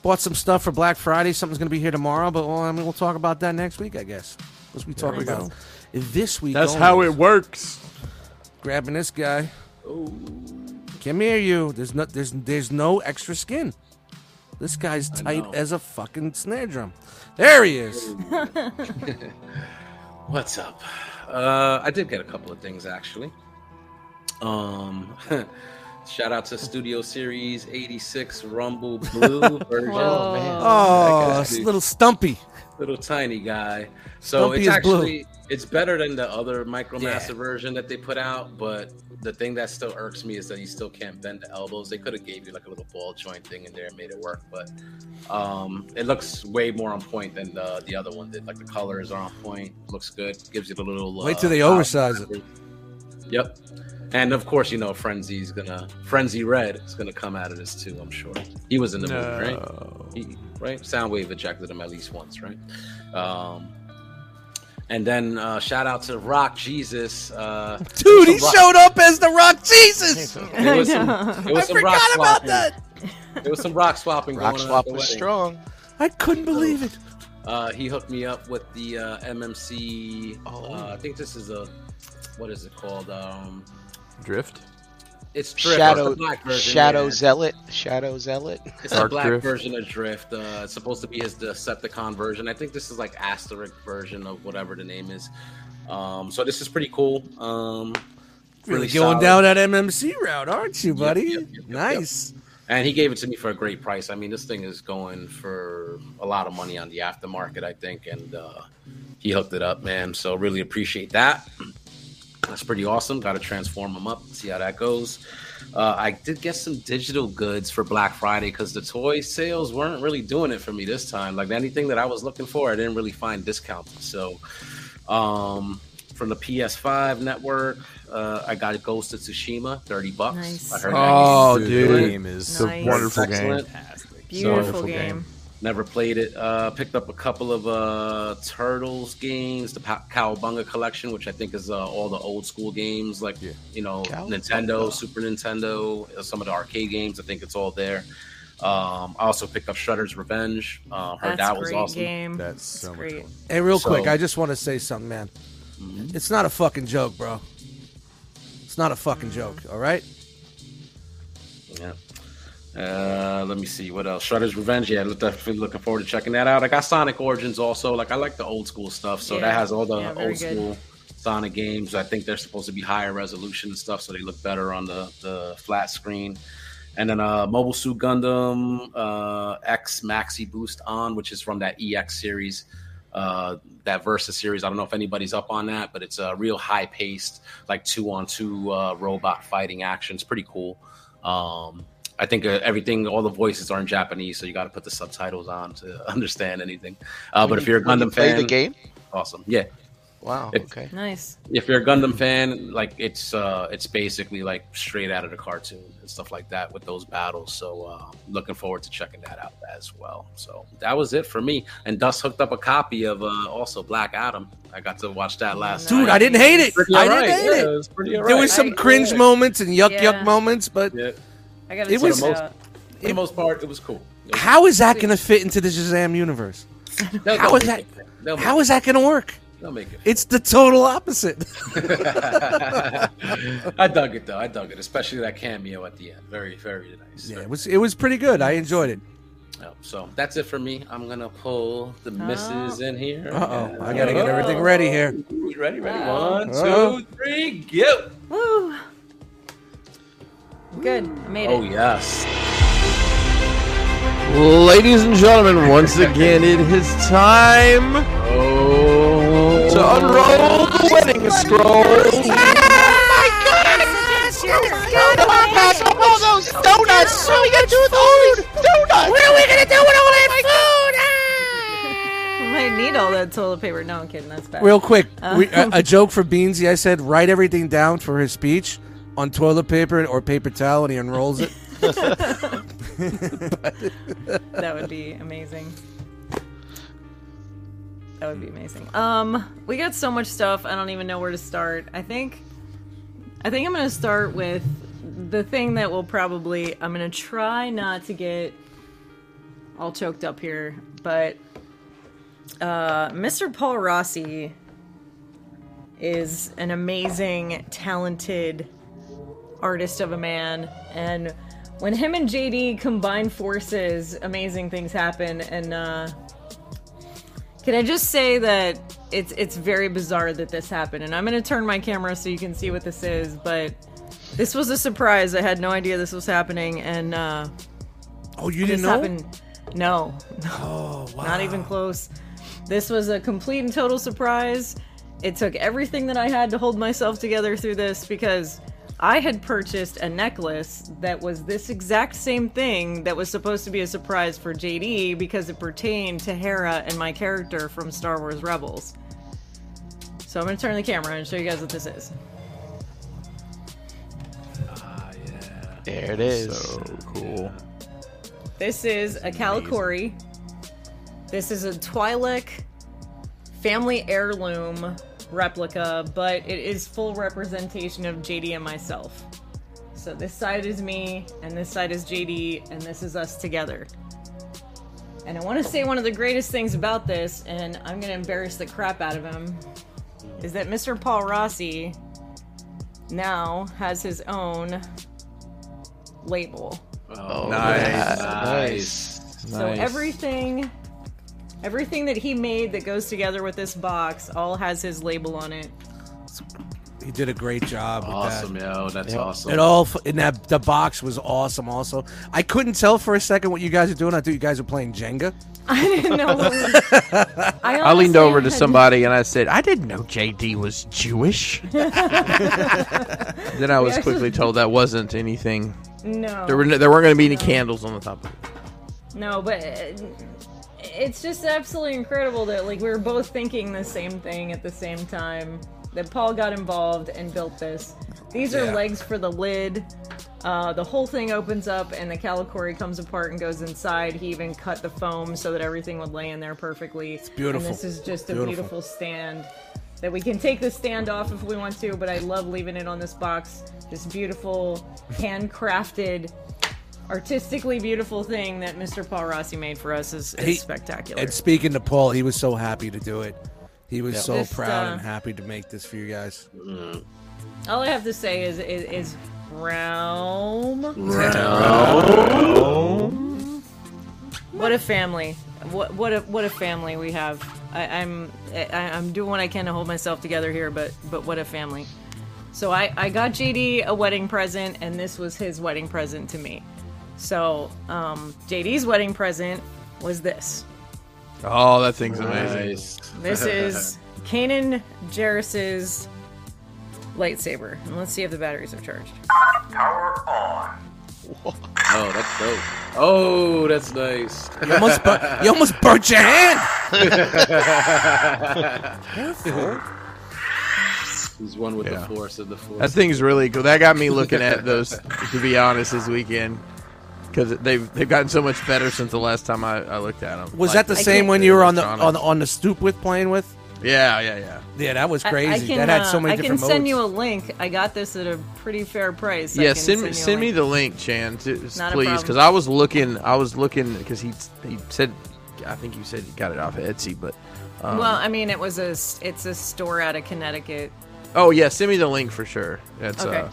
Speaker 6: bought some stuff for Black Friday. Something's gonna be here tomorrow, but well, I mean, we'll talk about that next week, I guess. Because we talk about this week.
Speaker 4: That's
Speaker 6: only
Speaker 4: how it works.
Speaker 6: grabbing this guy. Come here, you. There's no, there's, there's no extra skin. This guy's tight
Speaker 1: know.
Speaker 6: as a fucking snare drum. There he is.
Speaker 1: What's up? Uh, I did get a couple of things actually. Um, (laughs) shout out to Studio Series 86 Rumble Blue version.
Speaker 3: Whoa.
Speaker 6: Oh,
Speaker 1: That guy's
Speaker 6: this
Speaker 1: big.
Speaker 6: little stumpy.
Speaker 1: little tiny guy. So
Speaker 6: Stumpy
Speaker 1: it's
Speaker 6: is blue.
Speaker 1: actually it's better than the other MicroMaster
Speaker 6: Yeah.
Speaker 1: version that they put out. But the thing that still irks me is that you still can't bend the elbows. They could have gave you like a little ball joint thing in there and made it work, but um, it looks way more on point than the, the other one did. Like the colors are on point, looks good, gives you the little.
Speaker 6: Wait
Speaker 1: uh,
Speaker 6: till they
Speaker 1: eye
Speaker 6: oversize it.
Speaker 1: coverage. Yep. And of course, you know, Frenzy's gonna Frenzy Red is gonna come out of this too. I'm sure he was in the movie, right? He- right? Soundwave ejected him at least once, right? Um, and then uh, shout out to Rock Jesus.
Speaker 6: (laughs)
Speaker 1: Uh, there was
Speaker 6: Dude, he
Speaker 1: some rock-
Speaker 6: showed up as the Rock Jesus.
Speaker 1: There was
Speaker 3: I
Speaker 1: some,
Speaker 3: know.
Speaker 1: there was
Speaker 6: I
Speaker 1: some rock
Speaker 6: forgot about
Speaker 1: swapping.
Speaker 6: that.
Speaker 1: There was some rock swapping. going
Speaker 5: Rock
Speaker 1: on at
Speaker 5: swap
Speaker 1: the
Speaker 5: was
Speaker 1: wedding.
Speaker 5: strong.
Speaker 6: I couldn't believe it.
Speaker 1: Uh, he hooked me up with the uh, MMC.
Speaker 5: Oh.
Speaker 1: Uh, I think this is a what is it called? Um,
Speaker 4: Drift.
Speaker 1: it's Drift.
Speaker 5: Shadow
Speaker 1: It's a black version,
Speaker 5: Shadow
Speaker 1: yeah.
Speaker 5: Zealot. Shadow Zealot.
Speaker 1: It's a
Speaker 4: Dark
Speaker 1: black
Speaker 4: Drift.
Speaker 1: version of Drift. Uh, it's supposed to be his Decepticon version. I think this is like Asterisk version of whatever the name is. Um, so this is pretty cool. Um,
Speaker 6: Really
Speaker 1: solid.
Speaker 6: going down that MMC route, aren't you, buddy?
Speaker 1: yep, yep, yep,
Speaker 6: nice.
Speaker 1: And he gave it to me for a great price. I mean, this thing is going for a lot of money on the aftermarket, I think. And uh, he hooked it up, man. So really appreciate that. That's pretty awesome. Got to transform them up, see how that goes. Uh, I did get some digital goods for Black Friday because the toy sales weren't really doing it for me this time. Like anything that I was looking for, I didn't really find discounted. So um, from the PS5 network, uh, I got Ghost of Tsushima, 30 bucks.
Speaker 3: Nice.
Speaker 1: I heard that
Speaker 4: Oh,
Speaker 3: Nice.
Speaker 4: dude.
Speaker 3: Nice.
Speaker 10: is
Speaker 4: It's a wonderful
Speaker 1: Excellent.
Speaker 4: game.
Speaker 3: Beautiful
Speaker 4: Wonderful
Speaker 3: game.
Speaker 4: game.
Speaker 1: Never played it. Uh, picked up a couple of uh, Turtles games, the pa- Cowabunga collection, which I think is uh, all the old school games, like you know
Speaker 5: Cowabunga.
Speaker 1: Nintendo, Super Nintendo, uh, some of the arcade games. I think it's all there. Um, I also picked up Shredder's Revenge. Uh, heard
Speaker 3: That's
Speaker 1: that was
Speaker 3: great
Speaker 1: awesome.
Speaker 3: game.
Speaker 10: That's so much
Speaker 3: great.
Speaker 10: fun.
Speaker 6: Hey, real
Speaker 1: So- Mm-hmm.
Speaker 6: quick, I just want to say something, man. It's not a fucking joke, bro. It's not a fucking joke, all right?
Speaker 1: Yeah. Uh, let me see what else. Shredder's Revenge. Yeah, look- definitely looking forward to checking that out. I got Sonic Origins also. Like I like the old school stuff, so
Speaker 3: Yeah.
Speaker 1: that has all the
Speaker 3: Yeah, very
Speaker 1: old
Speaker 3: good.
Speaker 1: school Sonic games. I think they're supposed to be higher resolution and stuff, so they look better on the, the flat screen. And then uh, Mobile Suit Gundam uh, X Maxi Boost on, which is from that EX series, uh, that Versus series. I don't know if anybody's up on that, but it's a real high paced, like two on two uh, robot fighting action. It's pretty cool. Um, I think uh, everything, all the voices are in Japanese, so you got to put the subtitles on to (laughs) understand anything. Uh, but if you're a
Speaker 5: When you
Speaker 1: Gundam
Speaker 5: play
Speaker 1: fan,
Speaker 5: the game.
Speaker 1: awesome, yeah
Speaker 5: Wow.
Speaker 1: If-
Speaker 5: Okay.
Speaker 3: Nice.
Speaker 1: if you're a Gundam fan, like it's uh it's basically like straight out of the cartoon and stuff like that with those battles. So uh looking forward to checking that out as well. So that was it for me. And Dust hooked up a copy of uh also Black Adam. I got to watch that last
Speaker 6: Dude,
Speaker 1: night.
Speaker 6: I didn't hate it.
Speaker 1: Pretty
Speaker 6: I
Speaker 1: alright.
Speaker 6: didn't hate
Speaker 1: Yeah,
Speaker 6: it.
Speaker 1: was pretty
Speaker 6: There
Speaker 1: alright.
Speaker 6: was some
Speaker 3: I-
Speaker 6: cringe
Speaker 1: yeah.
Speaker 6: moments and yuck
Speaker 3: Yeah.
Speaker 6: yuck moments, but
Speaker 1: Yeah,
Speaker 3: I gotta
Speaker 6: It
Speaker 3: check
Speaker 6: was-
Speaker 3: it out.
Speaker 1: for the most part, it was cool. It was-
Speaker 6: how is that going to fit into the Shazam universe?
Speaker 1: they'll-
Speaker 6: how
Speaker 1: they'll
Speaker 6: is
Speaker 1: make it. They'll make
Speaker 6: How is that going to work?
Speaker 1: it. They'll make it. (laughs)
Speaker 6: It's the total opposite.
Speaker 1: I dug it though. I dug it, especially that cameo at the end. Very, very nice.
Speaker 6: Yeah, (laughs) it was it was pretty good. I enjoyed it.
Speaker 1: Yep, So that's it for me. I'm gonna pull
Speaker 3: Oh.
Speaker 1: the misses in here.
Speaker 6: Uh oh, I got to get everything ready here.
Speaker 1: Ooh, Ready, ready.
Speaker 3: Wow.
Speaker 1: One,
Speaker 6: Uh-oh.
Speaker 1: two, three, go.
Speaker 3: Woo! Good. I made
Speaker 1: Oh
Speaker 3: (laughs) it.
Speaker 1: yes.
Speaker 4: Ladies and gentlemen, once again, it is time
Speaker 1: Oh,
Speaker 4: to unroll the wedding scroll.
Speaker 5: donuts! What are we gonna do with all these donuts? What are we gonna do with all
Speaker 3: I might need all that toilet paper. No, I'm kidding. That's bad.
Speaker 6: Real quick,
Speaker 3: Uh-huh.
Speaker 6: we, a, a joke for Beansy. I said write everything down for his speech on toilet paper or paper towel, and he unrolls it.
Speaker 3: that would be amazing. That would be amazing. Um, we got so much stuff. I don't even know where to start. I think, I think I'm gonna start with the thing that will probably. I'm gonna try not to get all choked up here, but uh, Mr. Paul Rossi is an amazing, talented artist of a man and when him and JD combine forces, amazing things happen and uh can I just say that it's it's very bizarre that this happened and I'm going to turn my camera so you can see what this is, but this was a surprise. I had no idea this was happening and uh
Speaker 6: (laughs) Oh, you
Speaker 3: this
Speaker 6: didn't know?
Speaker 3: happened no. (laughs) Oh, Not even close. This was a complete and total surprise. It took everything that I had to hold myself together through this because I had purchased a necklace that was this exact same thing that was supposed to be a surprise for JD because it pertained to Hera and my character from Star Wars Rebels. So I'm going to turn the camera and show you guys what this is.
Speaker 5: There it is.
Speaker 8: cool.
Speaker 3: This is a Calicori. This is a Twi'lek family heirloom replica, but it is full representation of JD and myself. So this side is me, and this side is JD, and this is us together. And I want to say one of the greatest things about this, and I'm going to embarrass the crap out of him, is that Mr. Paul Rossi now has his own label.
Speaker 1: Oh,
Speaker 5: Nice.
Speaker 1: nice.
Speaker 3: So everything everything that he made that goes together with this box all has his label on it. (laughs)
Speaker 6: He did a great job. With that.
Speaker 1: Awesome, yo. That's awesome.
Speaker 6: It all f- and that the box was awesome. Also, I couldn't tell for a second what you guys are doing. I thought you guys were playing Jenga.
Speaker 3: I didn't know what was, I,
Speaker 4: (laughs) I leaned
Speaker 3: honestly
Speaker 4: over to
Speaker 3: had-
Speaker 4: somebody and I said, I didn't know JD was Jewish.
Speaker 1: (laughs)
Speaker 4: then I was quickly told that wasn't anything.
Speaker 3: No.
Speaker 4: There, were no, there weren't going to be any candles on the top of it.
Speaker 3: No, but it- it's just absolutely incredible that like we were both thinking the same thing at the same time. That Paul got involved and built this. These are legs for the lid. Uh, the whole thing opens up and the calicory comes apart and goes inside. He even cut the foam so that everything would lay in there perfectly. It's
Speaker 6: beautiful.
Speaker 3: And this is just a
Speaker 6: Beautiful.
Speaker 3: beautiful stand that we can take the stand off if we want to, but I love leaving it on this box. This beautiful, handcrafted artistically beautiful thing that Mr. Paul Rossi made for us is, is
Speaker 6: He-
Speaker 3: spectacular.
Speaker 6: And speaking to Paul, he was so happy to do it. He was so
Speaker 3: Just,
Speaker 6: proud
Speaker 3: uh,
Speaker 6: and happy to make this for you guys.
Speaker 3: All I have to say is is, is Realm. What a family! What what a what a family we have. I, I'm I, I'm doing what I can to hold myself together here, but but what a family. So I I got JD a wedding present, and this was his wedding present to me. So um, JD's wedding present was this.
Speaker 4: Oh, that thing's amazing.
Speaker 1: Nice.
Speaker 6: (laughs)
Speaker 3: This is Kanan Jarrus's lightsaber, and let's see if the batteries are charged.
Speaker 1: Oh, that's dope. Oh, that's nice. (laughs)
Speaker 6: You almost, bu- you almost burnt your hand.
Speaker 1: He's one with
Speaker 4: Yeah.
Speaker 1: the force of the force.
Speaker 4: That thing's really cool. That got me looking at those. to be honest, this weekend because they've they've gotten so much better since the last time I, I looked at them.
Speaker 6: Was that the
Speaker 3: I
Speaker 6: same
Speaker 3: can't-
Speaker 6: one you were on the
Speaker 4: Electronics.
Speaker 6: on the, on the stoop with playing with?
Speaker 4: Yeah, yeah, yeah.
Speaker 6: Yeah, that was
Speaker 3: I-
Speaker 6: crazy.
Speaker 3: I, can,
Speaker 6: that had
Speaker 3: uh,
Speaker 6: so many
Speaker 3: I can
Speaker 6: different modes.
Speaker 3: send you a link. I got this at a pretty fair price. I
Speaker 4: yeah,
Speaker 3: can
Speaker 4: send me
Speaker 3: you a
Speaker 4: send me
Speaker 3: link.
Speaker 4: the link, Chan, to, please,
Speaker 3: Not a
Speaker 4: 'cause please,
Speaker 3: problem.
Speaker 4: because I was looking, I was looking because he he said, I think you said you got it off of Etsy, but um,
Speaker 3: well, I mean, it was a s- it's a store out of Connecticut.
Speaker 4: oh yeah, send me the link for sure. That's
Speaker 3: Okay.
Speaker 4: uh,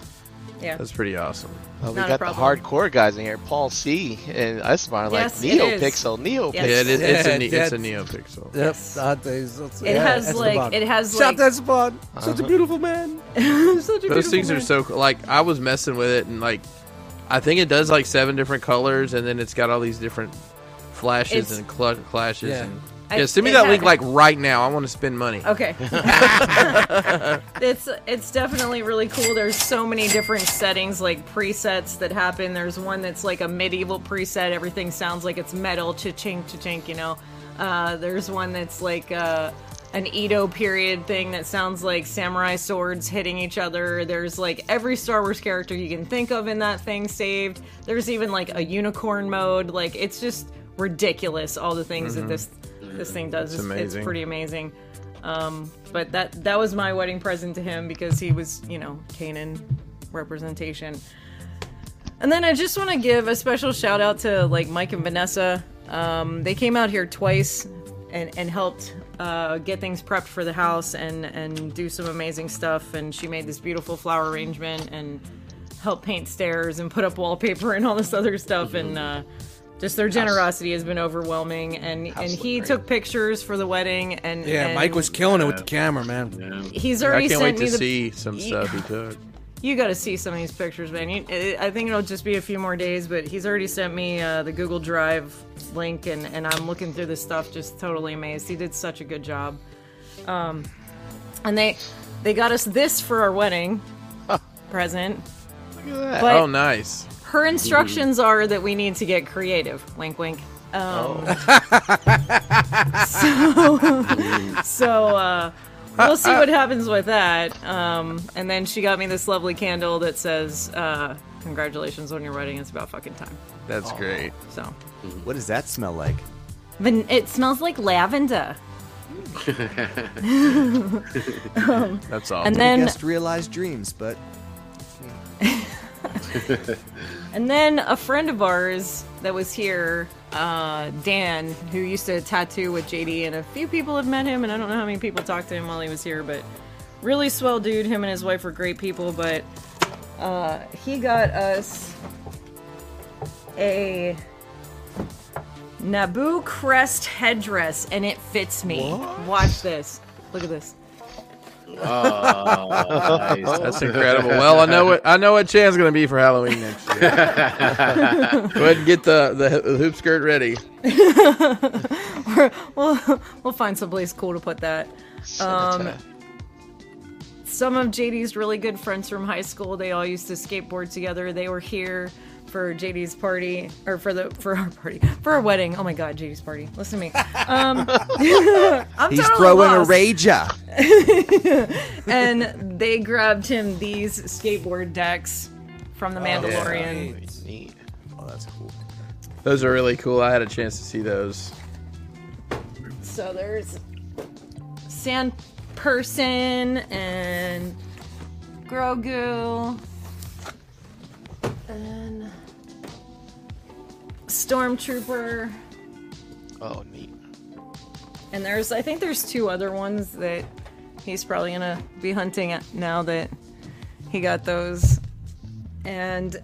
Speaker 3: Yeah.
Speaker 4: that's pretty awesome.
Speaker 5: Well, we
Speaker 3: Not a
Speaker 5: got the
Speaker 3: problem.
Speaker 5: hardcore guys in here. Paul C. and Ismar, like
Speaker 3: Yes, it
Speaker 5: NeoPixel, NeoPixel.
Speaker 3: Yes.
Speaker 4: Yeah, it is, it's
Speaker 6: Yeah,
Speaker 4: a ne- it's a
Speaker 6: that's-
Speaker 4: NeoPixel.
Speaker 6: Yep.
Speaker 3: Yes.
Speaker 6: uh, there's- that's-
Speaker 3: It
Speaker 6: yeah,
Speaker 3: has
Speaker 6: that's the
Speaker 3: like
Speaker 6: bottom.
Speaker 3: it has
Speaker 6: Shout
Speaker 3: like (laughs)
Speaker 6: that spot. Such a beautiful man.
Speaker 3: such a
Speaker 4: Those
Speaker 3: beautiful
Speaker 4: things are
Speaker 3: man.
Speaker 4: so cool. Like I was messing with it, and like I think it does like seven different colors, and then it's got all these different flashes
Speaker 3: It's-
Speaker 4: and cl- clashes.
Speaker 6: Yeah.
Speaker 4: And,
Speaker 3: I- Oh,
Speaker 4: yeah, send me
Speaker 3: it
Speaker 4: that
Speaker 3: had-
Speaker 4: link like right now. I want to spend money.
Speaker 3: Okay. it's it's definitely really cool. There's so many different settings, like presets that happen. There's one that's like a medieval preset. Everything sounds like it's metal, cha-chink, cha-chink, you know. Uh, there's one that's like uh, an Edo period thing that sounds like samurai swords hitting each other. There's like every Star Wars character you can think of in that thing saved. There's even like a unicorn mode. Like it's just ridiculous all the things that this this thing does. It's, it's
Speaker 4: amazing.
Speaker 3: pretty amazing but that that was my wedding present to him because he was you know Canaan representation. And then I just want to give a special shout out to like Mike and Vanessa. Um, they came out here twice and and helped uh, get things prepped for the house and and do some amazing stuff. And she made this beautiful flower arrangement and helped paint stairs and put up wallpaper and all this other stuff. And uh, just their generosity has been overwhelming. And and
Speaker 5: look
Speaker 3: he
Speaker 5: great.
Speaker 3: took pictures for the wedding. And
Speaker 6: Yeah,
Speaker 3: and
Speaker 6: Mike was killing it with the camera, man.
Speaker 3: He's
Speaker 4: I
Speaker 3: already
Speaker 4: can't wait
Speaker 3: sent
Speaker 4: to
Speaker 3: me the.
Speaker 4: see some stuff he
Speaker 3: (laughs)
Speaker 4: took.
Speaker 3: You got to see some of these pictures, man. You, I I think it'll just be a few more days, but he's already sent me uh, the Google Drive link, and and I'm looking through this stuff, just totally amazed. He did such a good job. Um, and they they got us this for our wedding present.
Speaker 5: Look at that.
Speaker 3: But
Speaker 4: Oh, nice.
Speaker 3: her instructions are that we need to get creative. Wink, wink. Um,
Speaker 4: Oh.
Speaker 3: (laughs) so, so uh, we'll see what happens with that. Um, and then she got me this lovely candle that says, uh, "Congratulations on your wedding. It's about fucking time."
Speaker 4: That's great.
Speaker 3: So,
Speaker 10: What does that smell like?
Speaker 3: Van- it smells
Speaker 4: (laughs)
Speaker 3: like (laughs) lavender.
Speaker 4: That's awesome.
Speaker 3: Um, And then
Speaker 10: Guest realized dreams, but
Speaker 3: And then a friend of ours that was here, uh, Dan, who used to tattoo with JD, and a few people have met him, and I don't know how many people talked to him while he was here, but really swell dude. Him and his wife were great people, but uh, he got us a Naboo crest headdress, and it fits me. Watch this. Look at this.
Speaker 4: That's incredible. Well, I know what I know what Chan's going to be for Halloween next year. Go ahead and get the, the ho- the hoop skirt ready.
Speaker 3: We'll, (laughs) we'll find someplace cool to put that. um,
Speaker 5: Senator.
Speaker 3: some of JD's really good friends from high school. They all used to skateboard together. They were here for JD's party or for the for our party for our wedding. Oh my God, JD's party! Listen to me. Um, (laughs) I'm
Speaker 10: he's
Speaker 3: totally
Speaker 10: throwing
Speaker 3: lost.
Speaker 10: a rager.
Speaker 3: (laughs) and they grabbed him these skateboard decks from the Mandalorian.
Speaker 5: Neat.
Speaker 10: Oh, that's cool.
Speaker 4: Those are really cool. I had a chance to see those.
Speaker 3: So there's Sand Person and Grogu. And then Stormtrooper.
Speaker 5: Oh, neat.
Speaker 3: And there's I think there's two other ones that he's probably gonna be hunting at now that he got those. And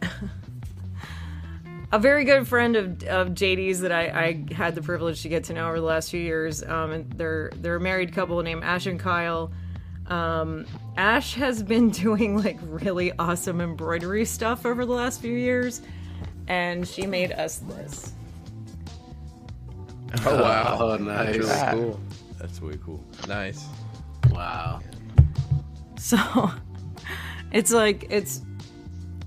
Speaker 3: a very good friend of, of JD's that I, I had the privilege to get to know over the last few years. Um, and they're they're a married couple named Ash and Kyle. Um, Ash has been (laughs) doing like really awesome embroidery stuff over the last few years, and she made us this.
Speaker 4: Oh wow,
Speaker 1: (laughs) Oh, nice.
Speaker 5: Ah,
Speaker 10: That's way cool.
Speaker 4: nice.
Speaker 1: Wow.
Speaker 3: So (laughs) it's like it's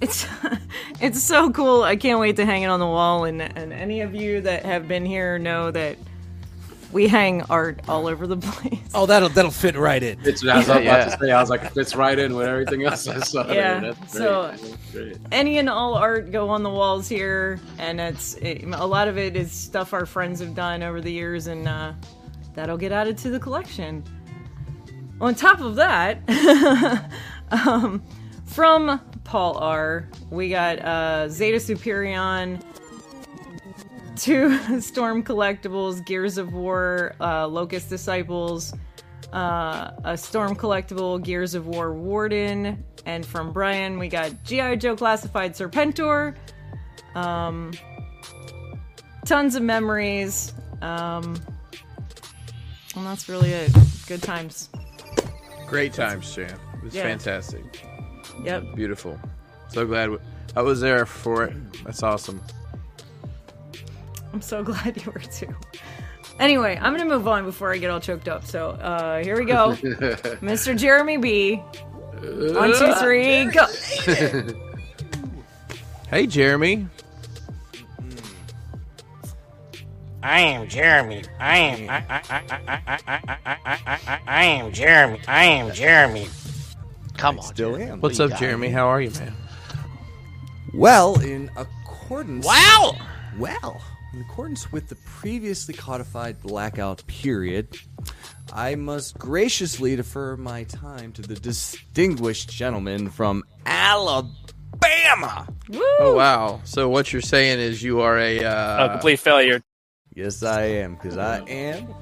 Speaker 3: it's (laughs) it's so cool. I can't wait to hang it on the wall and and any of you that have been here know that we hang art all over the (laughs) place.
Speaker 6: Oh, that'll that'll fit right in.
Speaker 1: It's, I was about
Speaker 5: Yeah.
Speaker 1: to say, I was like, it fits right in with everything else I saw. there.
Speaker 3: Yeah,
Speaker 1: That's great.
Speaker 3: so-
Speaker 1: That's great.
Speaker 3: Any and all art go on the walls here and it's it, a lot of it is stuff our friends have done over the years and uh that'll get added to the collection. On top of that, (laughs) um, from Paul R, we got uh, Zeta Superion, two (laughs) Storm Collectibles, Gears of War, uh, Locust Disciples, uh, a Storm Collectible, Gears of War Warden, and from Brian, we got G.I. Joe Classified Serpentor, um, tons of memories, um, and that's really it. Good times.
Speaker 4: Great times, champ. It was
Speaker 3: Yeah.
Speaker 4: fantastic.
Speaker 3: Yep.
Speaker 4: Beautiful. So glad w- I was there for it. That's awesome.
Speaker 3: I'm so (laughs) glad you were too. Anyway, I'm gonna move on before I get all choked up. So uh, here
Speaker 4: (laughs)
Speaker 3: we go, Mr. Jeremy B. One, two,
Speaker 4: (laughs)
Speaker 3: three, go.
Speaker 4: Hey, Jeremy.
Speaker 7: I am Jeremy. I am. I, I, I, I, I, I, I, I, I, I, I am Jeremy. I am Jeremy.
Speaker 5: Come on.
Speaker 10: Still
Speaker 5: Jeremy.
Speaker 10: am.
Speaker 4: What's up, Jeremy? How are you, man?
Speaker 10: Well, in accordance.
Speaker 5: Wow.
Speaker 10: Well, in accordance with the previously codified blackout period, I must graciously defer my time to the distinguished gentleman from Alabama.
Speaker 3: Woo!
Speaker 4: Oh wow. So what you're saying is you are a. Uh,
Speaker 2: a complete failure.
Speaker 10: Yes, I am, because I am.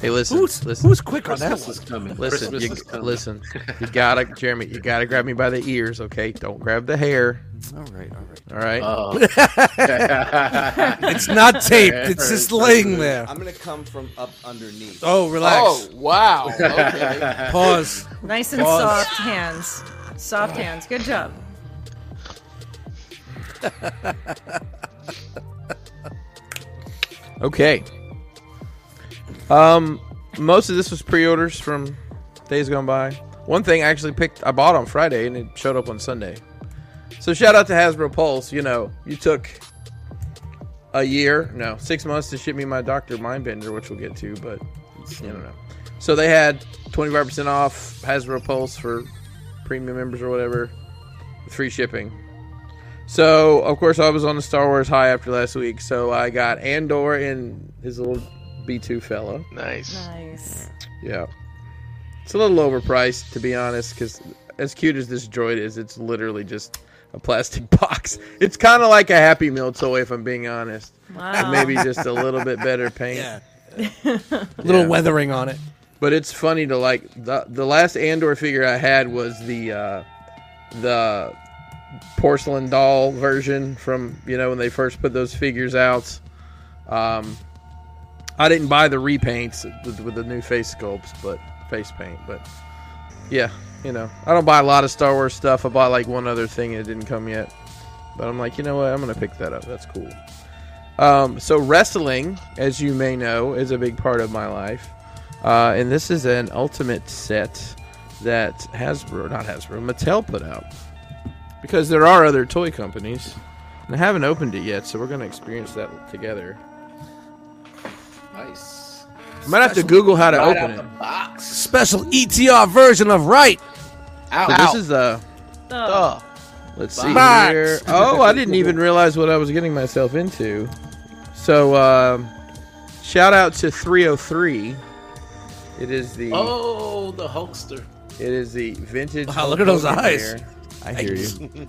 Speaker 4: hey, listen.
Speaker 6: Who's
Speaker 4: listen.
Speaker 6: who's quick on that
Speaker 1: Christmas
Speaker 6: one?
Speaker 1: is coming.
Speaker 4: Listen,
Speaker 1: Christmas
Speaker 4: you,
Speaker 1: is coming.
Speaker 4: listen. You gotta, Jeremy. You gotta grab me by the ears, okay? Don't grab the hair.
Speaker 10: All right, all right.
Speaker 4: All right.
Speaker 1: Oh.
Speaker 6: It's (laughs) not taped. It's just laying there.
Speaker 10: I'm going to come from up underneath.
Speaker 6: Oh, relax.
Speaker 5: wow. Okay.
Speaker 6: Oh. (laughs) Pause.
Speaker 3: Nice and
Speaker 6: Pause.
Speaker 3: soft hands. Soft hands. Good job.
Speaker 4: (laughs) Okay. Um, most of this was pre-orders from days gone by. One thing I actually picked, I bought on Friday and it showed up on Sunday. So shout out to Hasbro Pulse. You know, you took a year, no, six months to ship me my Doctor Mindbender, which we'll get to, but you don't know. So they had 25% off Hasbro Pulse for premium members or whatever, with free shipping. So, of course, I was on the Star Wars high after last week, so I got Andor and his little B2 fella.
Speaker 5: Nice.
Speaker 3: Nice.
Speaker 4: Yeah. It's a little overpriced, to be honest, because as cute as this droid is, it's literally just a plastic (laughs) box. It's kind of like a Happy Meal toy, if I'm being honest.
Speaker 3: Wow.
Speaker 4: Maybe just a little bit better paint.
Speaker 6: Yeah. Little
Speaker 4: Yeah.
Speaker 6: weathering on it.
Speaker 4: But it's funny to like the the last Andor figure I had was the uh, the porcelain doll version from you know when they first put those figures out. Um, I didn't buy the repaints with, with the new face sculpts, but face paint. But yeah, you know I don't buy a lot of Star Wars stuff. I bought like one other thing and it didn't come yet. But I'm like, you know what? I'm gonna pick that up. That's cool. Um, so wrestling, as you may know, is a big part of my life. Uh, and this is an ultimate set that Hasbro, not Hasbro, Mattel put out. Because there are other toy companies. And I haven't opened it yet, so we're going to experience that together.
Speaker 1: nice.
Speaker 4: I might have to Google how to
Speaker 1: Right
Speaker 4: open
Speaker 1: out the
Speaker 4: it.
Speaker 1: box.
Speaker 6: Special ETR version of right.
Speaker 4: So this
Speaker 5: Ow.
Speaker 4: is a.
Speaker 3: Oh,
Speaker 5: Duh.
Speaker 4: Let's see
Speaker 6: Box.
Speaker 4: here. Oh, I didn't even realize what I was getting myself into. So, um, shout out to 303. It is the
Speaker 1: Oh, the Hulkster.
Speaker 4: it is the vintage.
Speaker 6: Wow, look at those
Speaker 4: Hulk
Speaker 6: eyes.
Speaker 4: figure.
Speaker 10: I hear you.
Speaker 4: (laughs)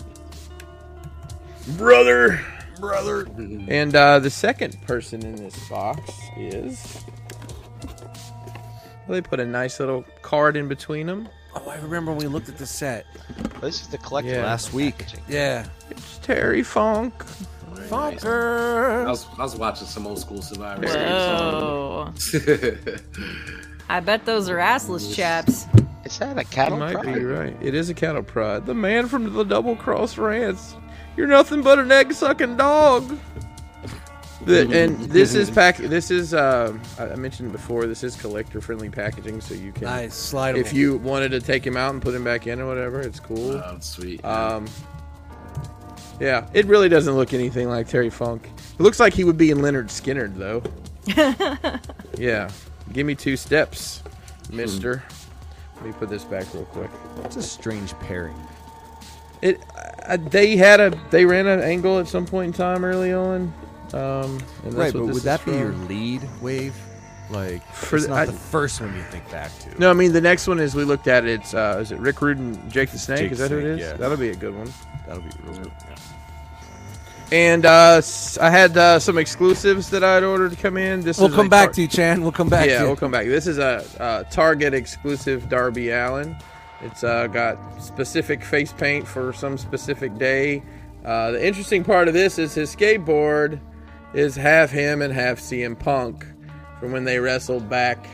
Speaker 4: brother, brother. And uh, the second person in this box is. Well, they put a nice little card in between them.
Speaker 6: Oh, I remember when we looked at the set.
Speaker 5: This is the collector.
Speaker 4: Yeah.
Speaker 10: Last week.
Speaker 6: Yeah.
Speaker 4: It's Terry Funk.
Speaker 1: very nice. I
Speaker 6: Funker.
Speaker 1: was, I was watching some old school Survivor
Speaker 3: Whoa.
Speaker 1: (laughs) Series.
Speaker 3: I bet those are assless chaps.
Speaker 5: Is that a
Speaker 4: You
Speaker 5: cattle
Speaker 4: might
Speaker 5: prod?
Speaker 4: be right. It is a cattle prod. The man from the double cross rants. You're nothing but an egg sucking dog. The, and this is pack. This is uh, I I mentioned before. This is collector friendly packaging, so you can.
Speaker 6: Nice. Slidable.
Speaker 4: If you wanted to take him out and put him back in or whatever, it's cool.
Speaker 1: oh, sweet.
Speaker 4: Um, yeah, it really doesn't look anything like Terry Funk. It looks like he would be in Leonard Skinner, though. yeah, give me two steps, Mister. Let me put this back real quick.
Speaker 10: Hmm. It's a strange pairing.
Speaker 4: It uh, they had a they ran an angle at some point in time early on. Um, and that's
Speaker 10: right, but
Speaker 4: what this
Speaker 10: would
Speaker 4: is
Speaker 10: that be your
Speaker 4: from.
Speaker 10: lead wave? Like,
Speaker 4: For
Speaker 10: it's
Speaker 4: the-
Speaker 10: not
Speaker 4: I-
Speaker 10: the first one you think back to.
Speaker 4: No, I mean the next one is we looked at it, it's uh, is it Rick Rude and Jake the Snake?
Speaker 10: Jake
Speaker 4: is that
Speaker 10: the
Speaker 4: who it is?
Speaker 10: Snake, yeah.
Speaker 4: That'll be a good one.
Speaker 10: That'll be real good.
Speaker 4: And uh, s- I had uh, some exclusives that I'd ordered to come in. This
Speaker 6: we'll
Speaker 4: is
Speaker 6: come
Speaker 4: a
Speaker 6: back
Speaker 4: tar-
Speaker 6: to you, Chan. We'll come back
Speaker 4: yeah,
Speaker 6: to you.
Speaker 4: we'll come back. This is a, uh Target exclusive Darby Allen. It's uh, got specific face paint for some specific day. Uh, the interesting part of this is his skateboard is half him and half CM Punk from when they wrestled back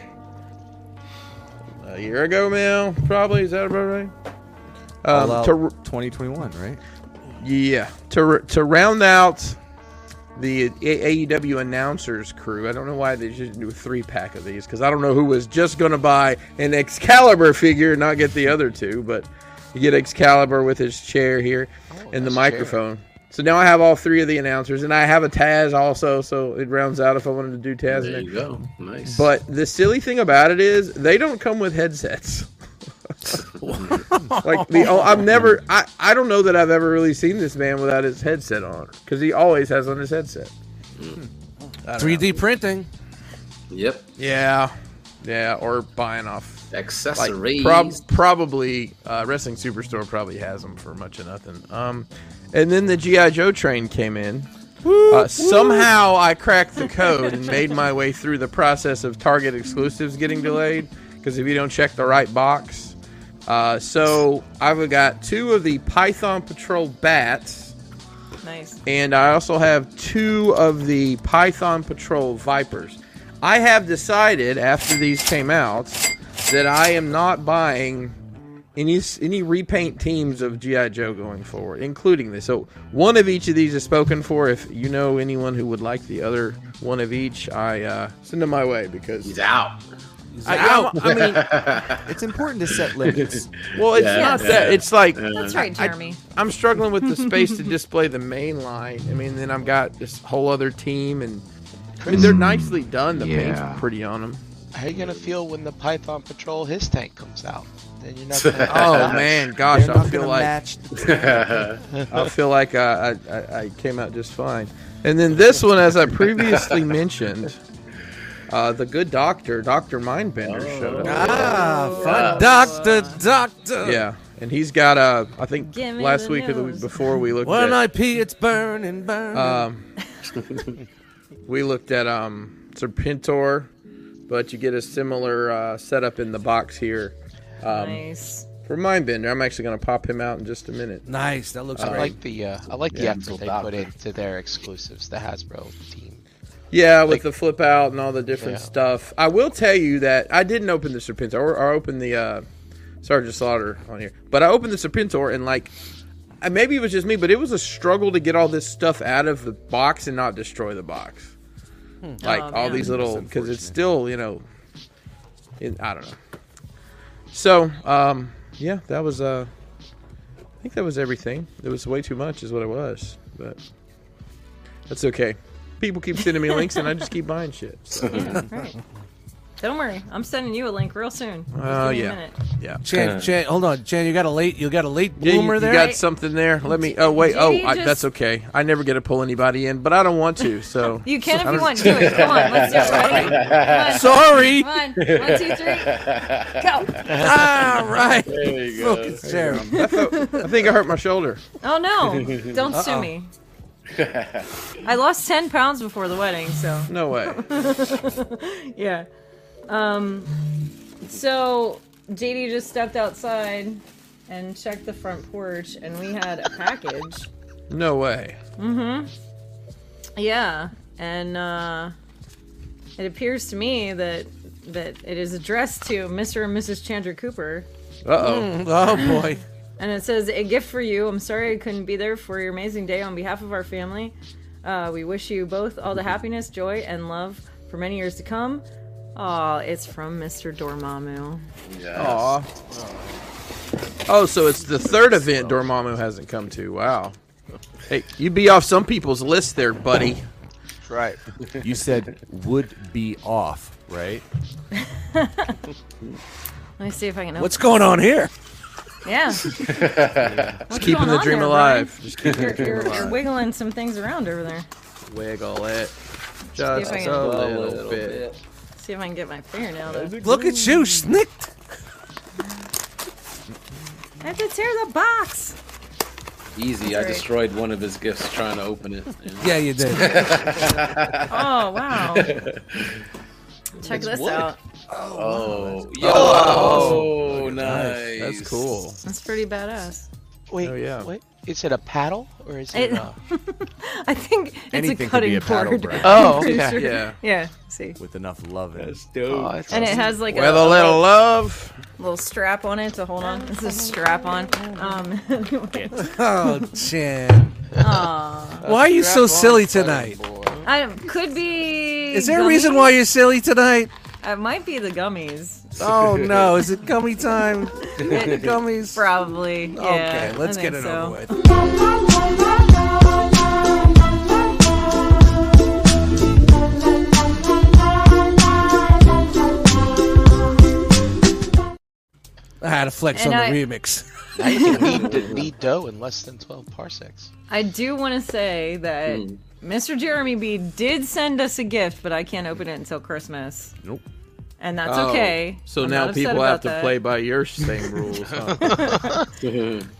Speaker 4: a year ago now, probably. Is that about right?
Speaker 10: All
Speaker 4: Um,
Speaker 10: out
Speaker 4: to,
Speaker 10: 2021, right?
Speaker 4: yeah. To to round out the A- AEW announcers crew, I don't know why they just didn't do a three pack of these because I don't know who was just going to buy an Excalibur figure and not get the other two, but you get Excalibur with his chair here and the
Speaker 5: nice
Speaker 4: microphone. So now I have all three of the announcers, and I have a Taz also, so it rounds out if I wanted to do Taz.
Speaker 1: there
Speaker 4: next.
Speaker 1: you go. Nice.
Speaker 4: But the silly thing about it is they don't come with headsets. like the oh, I've never I, I don't know that I've ever really seen this man without his headset on because he always has on his headset.
Speaker 6: 3D printing.
Speaker 1: yep.
Speaker 4: Yeah, yeah, or buying off like
Speaker 1: Accessories.
Speaker 4: prob- probably uh, wrestling superstore probably has them for much of nothing. Um, and then the GI Joe train came in. Uh, somehow I cracked the code and made my way through the process of Target exclusives getting delayed because if you don't check the right box. Uh, so I've got two of the Python Patrol bats,
Speaker 3: Nice.
Speaker 4: and I also have two of the Python Patrol Vipers. I have decided after these came out that I am not buying any any repaint teams of GI Joe going forward, including this. So one of each of these is spoken for. If you know anyone who would like the other one of each, I uh, send them my way because
Speaker 1: He's out.
Speaker 4: I, I'm- I mean,
Speaker 10: It's important to set (laughs) limits.
Speaker 4: well, it's
Speaker 1: Yeah,
Speaker 4: not
Speaker 3: (laughs) yeah.
Speaker 4: that. It's like
Speaker 3: That's right,
Speaker 4: I-
Speaker 3: Jeremy.
Speaker 4: I'm struggling with the space
Speaker 3: (laughs)
Speaker 4: to display the main line. I mean, then I've got this whole other team, and I mean,
Speaker 10: Hmm.
Speaker 4: they're nicely done. The
Speaker 5: Yeah.
Speaker 4: paint's pretty
Speaker 10: (laughs)
Speaker 4: on them.
Speaker 5: How you gonna feel when the Python Patrol his tank comes out? Then
Speaker 4: (laughs)
Speaker 5: you're not gonna.
Speaker 4: Oh man, gosh,
Speaker 10: They're
Speaker 4: I
Speaker 10: not
Speaker 4: feel
Speaker 10: gonna
Speaker 4: like
Speaker 10: match the
Speaker 4: I feel like uh, I, I, I came out just fine. And then this one, as
Speaker 10: (laughs)
Speaker 4: I previously mentioned, uh, the good doctor, Doctor Mindbender, showed up.
Speaker 6: Ah, fun. Doctor,
Speaker 10: Oh.
Speaker 6: doctor.
Speaker 4: Yeah, and he's got uh, I think
Speaker 3: Give me
Speaker 4: last
Speaker 3: the
Speaker 4: week or the week
Speaker 3: news.
Speaker 4: before we looked
Speaker 6: One
Speaker 4: at
Speaker 6: IP, it's burning, burning.
Speaker 4: um, we looked at um, Serpentor, but you get a similar uh, setup in the box here um, (laughs)
Speaker 3: nice.
Speaker 4: for Mindbender. I'm actually going to pop him out in just a minute.
Speaker 6: nice. That looks
Speaker 5: I
Speaker 6: great.
Speaker 5: like the uh, I like the
Speaker 4: Yeah,
Speaker 5: effort they put into their exclusives, the Hasbro team.
Speaker 4: Yeah, with the flip out and all the different
Speaker 5: Yeah.
Speaker 4: stuff. I will tell you that I didn't open the Serpentor or, or open the uh, Sergeant Slaughter on here, but I opened the Serpentor and like uh, maybe it was just me, but it was a struggle to get all this stuff out of the box and not destroy the box. Like
Speaker 3: Oh,
Speaker 4: all
Speaker 3: yeah.
Speaker 4: these little because it's
Speaker 10: unfortunate.
Speaker 4: still you know, in, I don't know. So um, yeah, that was uh, I think that was everything. It was way too much, is what it was, but that's okay. People keep sending me links, and I just keep buying shit.
Speaker 3: (laughs)
Speaker 4: So,
Speaker 3: Yeah, right. Don't worry, I'm sending you a link real soon. Just
Speaker 4: Oh,
Speaker 3: give me a
Speaker 4: yeah.
Speaker 3: minute.
Speaker 4: yeah.
Speaker 6: Chan, Chan, hold on, Chan. You got a late, you got a late
Speaker 4: Yeah, you,
Speaker 6: bloomer
Speaker 4: you
Speaker 6: there.
Speaker 4: got something there. Let me. Oh wait.
Speaker 3: Did
Speaker 4: Oh,
Speaker 3: you
Speaker 4: I,
Speaker 3: just-
Speaker 4: that's okay. I never get to pull anybody in, but I don't want to. So
Speaker 3: (laughs) You can
Speaker 4: I (laughs)
Speaker 3: if you
Speaker 4: don't-
Speaker 3: want. Do it. Come on, let's do it.
Speaker 4: (laughs)
Speaker 3: Ready? Come on. (laughs)
Speaker 6: Sorry.
Speaker 3: Come on. One, two, three. Go.
Speaker 4: Ah,
Speaker 6: All right.
Speaker 1: There you go.
Speaker 6: Focus, Jeremy.
Speaker 4: I, felt- I think I hurt my shoulder.
Speaker 3: Oh no! Don't sue
Speaker 6: Uh-oh.
Speaker 3: me. I lost ten pounds before the wedding, so
Speaker 4: No way.
Speaker 3: yeah. Um, so JD just stepped outside and checked the front porch, and we had a package.
Speaker 4: No way.
Speaker 3: Yeah, and uh, it appears to me that that it is addressed to Mr. and Mrs. Chandra Cooper,
Speaker 4: Uh oh.
Speaker 6: Oh boy.
Speaker 3: and it says, "A gift for you. I'm sorry I couldn't be there for your amazing day on behalf of our family. Uh, we wish you both all the happiness, joy, and love for many years to come." Aw, it's from Mr. Dormammu.
Speaker 1: Yes.
Speaker 4: Aw. Oh, so it's the third event Dormammu hasn't come to. Wow. Hey, you be off some people's list there, buddy.
Speaker 5: That's right.
Speaker 2: You said would be off, right?
Speaker 3: Let me see if I can. Open.
Speaker 6: What's going on here?
Speaker 3: yeah? Just
Speaker 4: Just keeping the dream alive. Just keeping
Speaker 3: You're,
Speaker 4: the dream
Speaker 3: you're, you're
Speaker 4: alive.
Speaker 3: wiggling some things around over there.
Speaker 4: Wiggle it. Just
Speaker 3: if I can-
Speaker 4: a little bit.
Speaker 3: See if I can get my fingernail. To...
Speaker 6: Look at you, snicked.
Speaker 3: I have to tear the box.
Speaker 1: Easy. I
Speaker 3: Right.
Speaker 1: destroyed one of his gifts trying to open it. you know?
Speaker 6: Yeah, you
Speaker 4: (laughs)
Speaker 6: did.
Speaker 3: Oh wow! Check this out.
Speaker 1: Oh, yo. Oh, nice.
Speaker 4: That's cool.
Speaker 3: That's pretty badass.
Speaker 5: Wait,
Speaker 4: Oh, yeah.
Speaker 5: wait. Is it a paddle or is it?
Speaker 3: It- (laughs)
Speaker 5: a...
Speaker 3: I think it's
Speaker 2: Anything
Speaker 3: a
Speaker 2: could be
Speaker 3: cutting
Speaker 2: a paddle
Speaker 3: board. (laughs)
Speaker 2: brand
Speaker 5: Oh,
Speaker 3: Pretty
Speaker 5: okay.
Speaker 3: sure.
Speaker 4: (laughs) Yeah.
Speaker 3: Yeah. See,
Speaker 2: with enough love in it.
Speaker 1: That's dope.
Speaker 5: Oh, it's-
Speaker 3: and it has like
Speaker 4: With a little love.
Speaker 3: little strap on it to hold on. This is strap on. Um,
Speaker 4: (laughs)
Speaker 3: (laughs) anyway.
Speaker 6: Oh, Chan.
Speaker 3: Aw.
Speaker 6: Why are you so
Speaker 5: Strap on,
Speaker 6: silly
Speaker 5: son,
Speaker 6: tonight?
Speaker 5: boy.
Speaker 3: I could be.
Speaker 6: Is there a
Speaker 3: gummy?
Speaker 6: reason why you're silly
Speaker 4: (laughs)
Speaker 6: tonight?
Speaker 3: It might be the gummies.
Speaker 6: Oh no, is it gummy time?
Speaker 3: It-
Speaker 6: Gummies.
Speaker 3: probably. Yeah,
Speaker 6: okay,
Speaker 3: I
Speaker 6: let's get
Speaker 3: think
Speaker 6: it
Speaker 3: so.
Speaker 6: over with. I had a flex
Speaker 3: And
Speaker 6: on
Speaker 3: I-
Speaker 2: (laughs)
Speaker 6: the remix.
Speaker 5: Now you can knead, the- knead dough in less than 12 parsecs.
Speaker 3: I do want to say that
Speaker 4: Hmm.
Speaker 3: Mr. Jeremy B did send us a gift, but I can't open it until Christmas. Nope. And that's
Speaker 4: Oh,
Speaker 3: okay.
Speaker 4: So
Speaker 3: I'm not
Speaker 4: now
Speaker 3: upset
Speaker 4: people have
Speaker 3: about
Speaker 4: to
Speaker 3: that.
Speaker 4: play by your same rules. (laughs) huh?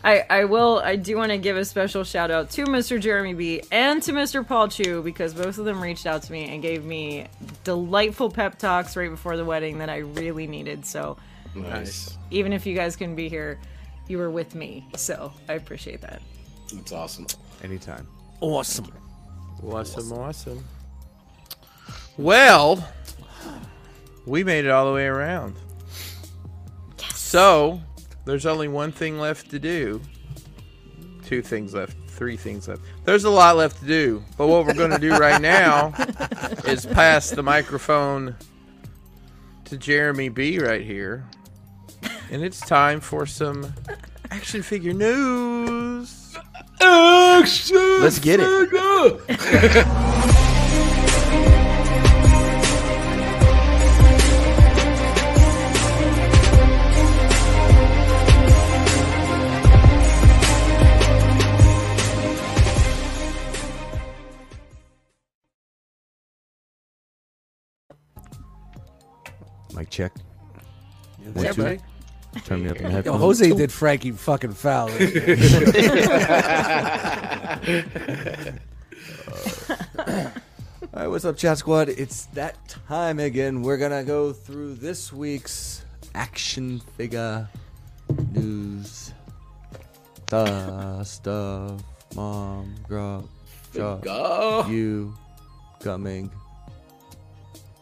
Speaker 3: I, I will. I do want to give a special shout out to Mr. Jeremy B and to Mr. Paul Chu because both of them reached out to me and gave me delightful pep talks right before the wedding that I really needed. So
Speaker 1: Nice.
Speaker 3: even if you guys couldn't be here, you were with me. So I appreciate that.
Speaker 1: That's awesome.
Speaker 2: Anytime.
Speaker 6: Awesome.
Speaker 4: awesome, awesome. Well, we made it all the way around. So, there's only one thing left to do. Two things left. Three things left. There's a lot left to do. But what we're going to do right now is pass the microphone to Jeremy B right here. And it's time for some action figure news.
Speaker 2: Let's get it. Mic check. One, two.
Speaker 6: buddy?
Speaker 2: Turn me up in the
Speaker 6: Yo,
Speaker 2: headphones.
Speaker 6: Jose did Frankie
Speaker 2: (laughs)
Speaker 6: fucking foul.
Speaker 2: All right, what's up, Chat Squad? It's that time again. We're gonna go through this week's action figure news. The stuff, mom, grub, job,
Speaker 1: Go.
Speaker 2: you, coming.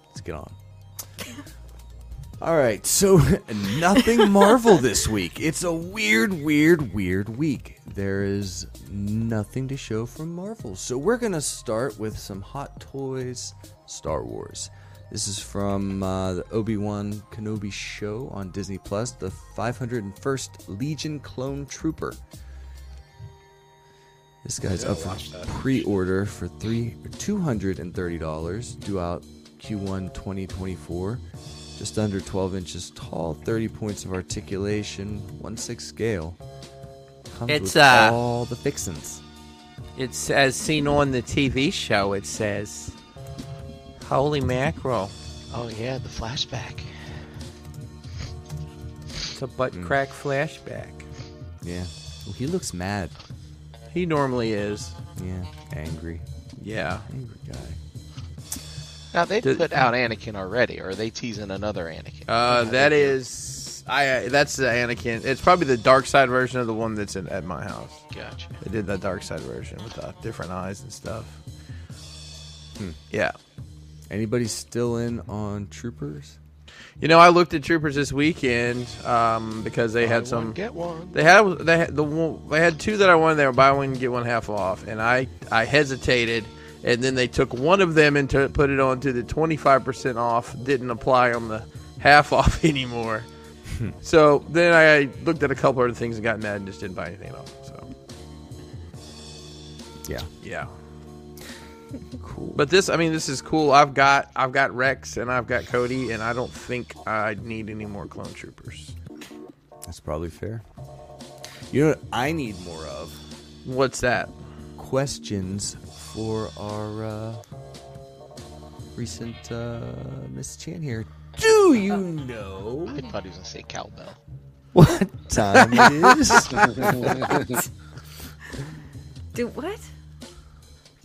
Speaker 2: Let's get on. All right, so (laughs) nothing Marvel this week. It's a weird, weird, weird week. There is nothing to show from Marvel. So we're going to start with some Hot Toys Star Wars. This is from uh, the Obi Wan Kenobi show on Disney Plus, the 501st Legion Clone Trooper. This guy's up for pre-order for three two hundred and thirty dollars due out Q1 2024. Just under 12 inches tall, 30 points of articulation, 1/6 scale. Comes
Speaker 4: It's,
Speaker 2: with
Speaker 4: uh,
Speaker 2: all the fixins.
Speaker 4: It's as seen on the TV show, it says. Holy mackerel.
Speaker 5: Oh, yeah, the flashback.
Speaker 4: It's a butt crack flashback.
Speaker 2: Yeah. Oh, he looks mad.
Speaker 4: He normally is.
Speaker 2: Yeah. Angry.
Speaker 4: Yeah.
Speaker 2: Angry guy.
Speaker 5: Now, they
Speaker 4: Did-
Speaker 5: put out Anakin already, or are they teasing another Anakin?
Speaker 4: Uh, that is. I. Uh, that's the Anakin. It's probably the dark side version of the one that's in, at my house.
Speaker 5: Gotcha.
Speaker 4: They did that dark side version with the different eyes and stuff. Yeah.
Speaker 2: Anybody still in on Troopers?
Speaker 4: You know, I looked at Troopers this weekend um, because they had some.
Speaker 5: Get one.
Speaker 4: They had they had the one- they had two that I wanted. They were buy one get one half off, and I I hesitated, and then they took one of them and t- put it onto the twenty five percent off. Didn't apply on the half (laughs) off anymore. so then I looked at a couple other things and got mad and just didn't buy anything at all. So
Speaker 2: Yeah.
Speaker 4: yeah, cool. But this, I mean, this is cool. I've got I've got Rex and I've got Cody, and I don't think I need any more clone troopers.
Speaker 2: That's probably fair. You know what I need more of?
Speaker 4: What's that?
Speaker 2: Questions for our uh, recent uh, Miss Chan here. Do
Speaker 4: (laughs)
Speaker 2: you know
Speaker 5: I thought he was gonna say cowbell.
Speaker 2: what time it is?
Speaker 3: Do what?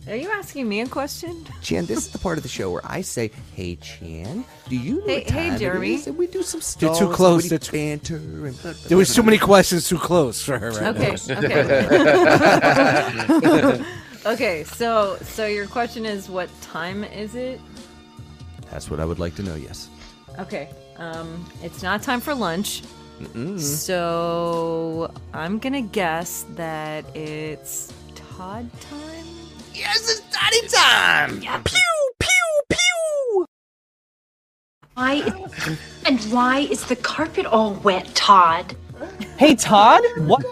Speaker 3: Are you asking me a question?
Speaker 10: Chan, this is the part of the show where I say, "Hey, Chan, do you know
Speaker 3: Hey-
Speaker 10: what
Speaker 3: hey,
Speaker 10: time
Speaker 3: Jeremy.
Speaker 10: it is?" And we do some stuff.
Speaker 6: You're too close. You're
Speaker 2: Witty
Speaker 6: too-
Speaker 2: banter and
Speaker 6: There was too many questions too close for her. Right now.
Speaker 3: (laughs) Okay. Okay. (laughs) okay. So, so your question is, what time is it?
Speaker 2: That's what I would like to know. Yes.
Speaker 3: Okay. Um, it's not time for lunch. So I'm gonna guess that it's Todd time.
Speaker 11: Why is- and why is the carpet all wet, Todd?
Speaker 12: Hey Todd, what?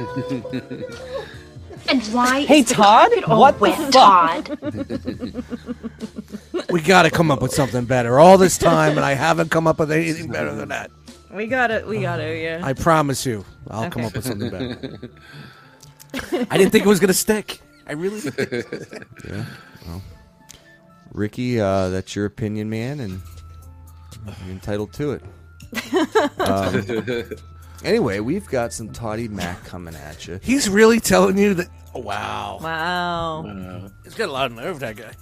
Speaker 11: And why
Speaker 12: Hey,
Speaker 11: is the
Speaker 12: Todd?
Speaker 11: carpet all
Speaker 12: What the
Speaker 11: wet,
Speaker 12: fuck?
Speaker 11: Todd?
Speaker 6: We got to come up with something better. All this time, and I haven't come up with anything better than that.
Speaker 3: We got it. We got it. Yeah.
Speaker 6: I promise you, I'll come
Speaker 3: Okay.
Speaker 6: up with something
Speaker 3: (laughs)
Speaker 6: better. I didn't think it was gonna stick. I really.
Speaker 2: Ricky, uh, that's your opinion, man, and you're entitled to it. Um, anyway, we've got some Toddy Mac coming at you.
Speaker 6: He's really telling you that. Oh, wow,
Speaker 3: wow.
Speaker 6: he's got a lot of nerve. That guy.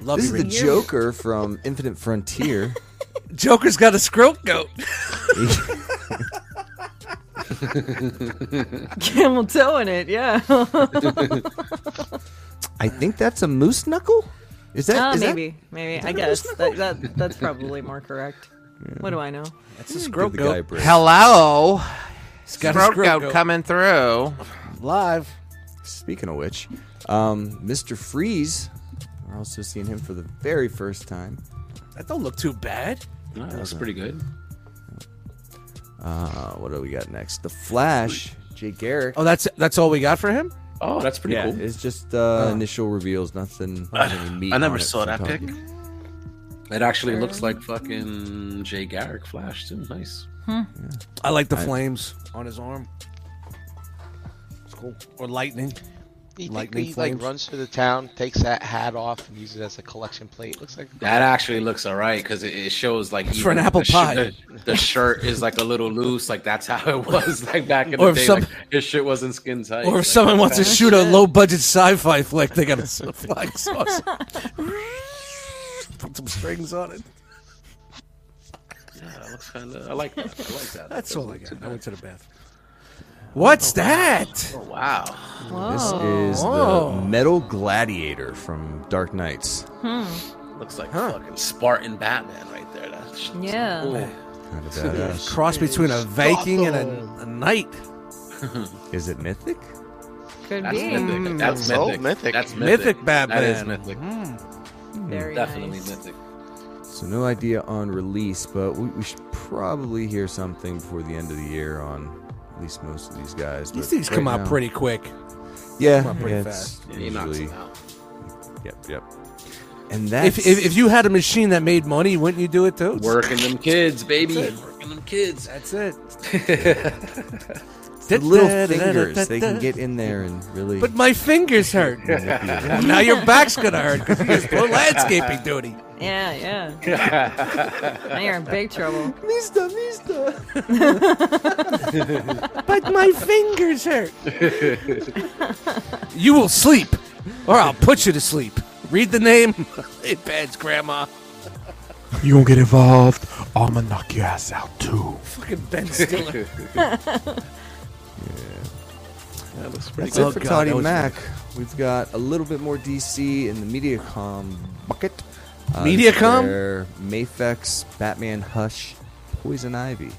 Speaker 6: Love
Speaker 2: This
Speaker 6: you,
Speaker 2: is the
Speaker 6: Ricky.
Speaker 2: Joker from Infinite
Speaker 10: (laughs)
Speaker 2: Frontier.
Speaker 6: Joker's got a scrope goat.
Speaker 3: (laughs) Camel toe in it. Yeah. (laughs)
Speaker 2: I think that's a moose knuckle. Is that?
Speaker 3: Uh,
Speaker 2: is that-
Speaker 3: maybe, maybe. I guess that, that that's probably more correct. What do I know?
Speaker 6: That's a scrope
Speaker 2: Give the guy a
Speaker 6: goat.
Speaker 2: break.
Speaker 4: Hello.
Speaker 6: He's got a
Speaker 4: Throat
Speaker 6: scrope
Speaker 4: goat
Speaker 6: goat.
Speaker 4: coming through.
Speaker 6: live.
Speaker 2: Speaking of which, um, Mr. Freeze. We're also seeing him for the very first time.
Speaker 6: That don't look too bad.
Speaker 1: No, that's pretty good.
Speaker 2: Uh, what do we got next? The Flash. Jay Garrick.
Speaker 6: Oh, that's that's all we got for him.
Speaker 1: Oh, that's pretty
Speaker 2: Yeah,
Speaker 1: cool.
Speaker 2: it's just uh, initial reveals, nothing. nothing
Speaker 1: (laughs)
Speaker 2: meat
Speaker 1: I never
Speaker 2: on it
Speaker 1: saw that
Speaker 2: from
Speaker 1: pic.
Speaker 2: Toddy.
Speaker 1: It actually looks like fucking Jay Garrick Flash too. Nice.
Speaker 6: I like the flames on his arm. It's cool. Or lightning.
Speaker 5: You think
Speaker 6: Lightning
Speaker 5: he like
Speaker 6: flames.
Speaker 5: runs through the town, takes that hat off, and uses it as a collection plate? Looks like
Speaker 1: That actually looks alright because it, it shows like
Speaker 6: for an
Speaker 1: even
Speaker 6: apple
Speaker 1: the shi-
Speaker 6: pie.
Speaker 1: the, the shirt is like a little loose. Like that's how it was (laughs) like back in the
Speaker 6: Or if
Speaker 1: day.
Speaker 6: some-
Speaker 1: like, his shit wasn't skin tight.
Speaker 6: Or
Speaker 1: Like,
Speaker 6: if someone wants to shoot a low budget sci fi flick, they got
Speaker 2: (laughs)
Speaker 6: a s- flying saucer. Put some strings on it.
Speaker 1: yeah, that looks kind of. I like that. I like that.
Speaker 6: That's all I got. I went to the bath. What's that?
Speaker 1: Oh, wow.
Speaker 2: This
Speaker 3: Whoa.
Speaker 2: is
Speaker 6: Oh.
Speaker 2: the Metal Gladiator from Dark Knights.
Speaker 1: Looks like fucking Spartan Batman right there. That shit's
Speaker 3: Yeah.
Speaker 1: cool.
Speaker 2: Kind of
Speaker 6: (laughs)
Speaker 2: badass.
Speaker 6: Cross between a Viking and a, a knight.
Speaker 2: Is it mythic?
Speaker 3: Could
Speaker 1: That's
Speaker 3: be.
Speaker 1: mythic. That's
Speaker 5: Oh,
Speaker 1: mythic.
Speaker 5: mythic.
Speaker 1: That's mythic.
Speaker 6: Mythic Batman.
Speaker 1: That is mythic.
Speaker 3: Very
Speaker 1: Definitely
Speaker 3: nice.
Speaker 1: mythic.
Speaker 2: So no idea on release, but we, we should probably hear something before the end of the year on at least most of these guys.
Speaker 6: These
Speaker 2: but
Speaker 6: things come
Speaker 2: right
Speaker 6: out
Speaker 2: now-
Speaker 6: pretty quick.
Speaker 2: yeah,
Speaker 6: out pretty
Speaker 2: yeah, it's
Speaker 6: fast.
Speaker 1: Yeah, he knocks
Speaker 2: usually,
Speaker 1: him out.
Speaker 2: yep, yep. And that's
Speaker 6: If, if, if you had a machine that made money, wouldn't you do it too?
Speaker 1: Working them kids, baby. Working them kids.
Speaker 2: (laughs)
Speaker 6: That's it.
Speaker 2: the little fingers, they can get in there and really.
Speaker 6: (laughs) But my
Speaker 2: (laughs)
Speaker 6: fingers hurt. Well, now your back's gonna hurt because you just put landscaping duty.
Speaker 3: Yeah, yeah.
Speaker 1: (laughs)
Speaker 3: now you're in big trouble.
Speaker 2: Mister, Mister.
Speaker 6: But my fingers hurt. you will sleep, or I'll put you to sleep. Read the name. (laughs) It bans grandma.
Speaker 12: You gonna get involved? I'm gonna knock your ass out too.
Speaker 6: Fucking Ben Stiller.
Speaker 4: That was pretty
Speaker 2: That's
Speaker 4: good.
Speaker 2: it for
Speaker 4: God,
Speaker 2: Toddy
Speaker 4: that was
Speaker 2: Mac. We've got a little bit more DC in the MediaCom bucket.
Speaker 4: Mediacom?
Speaker 2: their Mafex, Batman, Hush, Poison Ivy.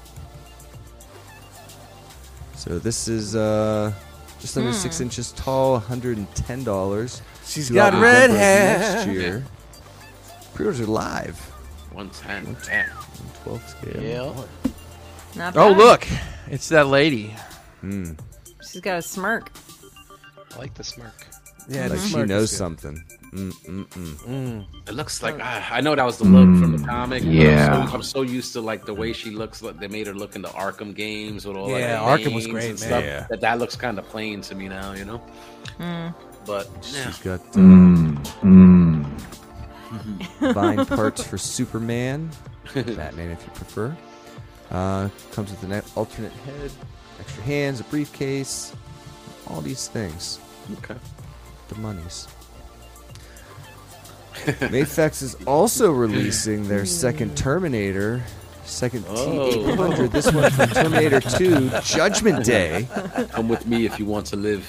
Speaker 2: So this is uh, just under
Speaker 6: Hmm.
Speaker 2: six inches tall, $110.
Speaker 6: She's
Speaker 2: Due out
Speaker 6: got
Speaker 2: in
Speaker 6: red
Speaker 2: November of
Speaker 6: hair.
Speaker 2: Next year. Pre-orders are live.
Speaker 1: 110.
Speaker 2: 12 scale.
Speaker 3: Not
Speaker 4: Oh
Speaker 3: bad.
Speaker 4: look, it's that lady.
Speaker 3: She's got a smirk.
Speaker 5: I like the smirk.
Speaker 4: Yeah, the
Speaker 2: like she
Speaker 4: smirk is
Speaker 2: knows
Speaker 4: good.
Speaker 2: something. Mm, mm, mm.
Speaker 1: It looks like ah, I know that was the look from the comic. but I'm
Speaker 2: Yeah.
Speaker 1: so- I'm so, used to like the way she looks. Like they made her look in the Arkham games with all
Speaker 6: Yeah,
Speaker 1: that.
Speaker 6: Arkham was great, man. Yeah.
Speaker 1: That that looks kind of plain to me now, you know.
Speaker 3: Mm.
Speaker 1: But yeah.
Speaker 2: She's got uh,
Speaker 13: Mm,
Speaker 2: Vine parts for Superman, Batman if you prefer. Uh, comes with an a- alternate head, extra hands, a briefcase, all these things.
Speaker 1: Okay.
Speaker 2: The monies. Mayfex is also releasing their second Terminator, second T800. This one from Terminator 2, Judgment Day.
Speaker 1: Come with me if you want to live.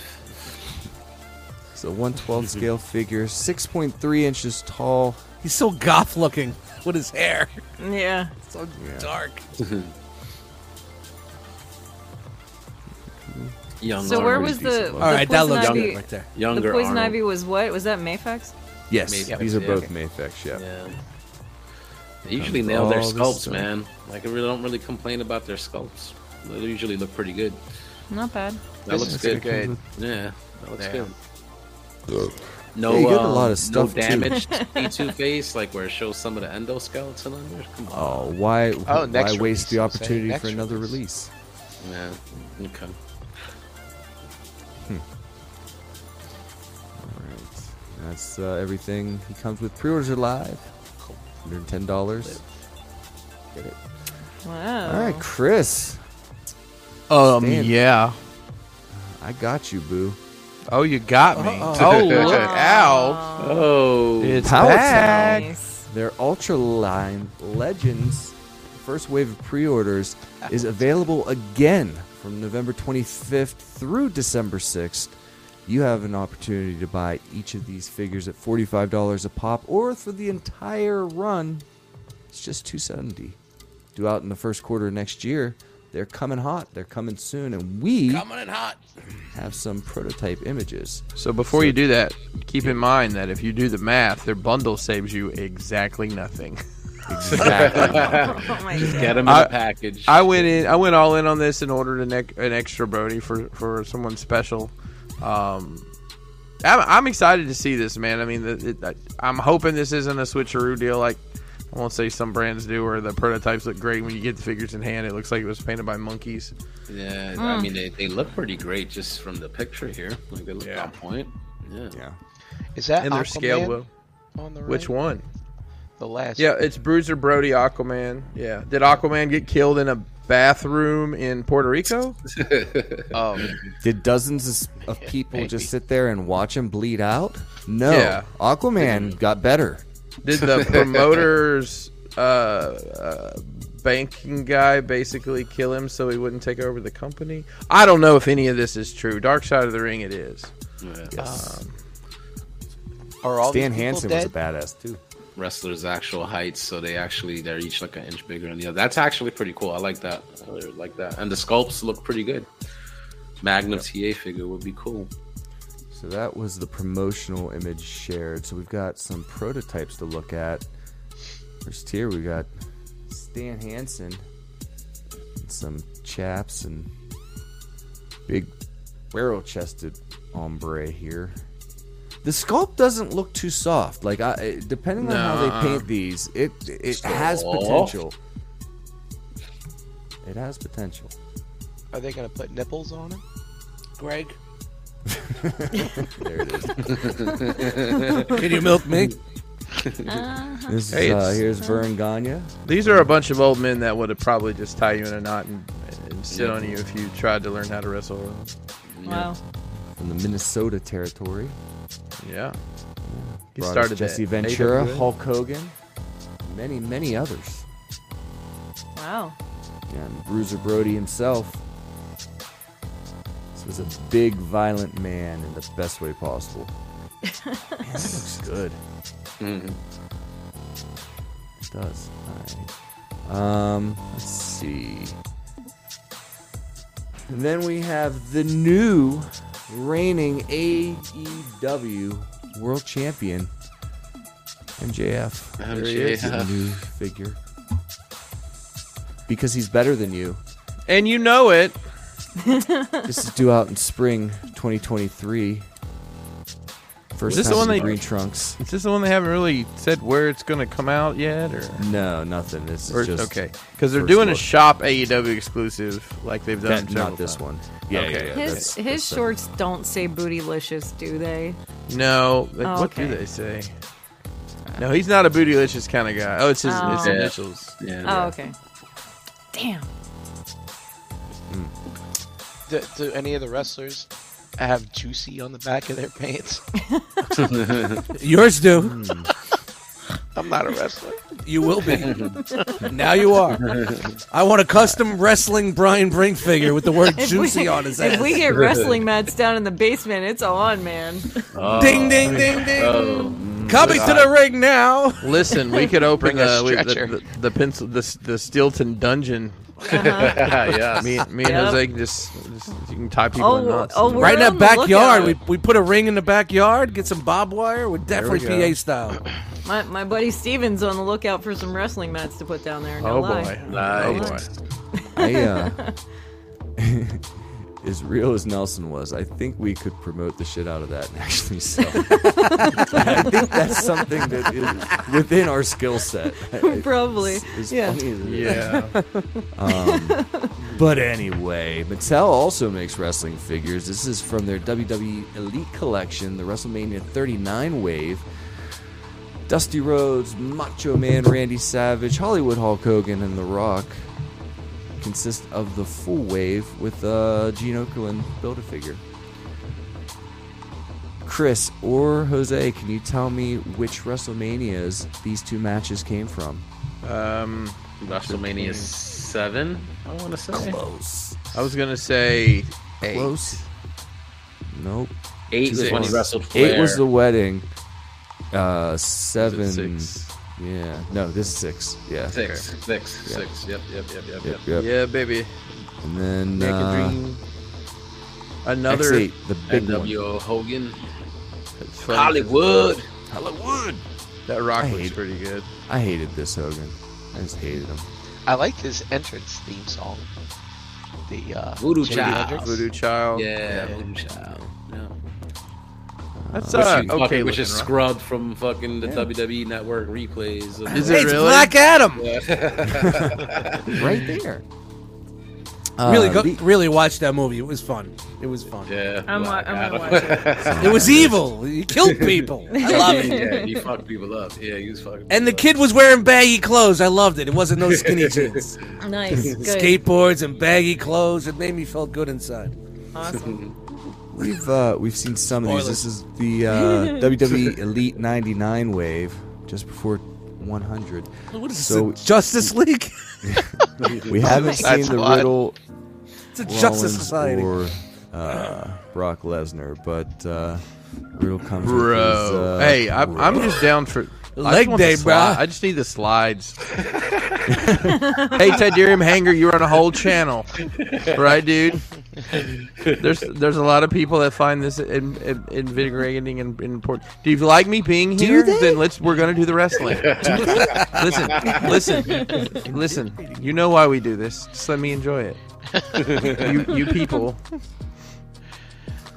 Speaker 2: So 112 scale figure, 6.3 inches tall.
Speaker 6: He's so goth looking with his hair.
Speaker 3: Yeah.
Speaker 6: So dark.
Speaker 1: Young.
Speaker 3: so where
Speaker 1: Army.
Speaker 3: was the, the
Speaker 6: All right, that
Speaker 3: poison
Speaker 6: looks
Speaker 3: ivy?
Speaker 6: good right there.
Speaker 1: Younger
Speaker 3: the poison
Speaker 1: Arnold.
Speaker 3: ivy was what? Was that Mayfax?
Speaker 2: Yes,
Speaker 1: Mayfex,
Speaker 2: these are
Speaker 1: yeah.
Speaker 2: both Mayfex, yeah.
Speaker 1: Yeah. They usually
Speaker 2: Comes
Speaker 1: nail their
Speaker 2: all this
Speaker 1: sculpts,
Speaker 2: stuff.
Speaker 1: man. Like I really don't really complain about their sculpts. They usually look pretty good.
Speaker 3: Not bad.
Speaker 1: That
Speaker 5: This
Speaker 1: looks
Speaker 5: is
Speaker 1: good.
Speaker 5: good.
Speaker 1: Yeah, that looks
Speaker 5: Yeah.
Speaker 1: good. No,
Speaker 2: Yeah, you get a
Speaker 1: um,
Speaker 2: lot of stuff, too.
Speaker 1: no damage to two face, like where it shows some of the endoskeleton on there. Come on.
Speaker 2: Oh, why,
Speaker 5: Oh,
Speaker 2: why
Speaker 5: next
Speaker 2: waste
Speaker 5: release,
Speaker 2: the
Speaker 5: I'm saying,
Speaker 2: opportunity
Speaker 5: next
Speaker 2: for another
Speaker 5: release.
Speaker 2: release?
Speaker 1: Yeah. Okay.
Speaker 2: Alright. That's uh, everything he comes with. Pre orders are live. $110. Get it.
Speaker 3: Wow.
Speaker 2: Alright, Chris.
Speaker 4: Um,
Speaker 2: Stan.
Speaker 4: yeah.
Speaker 2: I got you, boo.
Speaker 4: Oh, you got me.
Speaker 6: Uh-oh.
Speaker 4: (laughs) Oh, look out!
Speaker 1: Oh,
Speaker 4: It's
Speaker 2: Power
Speaker 1: (laughs)
Speaker 4: back.
Speaker 3: Nice.
Speaker 2: Their Ultra Line Legends first wave of pre orders is available again from November 25th through December 6th. You have an opportunity to buy each of these figures at $45 a pop or for the entire run. It's just 270 Due out in the first quarter of next year. They're coming hot. They're coming soon. And we
Speaker 6: Coming in hot.
Speaker 2: have some prototype images.
Speaker 4: So before you do that, keep in mind that if you do the math, their bundle saves you exactly nothing.
Speaker 1: (laughs)
Speaker 3: Oh my god.
Speaker 1: get them in
Speaker 4: I-
Speaker 1: the package.
Speaker 4: (laughs) I went in. I went all in on this and ordered an, ec- an extra Brody for for someone special. Um, I'm, I'm excited to see this, man. I mean, the, it, I, I'm hoping this isn't a switcheroo deal like I won't say some brands do, where the prototypes look great when you get the figures in hand. It looks like it was painted by monkeys.
Speaker 1: yeah, I mean they, they look pretty great just from the picture here. Like they look on point. Yeah.
Speaker 5: Is that
Speaker 4: And their
Speaker 5: Aquaman
Speaker 4: scale will.
Speaker 5: on the right?
Speaker 4: Which one?
Speaker 5: The last.
Speaker 4: Yeah, it's Bruiser Brody Aquaman. Yeah. Did Aquaman get killed in a bathroom in Puerto Rico?
Speaker 5: Oh,
Speaker 2: Did dozens of s- of people
Speaker 5: maybe.
Speaker 2: just sit there and watch him bleed out? No.
Speaker 4: Yeah.
Speaker 2: Aquaman got better.
Speaker 4: Did the promoters uh, uh, banking guy basically kill him so he wouldn't take over the company? I don't know if any of this is true. Dark Side of the Ring, it is.
Speaker 1: Yeah.
Speaker 5: are Um, all
Speaker 2: Dan
Speaker 5: these people
Speaker 2: Hansen was
Speaker 5: dead?
Speaker 2: a badass too.
Speaker 1: Wrestlers' actual heights, so they actually they're each like an inch bigger than the other. That's actually pretty cool. I like that. I really like that. And the sculpts look pretty good. Magnum TA figure would be cool.
Speaker 2: So that was the promotional image shared. So we've got some prototypes to look at. First here we got Stan Hansen, and some chaps and big barrel-chested ombre here. The sculpt doesn't look too soft. Like I, it- depending on how
Speaker 4: Nah.
Speaker 2: they paint these, it it has
Speaker 1: Soft.
Speaker 2: potential. It has potential.
Speaker 5: Are they gonna put nipples on him?
Speaker 6: Greg,
Speaker 2: There it is.
Speaker 6: can you milk me?
Speaker 3: Uh-huh.
Speaker 2: This is,
Speaker 4: Hey,
Speaker 2: uh,
Speaker 4: it's-
Speaker 2: here's Vern Gagne.
Speaker 4: These are a bunch of old men that would have probably just tie you in a knot and, and sit on you if you tried to learn how to wrestle.
Speaker 3: Wow.
Speaker 2: from the Minnesota territory.
Speaker 4: Yeah. He
Speaker 2: Brought us
Speaker 4: started
Speaker 2: Jesse
Speaker 4: that
Speaker 2: Ventura,
Speaker 4: AWA.
Speaker 2: Hulk Hogan, many, many others.
Speaker 3: Wow.
Speaker 2: And Bruiser Brody himself. So was a big, violent man in the best way possible. Man, that looks good. It does. All right. Um, let's see. And then we have the new reigning AEW World Champion, MJF. There he is, a
Speaker 1: MJF.
Speaker 2: new figure. Because he's better than you.
Speaker 4: And you know it.
Speaker 2: This is due out in spring 2023.
Speaker 4: Is
Speaker 2: First
Speaker 4: this the
Speaker 2: time
Speaker 4: one
Speaker 2: in
Speaker 4: they-
Speaker 2: green trunks.
Speaker 4: Is this the one they haven't really said where it's going to come out yet, or,
Speaker 2: No, nothing. This is
Speaker 4: or
Speaker 2: just
Speaker 4: okay? Because they're
Speaker 2: first
Speaker 4: doing a
Speaker 2: look.
Speaker 4: shop AEW exclusive, like they've done.
Speaker 2: That-
Speaker 4: several
Speaker 2: not this
Speaker 4: times.
Speaker 2: one. Yeah,
Speaker 4: okay.
Speaker 2: yeah, yeah.
Speaker 3: His (laughs)
Speaker 2: that's-
Speaker 3: his
Speaker 2: that's, uh,
Speaker 3: shorts don't say bootylicious, do they?
Speaker 4: No, like,
Speaker 3: Oh,
Speaker 4: what do
Speaker 3: okay.
Speaker 4: they say? No, he's not a bootylicious kind of guy. Oh, it's his it's
Speaker 3: Oh.
Speaker 4: initials.
Speaker 3: Oh, okay. Damn.
Speaker 5: Do, do any of the wrestlers have juicy on the back of their pants? (laughs)
Speaker 6: Yours
Speaker 4: Hmm.
Speaker 6: do.
Speaker 5: I'm not a wrestler.
Speaker 6: You
Speaker 4: (laughs)
Speaker 6: will be. now you are. I want a custom wrestling Brian Brink figure with the word juicy on his
Speaker 3: (laughs)
Speaker 6: ass.
Speaker 3: If we
Speaker 6: (laughs)
Speaker 3: get wrestling mats down in the basement, it's on, man.
Speaker 6: ding, ding, ding,
Speaker 4: Oh,
Speaker 6: ding.
Speaker 4: mm.
Speaker 6: Coming to
Speaker 4: God.
Speaker 6: the ring now.
Speaker 4: Listen, we
Speaker 3: (laughs)
Speaker 4: could open
Speaker 5: Bring a
Speaker 4: the, we- the-
Speaker 5: stretcher.
Speaker 4: the, the, pencil the, s- the Steelton dungeon. (laughs)
Speaker 2: (laughs)
Speaker 1: yeah.
Speaker 4: Me, me and
Speaker 3: Uh-huh. Yep.
Speaker 4: Jose can just, just you can tie people in
Speaker 3: Oh,
Speaker 4: knots.
Speaker 3: oh, we're
Speaker 6: right in
Speaker 3: on the
Speaker 6: that backyard, we,
Speaker 3: lookout.
Speaker 6: we put a ring in the backyard, get some bob wire, we're definitely
Speaker 4: we go.
Speaker 6: PA style.
Speaker 3: My, my buddy Steven's on the lookout for some wrestling mats to put down there. No
Speaker 4: oh
Speaker 3: lie.
Speaker 4: boy, oh
Speaker 1: Nice.
Speaker 4: boy.
Speaker 2: I, uh, (laughs) as real as Nelson was, I think we could promote the shit out of that and actually sell.
Speaker 3: (laughs)
Speaker 2: it. I think that's something that is within our skill set.
Speaker 3: (laughs) Probably.
Speaker 2: As
Speaker 3: Yeah.
Speaker 2: funny as it is.
Speaker 4: Yeah.
Speaker 2: But anyway, Mattel also makes wrestling figures. This is from their WWE Elite Collection, the WrestleMania 39 wave. Dusty Rhodes, Macho Man Randy Savage, Hollywood Hulk Hogan, and The Rock consist of the full wave with uh, Gene Okerlund build a figure. Chris or Jose, can you tell me which WrestleManias these two matches came from?
Speaker 4: Um, hmm.
Speaker 1: WrestleMania seven, I want to say.
Speaker 2: Close.
Speaker 4: I was gonna say eight.
Speaker 2: Close. Nope.
Speaker 1: Eight was when he
Speaker 2: Six.
Speaker 1: wrestled
Speaker 2: Eight
Speaker 1: Flair.
Speaker 2: was the wedding. Uh,
Speaker 1: Was it
Speaker 2: seven.
Speaker 1: Six.
Speaker 2: Yeah. No, this is six. Yeah.
Speaker 1: Six, six, six. Yep, yep, yep, yep,
Speaker 2: Yep.
Speaker 1: yep.
Speaker 2: Yep.
Speaker 4: Yeah, baby.
Speaker 2: And then
Speaker 4: Make
Speaker 2: uh,
Speaker 4: a dream. Another
Speaker 2: X8, the big one.
Speaker 1: NWO Hogan,
Speaker 4: It's funny 'cause
Speaker 1: Hollywood.
Speaker 4: That rock
Speaker 2: I
Speaker 4: looks
Speaker 2: hate-
Speaker 4: pretty good.
Speaker 2: I hated this Hogan. I just hated him.
Speaker 5: I like his entrance theme song. The uh,
Speaker 1: Voodoo
Speaker 5: Jimi
Speaker 1: Child.
Speaker 5: Hendrix.
Speaker 4: Voodoo Child.
Speaker 1: Yeah, Hogan Child. Yeah.
Speaker 4: That's
Speaker 1: Which,
Speaker 4: uh,
Speaker 1: is fucking-
Speaker 4: okay.
Speaker 1: which is
Speaker 4: looking rock.
Speaker 1: scrubbed from fucking the WWE Network replays. of-
Speaker 4: Is it
Speaker 6: (laughs) It's
Speaker 4: really?
Speaker 6: Black Adam.
Speaker 2: Right there.
Speaker 6: really,
Speaker 2: Uh,
Speaker 6: go,
Speaker 2: the-
Speaker 6: really watch that movie. It was fun. It was fun.
Speaker 1: Yeah,
Speaker 3: I'm, wa-
Speaker 1: Black
Speaker 3: I'm
Speaker 1: Adam. (laughs)
Speaker 3: gonna watch it.
Speaker 6: It was evil. He (laughs) killed people. I love it.
Speaker 1: yeah, he fucked people up. Yeah, he was fucking.
Speaker 6: And the
Speaker 1: people
Speaker 6: kid was wearing baggy clothes. I loved it. It wasn't no (laughs) skinny jeans.
Speaker 3: Nice. Good.
Speaker 6: Skateboards and baggy clothes. It made me feel good inside.
Speaker 1: Mm-hmm.
Speaker 3: Awesome.
Speaker 2: We've uh, we've seen some of these. This is the uh,
Speaker 4: (laughs)
Speaker 2: WWE Elite '99 wave, just
Speaker 4: (laughs)
Speaker 2: before 100.
Speaker 6: What is
Speaker 2: So-
Speaker 6: this? the Justice League? (laughs)
Speaker 2: We haven't seen
Speaker 5: That's
Speaker 2: the
Speaker 5: odd.
Speaker 2: Riddle
Speaker 6: it's a Justice
Speaker 2: Rollins
Speaker 6: Society.
Speaker 2: or uh, Brock Lesnar, but uh, Riddle comes with
Speaker 4: Bro,
Speaker 2: his, uh,
Speaker 4: hey, I'm, I'm
Speaker 2: bro.
Speaker 4: just down for I
Speaker 6: Leg
Speaker 4: just want the
Speaker 6: day, bro.
Speaker 4: sli- I just need the slides. (laughs) hey, Ted Durium Hanger, you're on a whole channel, right, dude? There's there's a lot of people that find this in, in, invigorating and important. Do you like me being here? Then let's we're gonna do the wrestling. listen, listen, listen. You know why we do this? Just let me enjoy it. you you people.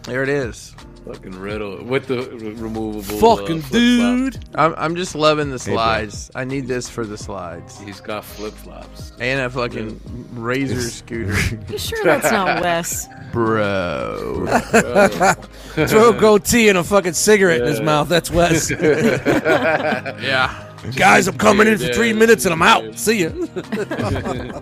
Speaker 4: There it is.
Speaker 1: fucking riddle with the r- removable.
Speaker 6: Fucking
Speaker 1: uh, flip-flop.
Speaker 6: dude.
Speaker 4: I'm, I'm just loving the slides. I need this for the slides.
Speaker 1: He's got flip flops.
Speaker 4: And a fucking razor scooter.
Speaker 3: You sure that's not Wes?
Speaker 4: Bro.
Speaker 6: Throw a goatee and a fucking cigarette in his mouth. That's (laughs)
Speaker 4: (laughs)
Speaker 6: Wes.
Speaker 4: Yeah.
Speaker 6: Guys, I'm coming in for three minutes and I'm out.
Speaker 2: (laughs)
Speaker 6: See ya. (laughs)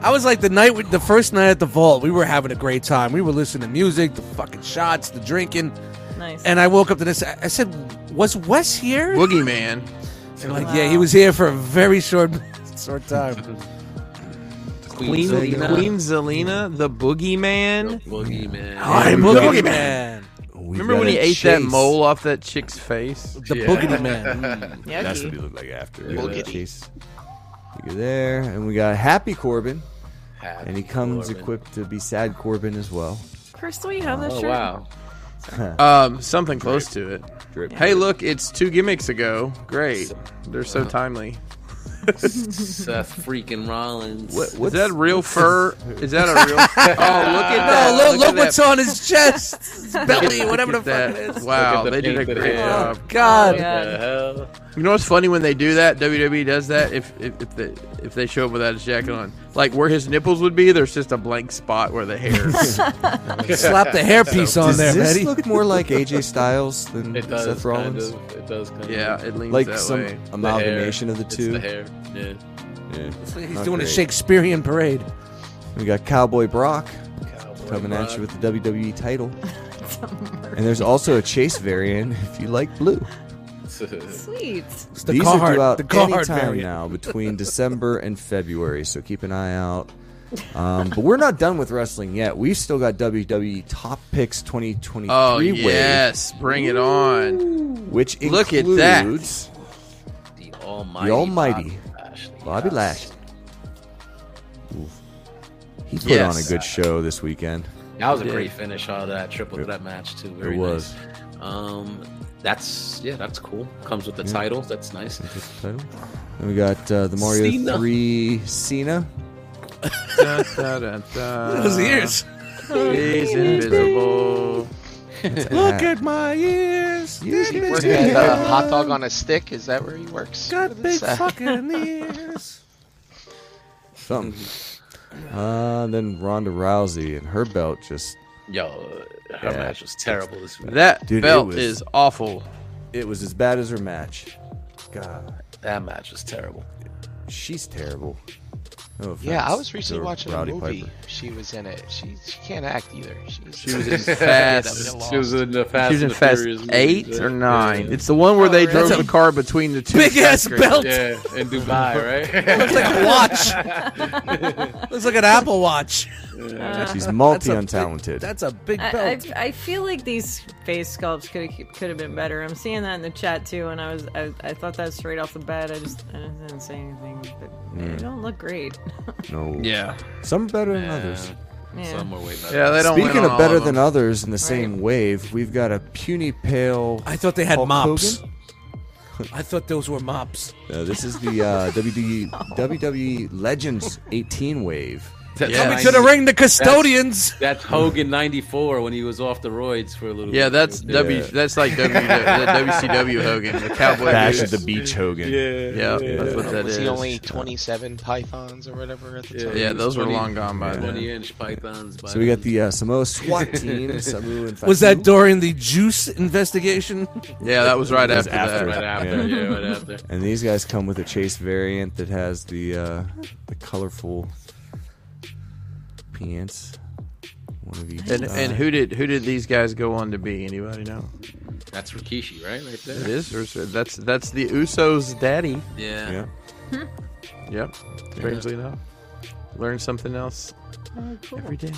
Speaker 6: I was like the night, with- the first night at the vault. We were having a great time. We were listening to music, the fucking shots, the drinking,
Speaker 3: Nice.
Speaker 6: and I woke up to this. I I said, "Was Wes here?"
Speaker 4: Boogie Man.
Speaker 6: (laughs) And like, yeah, he was here for a very short, short time.
Speaker 4: Queen Zelina, Queen Zelina the boogeyman.
Speaker 1: Boogeyman.
Speaker 4: I'm the boogeyman.
Speaker 2: We
Speaker 4: Remember when he
Speaker 2: gotta
Speaker 4: ate that
Speaker 2: chase-
Speaker 4: mole off that chick's face?
Speaker 6: The
Speaker 2: Yeah. (laughs)
Speaker 6: boogeyman.
Speaker 3: Yucky.
Speaker 2: That's what he looked like after. We
Speaker 5: Boogity.
Speaker 2: gotta chase- You're there, and we got Happy Corbin,
Speaker 1: Happy
Speaker 2: and he comes
Speaker 1: Corbin.
Speaker 2: equipped to be Sad Corbin as well.
Speaker 3: Chris, do we have that
Speaker 1: Oh
Speaker 3: shirt?
Speaker 1: wow.
Speaker 4: Um, something close to it.
Speaker 2: Drip.
Speaker 4: Hey, look, it's two gimmicks ago. Great, they're so timely.
Speaker 1: Seth freaking Rollins.
Speaker 2: What-
Speaker 4: Is
Speaker 2: what's-
Speaker 4: that real
Speaker 6: (laughs)
Speaker 4: fur? Is that a real? oh, look at that!
Speaker 6: Oh, look,
Speaker 4: at that.
Speaker 6: look what's on his chest, his belly, whatever
Speaker 4: (laughs)
Speaker 6: the
Speaker 4: Look at
Speaker 6: fuck it
Speaker 4: that.
Speaker 6: is.
Speaker 4: Wow,
Speaker 1: Look at
Speaker 4: they
Speaker 1: the
Speaker 4: did a
Speaker 1: painted
Speaker 4: great
Speaker 1: hair.
Speaker 4: job.
Speaker 6: God.
Speaker 1: the hell?
Speaker 4: You know what's funny when they do that? WWE does that if if if they, if they show up without his jacket on, like where his nipples would be, there's just a blank spot where the hair.
Speaker 2: (laughs)
Speaker 6: Slap the hairpiece on
Speaker 2: Does
Speaker 6: there,
Speaker 2: this
Speaker 6: Betty.
Speaker 2: look more like AJ Styles than
Speaker 1: (laughs) It does.
Speaker 2: Seth Rollins?
Speaker 1: Kind of, it does. Kind
Speaker 4: yeah,
Speaker 1: Of.
Speaker 4: it leans
Speaker 2: Like
Speaker 4: that
Speaker 2: some
Speaker 4: way.
Speaker 1: The hair.
Speaker 2: amalgamation of the
Speaker 1: It's
Speaker 2: two.
Speaker 1: the hair. Yeah.
Speaker 2: Yeah.
Speaker 6: He's
Speaker 2: Not
Speaker 6: doing a
Speaker 2: great.
Speaker 6: Shakespearean parade.
Speaker 2: We got Cowboy Brock
Speaker 1: Cowboy
Speaker 2: coming
Speaker 1: Brock.
Speaker 2: at you with the WWE title. and there's also a chase variant (laughs) if you like blue.
Speaker 3: Sweet.
Speaker 6: It's the
Speaker 2: These
Speaker 6: Carhartt-
Speaker 2: are due out
Speaker 6: the Carhartt
Speaker 2: anytime
Speaker 6: variant.
Speaker 2: now between December and February, so keep an eye out. Um, but we're not done with wrestling yet. We've still got WWE Top Picks 2023
Speaker 4: Oh
Speaker 2: wave,
Speaker 4: yes, bring it on!
Speaker 2: which
Speaker 4: Look at that.
Speaker 2: includes
Speaker 1: (laughs) the Almighty.
Speaker 2: The Almighty.
Speaker 1: Bobby Lashley.
Speaker 2: Bobby
Speaker 1: Yes.
Speaker 2: Lashley. Oof. He put
Speaker 4: Yes.
Speaker 2: on a good show this weekend.
Speaker 1: That was a
Speaker 4: Yeah.
Speaker 1: great finish out of that triple threat match too. Very
Speaker 2: it was.
Speaker 1: Nice. Um, that's yeah, that's cool. Comes with the title. That's nice.
Speaker 2: Title. And we got uh, the Mario
Speaker 1: Cena.
Speaker 2: 3 Cena.
Speaker 4: Da, da, da, da.
Speaker 2: Uh,
Speaker 6: Those ears.
Speaker 2: (laughs)
Speaker 4: He's invisible.
Speaker 6: Look at my ears.
Speaker 2: You
Speaker 6: They're
Speaker 5: Work
Speaker 6: big.
Speaker 5: at uh, Hot Dog on a Stick. Is that where he works?
Speaker 6: Got
Speaker 5: What is
Speaker 6: big
Speaker 4: (laughs)
Speaker 5: that?
Speaker 6: fucking ears.
Speaker 2: Something. Uh, then Ronda Rousey and her belt just
Speaker 1: Yo, her
Speaker 2: Yeah.
Speaker 1: match was terrible this week.
Speaker 4: That
Speaker 2: Dude, it
Speaker 4: belt
Speaker 2: was-
Speaker 4: is awful.
Speaker 2: it was as bad as her match. God,
Speaker 1: That match was terrible.
Speaker 2: she's terrible. No
Speaker 5: Yeah, I
Speaker 2: offense
Speaker 5: was recently
Speaker 2: to
Speaker 5: watching
Speaker 2: Rowdy
Speaker 5: a movie.
Speaker 2: Piper.
Speaker 5: She was in it. She she can't act either. She's,
Speaker 4: She
Speaker 1: (laughs)
Speaker 4: was in Fast.
Speaker 1: She was in the Fast,
Speaker 4: She was in
Speaker 1: and the
Speaker 4: Fast
Speaker 1: Furious
Speaker 4: Eight
Speaker 1: movies,
Speaker 4: or
Speaker 1: right?
Speaker 4: Nine. It's the one where they drove
Speaker 6: That's a
Speaker 4: the car between the two.
Speaker 6: Big ass
Speaker 4: skyscrapers.
Speaker 6: belt.
Speaker 1: Yeah, in
Speaker 2: (laughs)
Speaker 1: Dubai, right?
Speaker 6: Looks like
Speaker 4: (laughs)
Speaker 6: a watch. Looks like an Apple Watch.
Speaker 5: Uh,
Speaker 2: She's
Speaker 6: That's a big-
Speaker 2: multi-untalented.
Speaker 6: That's a big belt.
Speaker 3: I, I, I feel like these face sculpts could have could have been better. I'm seeing that in the chat too, and I was I, I thought that straight off the bat. I just I didn't say anything, but
Speaker 4: Hmm.
Speaker 3: they don't look great.
Speaker 2: no,
Speaker 4: Yeah,
Speaker 2: some better than others.
Speaker 3: Yeah.
Speaker 1: Some were way better.
Speaker 4: yeah. They don't.
Speaker 2: Speaking
Speaker 4: win on
Speaker 2: of
Speaker 4: all
Speaker 2: better
Speaker 4: of
Speaker 2: than
Speaker 4: them.
Speaker 2: others in the same wave, we've got a puny pale.
Speaker 6: I thought they had
Speaker 2: Hulk
Speaker 6: mops.
Speaker 2: Hogan?
Speaker 6: (laughs) I thought those were mops.
Speaker 2: No, this is the uh, WWE, WWE E Legends 18 wave.
Speaker 1: That's
Speaker 4: Yeah.
Speaker 6: We should have
Speaker 1: 90
Speaker 6: ringed the custodians.
Speaker 1: That's Hogan '94 when he was off the roids for a little.
Speaker 4: Yeah,
Speaker 1: bit.
Speaker 4: that's
Speaker 1: Yeah.
Speaker 4: W.
Speaker 2: Yeah.
Speaker 4: That's like W. that WCW Hogan, the cowboy.
Speaker 2: Bash
Speaker 4: boots.
Speaker 2: at the beach, Hogan.
Speaker 4: Yeah, that's what that
Speaker 5: was
Speaker 4: is.
Speaker 5: he only 27 pythons or whatever at the time?
Speaker 4: yeah, those were long gone by. then.
Speaker 1: twenty-inch pythons. By
Speaker 2: So we got
Speaker 1: then.
Speaker 2: the uh,
Speaker 4: (laughs)
Speaker 2: Samoa SWAT team. Samu and
Speaker 6: Was
Speaker 2: Fatu.
Speaker 6: that during the juice investigation?
Speaker 4: Yeah, that was right
Speaker 2: That was
Speaker 4: after,
Speaker 2: after
Speaker 4: that.
Speaker 1: right after. Yeah, right after.
Speaker 2: And these guys come with a chase variant that has the uh, the colorful pants. One of each.
Speaker 4: And, and who did who did these guys go on to be? Anybody know?
Speaker 1: That's Rikishi, right? Right
Speaker 4: It
Speaker 1: there.
Speaker 4: is or is it- that's that's the Usos' daddy.
Speaker 1: Yeah.
Speaker 2: Uh, Yeah.
Speaker 4: Yep. Strangely enough, learn something else every day.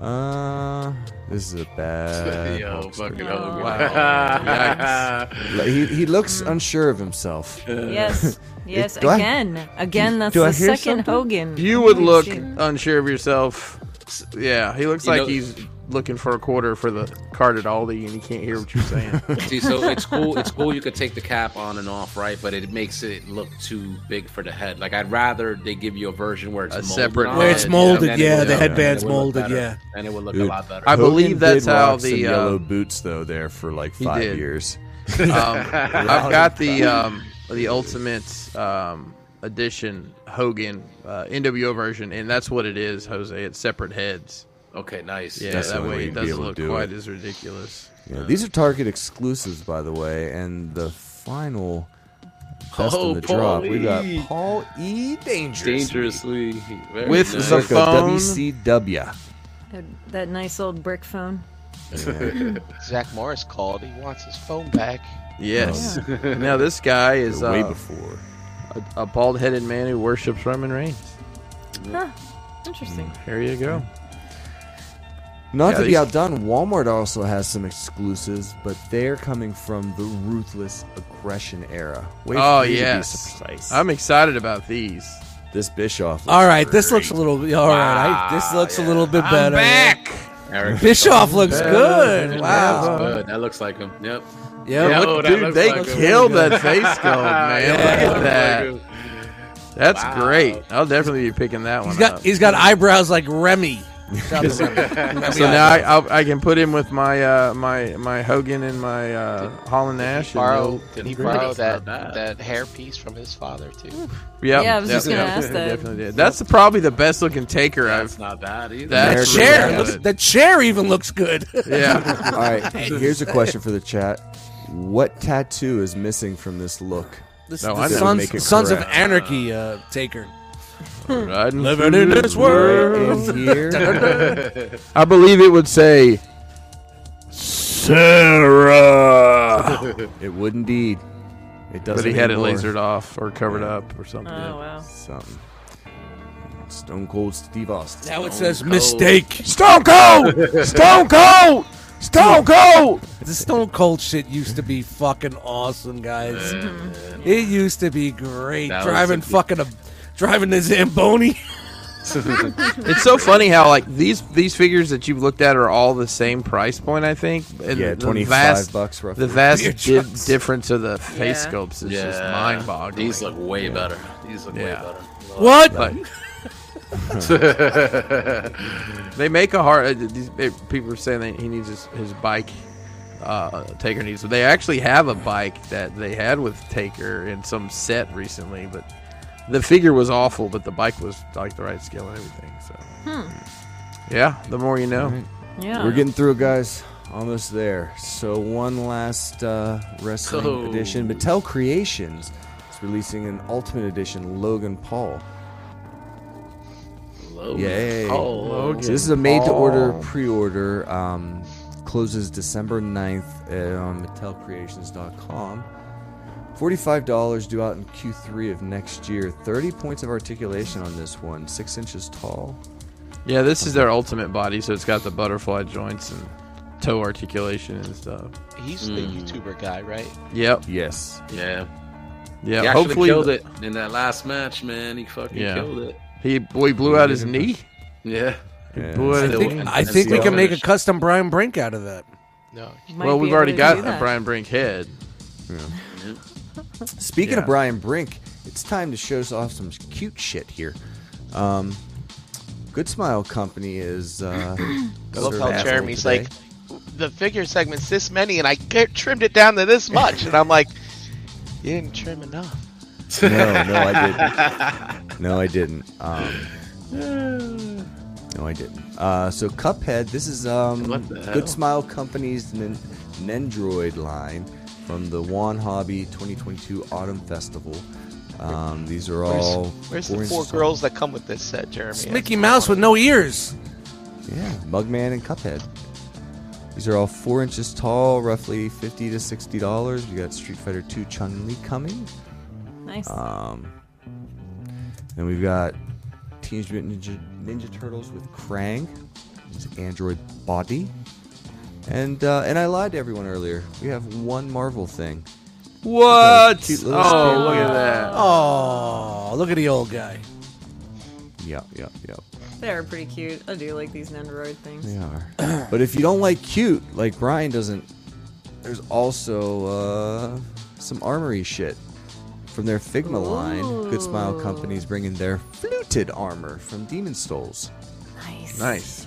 Speaker 2: Uh, this is a
Speaker 4: (laughs)
Speaker 2: bad.
Speaker 1: Yo, fucking Hogan.
Speaker 4: Wow. (laughs)
Speaker 2: Like, He, he looks unsure of himself.
Speaker 3: Yes, yes,
Speaker 2: Do I-
Speaker 3: again, again. That's
Speaker 2: do I
Speaker 3: the
Speaker 2: hear
Speaker 3: second Hogan.
Speaker 4: You would
Speaker 3: we've
Speaker 4: look
Speaker 3: seen.
Speaker 4: unsure of yourself. S- Yeah, he looks
Speaker 1: You
Speaker 4: like
Speaker 1: know-
Speaker 4: he's looking for a quarter for the card at Aldi, and he can't hear what
Speaker 1: (laughs)
Speaker 4: you're saying. Um,
Speaker 1: See, so it's cool. It's cool. You could take the cap on and off, right? But it makes it look too big for the head. Like I'd rather they give you a version where it's
Speaker 4: A
Speaker 1: molded
Speaker 4: separate
Speaker 1: on
Speaker 4: Where
Speaker 1: it,
Speaker 4: it's
Speaker 1: and
Speaker 6: molded,
Speaker 1: then it
Speaker 6: yeah,
Speaker 1: would
Speaker 6: the
Speaker 1: look-
Speaker 6: headband's
Speaker 1: it would look
Speaker 6: molded,
Speaker 1: better,
Speaker 6: yeah.
Speaker 1: and it would look a
Speaker 2: Dude.
Speaker 1: lot better.
Speaker 4: I believe
Speaker 2: Hogan
Speaker 4: that's
Speaker 2: did
Speaker 4: how
Speaker 2: rock some
Speaker 4: the uh,
Speaker 2: yellow boots though there for like five
Speaker 4: did.
Speaker 2: years.
Speaker 4: um, I've got the um, the ultimate um, edition Hogan uh, NWO version, and that's what it is, Jose. It's separate heads.
Speaker 1: okay, nice.
Speaker 4: Yeah,
Speaker 2: That's the
Speaker 4: that
Speaker 2: only way
Speaker 4: way
Speaker 2: you'd
Speaker 4: it
Speaker 2: be
Speaker 4: doesn't
Speaker 2: able to
Speaker 4: look
Speaker 2: do
Speaker 4: quite
Speaker 2: it.
Speaker 4: as ridiculous.
Speaker 2: Yeah, these are Target exclusives, by the way, and the final. Best
Speaker 1: Oh,
Speaker 2: of the drop. We got
Speaker 1: Paul E.
Speaker 2: Paul E. Dangerous.
Speaker 1: dangerously very
Speaker 4: With
Speaker 1: nice.
Speaker 4: the
Speaker 2: Circa
Speaker 4: phone.
Speaker 2: WCW.
Speaker 3: That- that nice old brick phone.
Speaker 5: Zach Morris called. He wants his phone back.
Speaker 4: Yes. (laughs) now this guy is
Speaker 2: Way
Speaker 4: uh,
Speaker 2: before.
Speaker 4: a, a bald-headed man who worships Roman Reigns.
Speaker 3: Huh. Interesting.
Speaker 4: There you go.
Speaker 2: Not
Speaker 4: Yeah,
Speaker 2: to be
Speaker 4: these-
Speaker 2: outdone, Walmart also has some exclusives, but they're coming from the ruthless aggression era. Way
Speaker 4: oh
Speaker 2: three to be
Speaker 4: yes,
Speaker 2: precise.
Speaker 4: I'm excited about these.
Speaker 2: this Bischoff. looks
Speaker 6: All right, this
Speaker 2: great.
Speaker 6: looks a little. All right, I, this looks a little bit
Speaker 4: I'm
Speaker 6: better.
Speaker 4: back.
Speaker 1: Eric
Speaker 6: Bischoff looks
Speaker 1: Yeah,
Speaker 6: good.
Speaker 1: yeah,
Speaker 6: Wow.
Speaker 1: that's good. That looks like him. Yep.
Speaker 6: Yeah,
Speaker 4: Look,
Speaker 1: Oh, that
Speaker 4: dude,
Speaker 1: looks
Speaker 4: they
Speaker 1: like him.
Speaker 4: killed (laughs) that face gold, man.
Speaker 1: Yeah.
Speaker 4: Look at that.
Speaker 1: Looks like him.
Speaker 4: That's
Speaker 1: Wow.
Speaker 4: great. I'll definitely be picking that one
Speaker 6: He's got
Speaker 4: up.
Speaker 6: he's got eyebrows like
Speaker 4: (laughs)
Speaker 6: Remy. Shout out to Remy.
Speaker 4: so now I, I'll, I can put him with my uh, my my Hogan and my uh, Holland Nash. and
Speaker 5: Borrow,
Speaker 4: he'll-
Speaker 5: did
Speaker 1: he
Speaker 5: he
Speaker 1: really
Speaker 5: borrow
Speaker 1: is
Speaker 5: that
Speaker 1: not bad.
Speaker 5: that hairpiece from his father too?
Speaker 4: Yep,
Speaker 3: Yeah, I was just
Speaker 4: yep,
Speaker 3: gonna
Speaker 4: yep,
Speaker 3: ask that.
Speaker 4: Definitely did. That's the, probably the best looking taker
Speaker 1: That's
Speaker 4: I've.
Speaker 1: not bad either.
Speaker 4: That
Speaker 2: American
Speaker 4: chair.
Speaker 2: Dad.
Speaker 4: looks-
Speaker 6: The chair even looks good. (laughs)
Speaker 4: (laughs) yeah.
Speaker 2: (laughs) All right, here's a question for the chat: What tattoo is missing from this look?
Speaker 6: This,
Speaker 4: No,
Speaker 6: the
Speaker 4: I know.
Speaker 2: Make it
Speaker 6: sons, sons of
Speaker 2: correct.
Speaker 6: Anarchy uh, taker.
Speaker 4: Riding
Speaker 6: Living
Speaker 4: through
Speaker 6: in
Speaker 4: the
Speaker 6: this
Speaker 2: Right
Speaker 6: world.
Speaker 2: in here.
Speaker 4: (laughs) I believe it would say Sarah,
Speaker 2: It would indeed. It doesn't.
Speaker 4: but he had it
Speaker 2: anymore.
Speaker 4: lasered off or covered up or something.
Speaker 3: Oh wow.
Speaker 2: Something. Stone Cold Steve Austin.
Speaker 6: Now it says mistake.
Speaker 4: Stone Cold, Stone Cold, Stone Cold.
Speaker 6: The Stone Cold shit used to be fucking awesome, guys. It used to be great.
Speaker 1: That was
Speaker 6: driving
Speaker 1: a-
Speaker 6: fucking a driving the Zamboni. (laughs)
Speaker 4: It's so funny how like these these figures that you've looked at are all the same price point. I think. And
Speaker 2: Yeah,
Speaker 4: the
Speaker 2: twenty five
Speaker 4: vast-
Speaker 2: bucks roughly.
Speaker 4: The
Speaker 2: (laughs)
Speaker 4: vast
Speaker 6: Beer
Speaker 4: di-
Speaker 6: trucks.
Speaker 4: difference of the face
Speaker 3: Yeah.
Speaker 4: sculpts is
Speaker 1: Yeah.
Speaker 4: just mind boggling.
Speaker 1: These look way better. These look way
Speaker 4: Yeah.
Speaker 1: better.
Speaker 6: What?
Speaker 4: like (laughs) they make a hard. uh, These, they, people are saying that he needs his, his bike. Uh, Taker needs. They actually have a bike that they had with Taker in some set recently, but the figure was awful. But the bike was like the right scale and everything. So, yeah, the more you know.
Speaker 3: Yeah.
Speaker 2: We're getting through, guys. Almost there. So one last uh, wrestling
Speaker 1: Oh.
Speaker 2: edition. Mattel Creations is releasing an Ultimate Edition Logan Paul.
Speaker 1: Logan
Speaker 2: Yay.
Speaker 1: Paul.
Speaker 2: So this is a made-to-order pre-order. Um, closes December 9th at, on MattelCreations.com. Forty-five dollars due out in Q3 of next year. Thirty points of articulation on this one. Six inches tall.
Speaker 4: Yeah, this is their ultimate body, so it's got the butterfly joints and toe articulation and stuff.
Speaker 5: He's the
Speaker 2: Hmm.
Speaker 5: YouTuber guy, right?
Speaker 4: Yep,
Speaker 2: Yes.
Speaker 1: Yeah.
Speaker 4: yeah.
Speaker 1: He actually
Speaker 4: Hopefully,
Speaker 1: killed it in that last match, man. He fucking
Speaker 4: Yeah.
Speaker 1: killed it.
Speaker 4: he boy blew out his knee.
Speaker 1: Yeah.
Speaker 2: Yeah.
Speaker 4: Blew out
Speaker 6: I
Speaker 4: his
Speaker 1: Still
Speaker 6: think,
Speaker 1: win.
Speaker 6: I think we
Speaker 1: Still
Speaker 6: can make a
Speaker 1: finish.
Speaker 6: custom Brian Brink out of that.
Speaker 5: No.
Speaker 3: Might
Speaker 4: well,
Speaker 3: be
Speaker 4: we've
Speaker 3: able
Speaker 4: already
Speaker 3: to
Speaker 4: got
Speaker 3: do
Speaker 4: a
Speaker 3: that.
Speaker 4: Brian Brink head.
Speaker 2: Speaking
Speaker 4: Yeah.
Speaker 2: of Brian Brink, it's time to show us off some cute shit here. Um, Good Smile Company is. Uh,
Speaker 5: (clears throat) I love how
Speaker 2: surpassing
Speaker 5: Jeremy's
Speaker 2: today.
Speaker 5: like, the figure segment's this many, and I get- trimmed it down to this much, and I'm like, you didn't trim enough.
Speaker 2: No, no, I
Speaker 5: (laughs)
Speaker 2: didn't. No, I didn't. Um, no, I didn't. Uh, so Cuphead, this is um,
Speaker 1: What the hell?
Speaker 2: Good Smile Company's Nen- Nendroid line from the Juan Hobby 2022 Autumn Festival. Um, these are
Speaker 5: Where's,
Speaker 2: all.
Speaker 5: where's the
Speaker 2: orange
Speaker 5: four
Speaker 2: songs.
Speaker 5: girls that come with this set, Jeremy?
Speaker 6: It's Mickey Mouse with no ears.
Speaker 2: Yeah, Mugman and Cuphead. These are all four inches tall, roughly fifty to sixty dollars. We got Street Fighter Two Chun Li coming.
Speaker 3: Nice.
Speaker 4: Uh,
Speaker 2: Um, then we've got Teenage Mutant Ninja, Ninja Turtles with Krang, his android body, and uh, and I lied to everyone earlier. We have one Marvel thing.
Speaker 4: What?
Speaker 2: Cute little
Speaker 4: Oh,
Speaker 2: spear.
Speaker 4: look at that.
Speaker 6: Oh, look at the old guy.
Speaker 2: Yep, yep, yep.
Speaker 3: They are pretty cute. I do like these Nendoroid things.
Speaker 2: They are. (clears throat) but if you don't like cute, like Brian doesn't, there's also uh, some armory shit from their Figma line. Good Smile
Speaker 3: Ooh.
Speaker 2: Company's bringing their fluted armor from Demon Souls.
Speaker 3: Nice.
Speaker 4: Nice.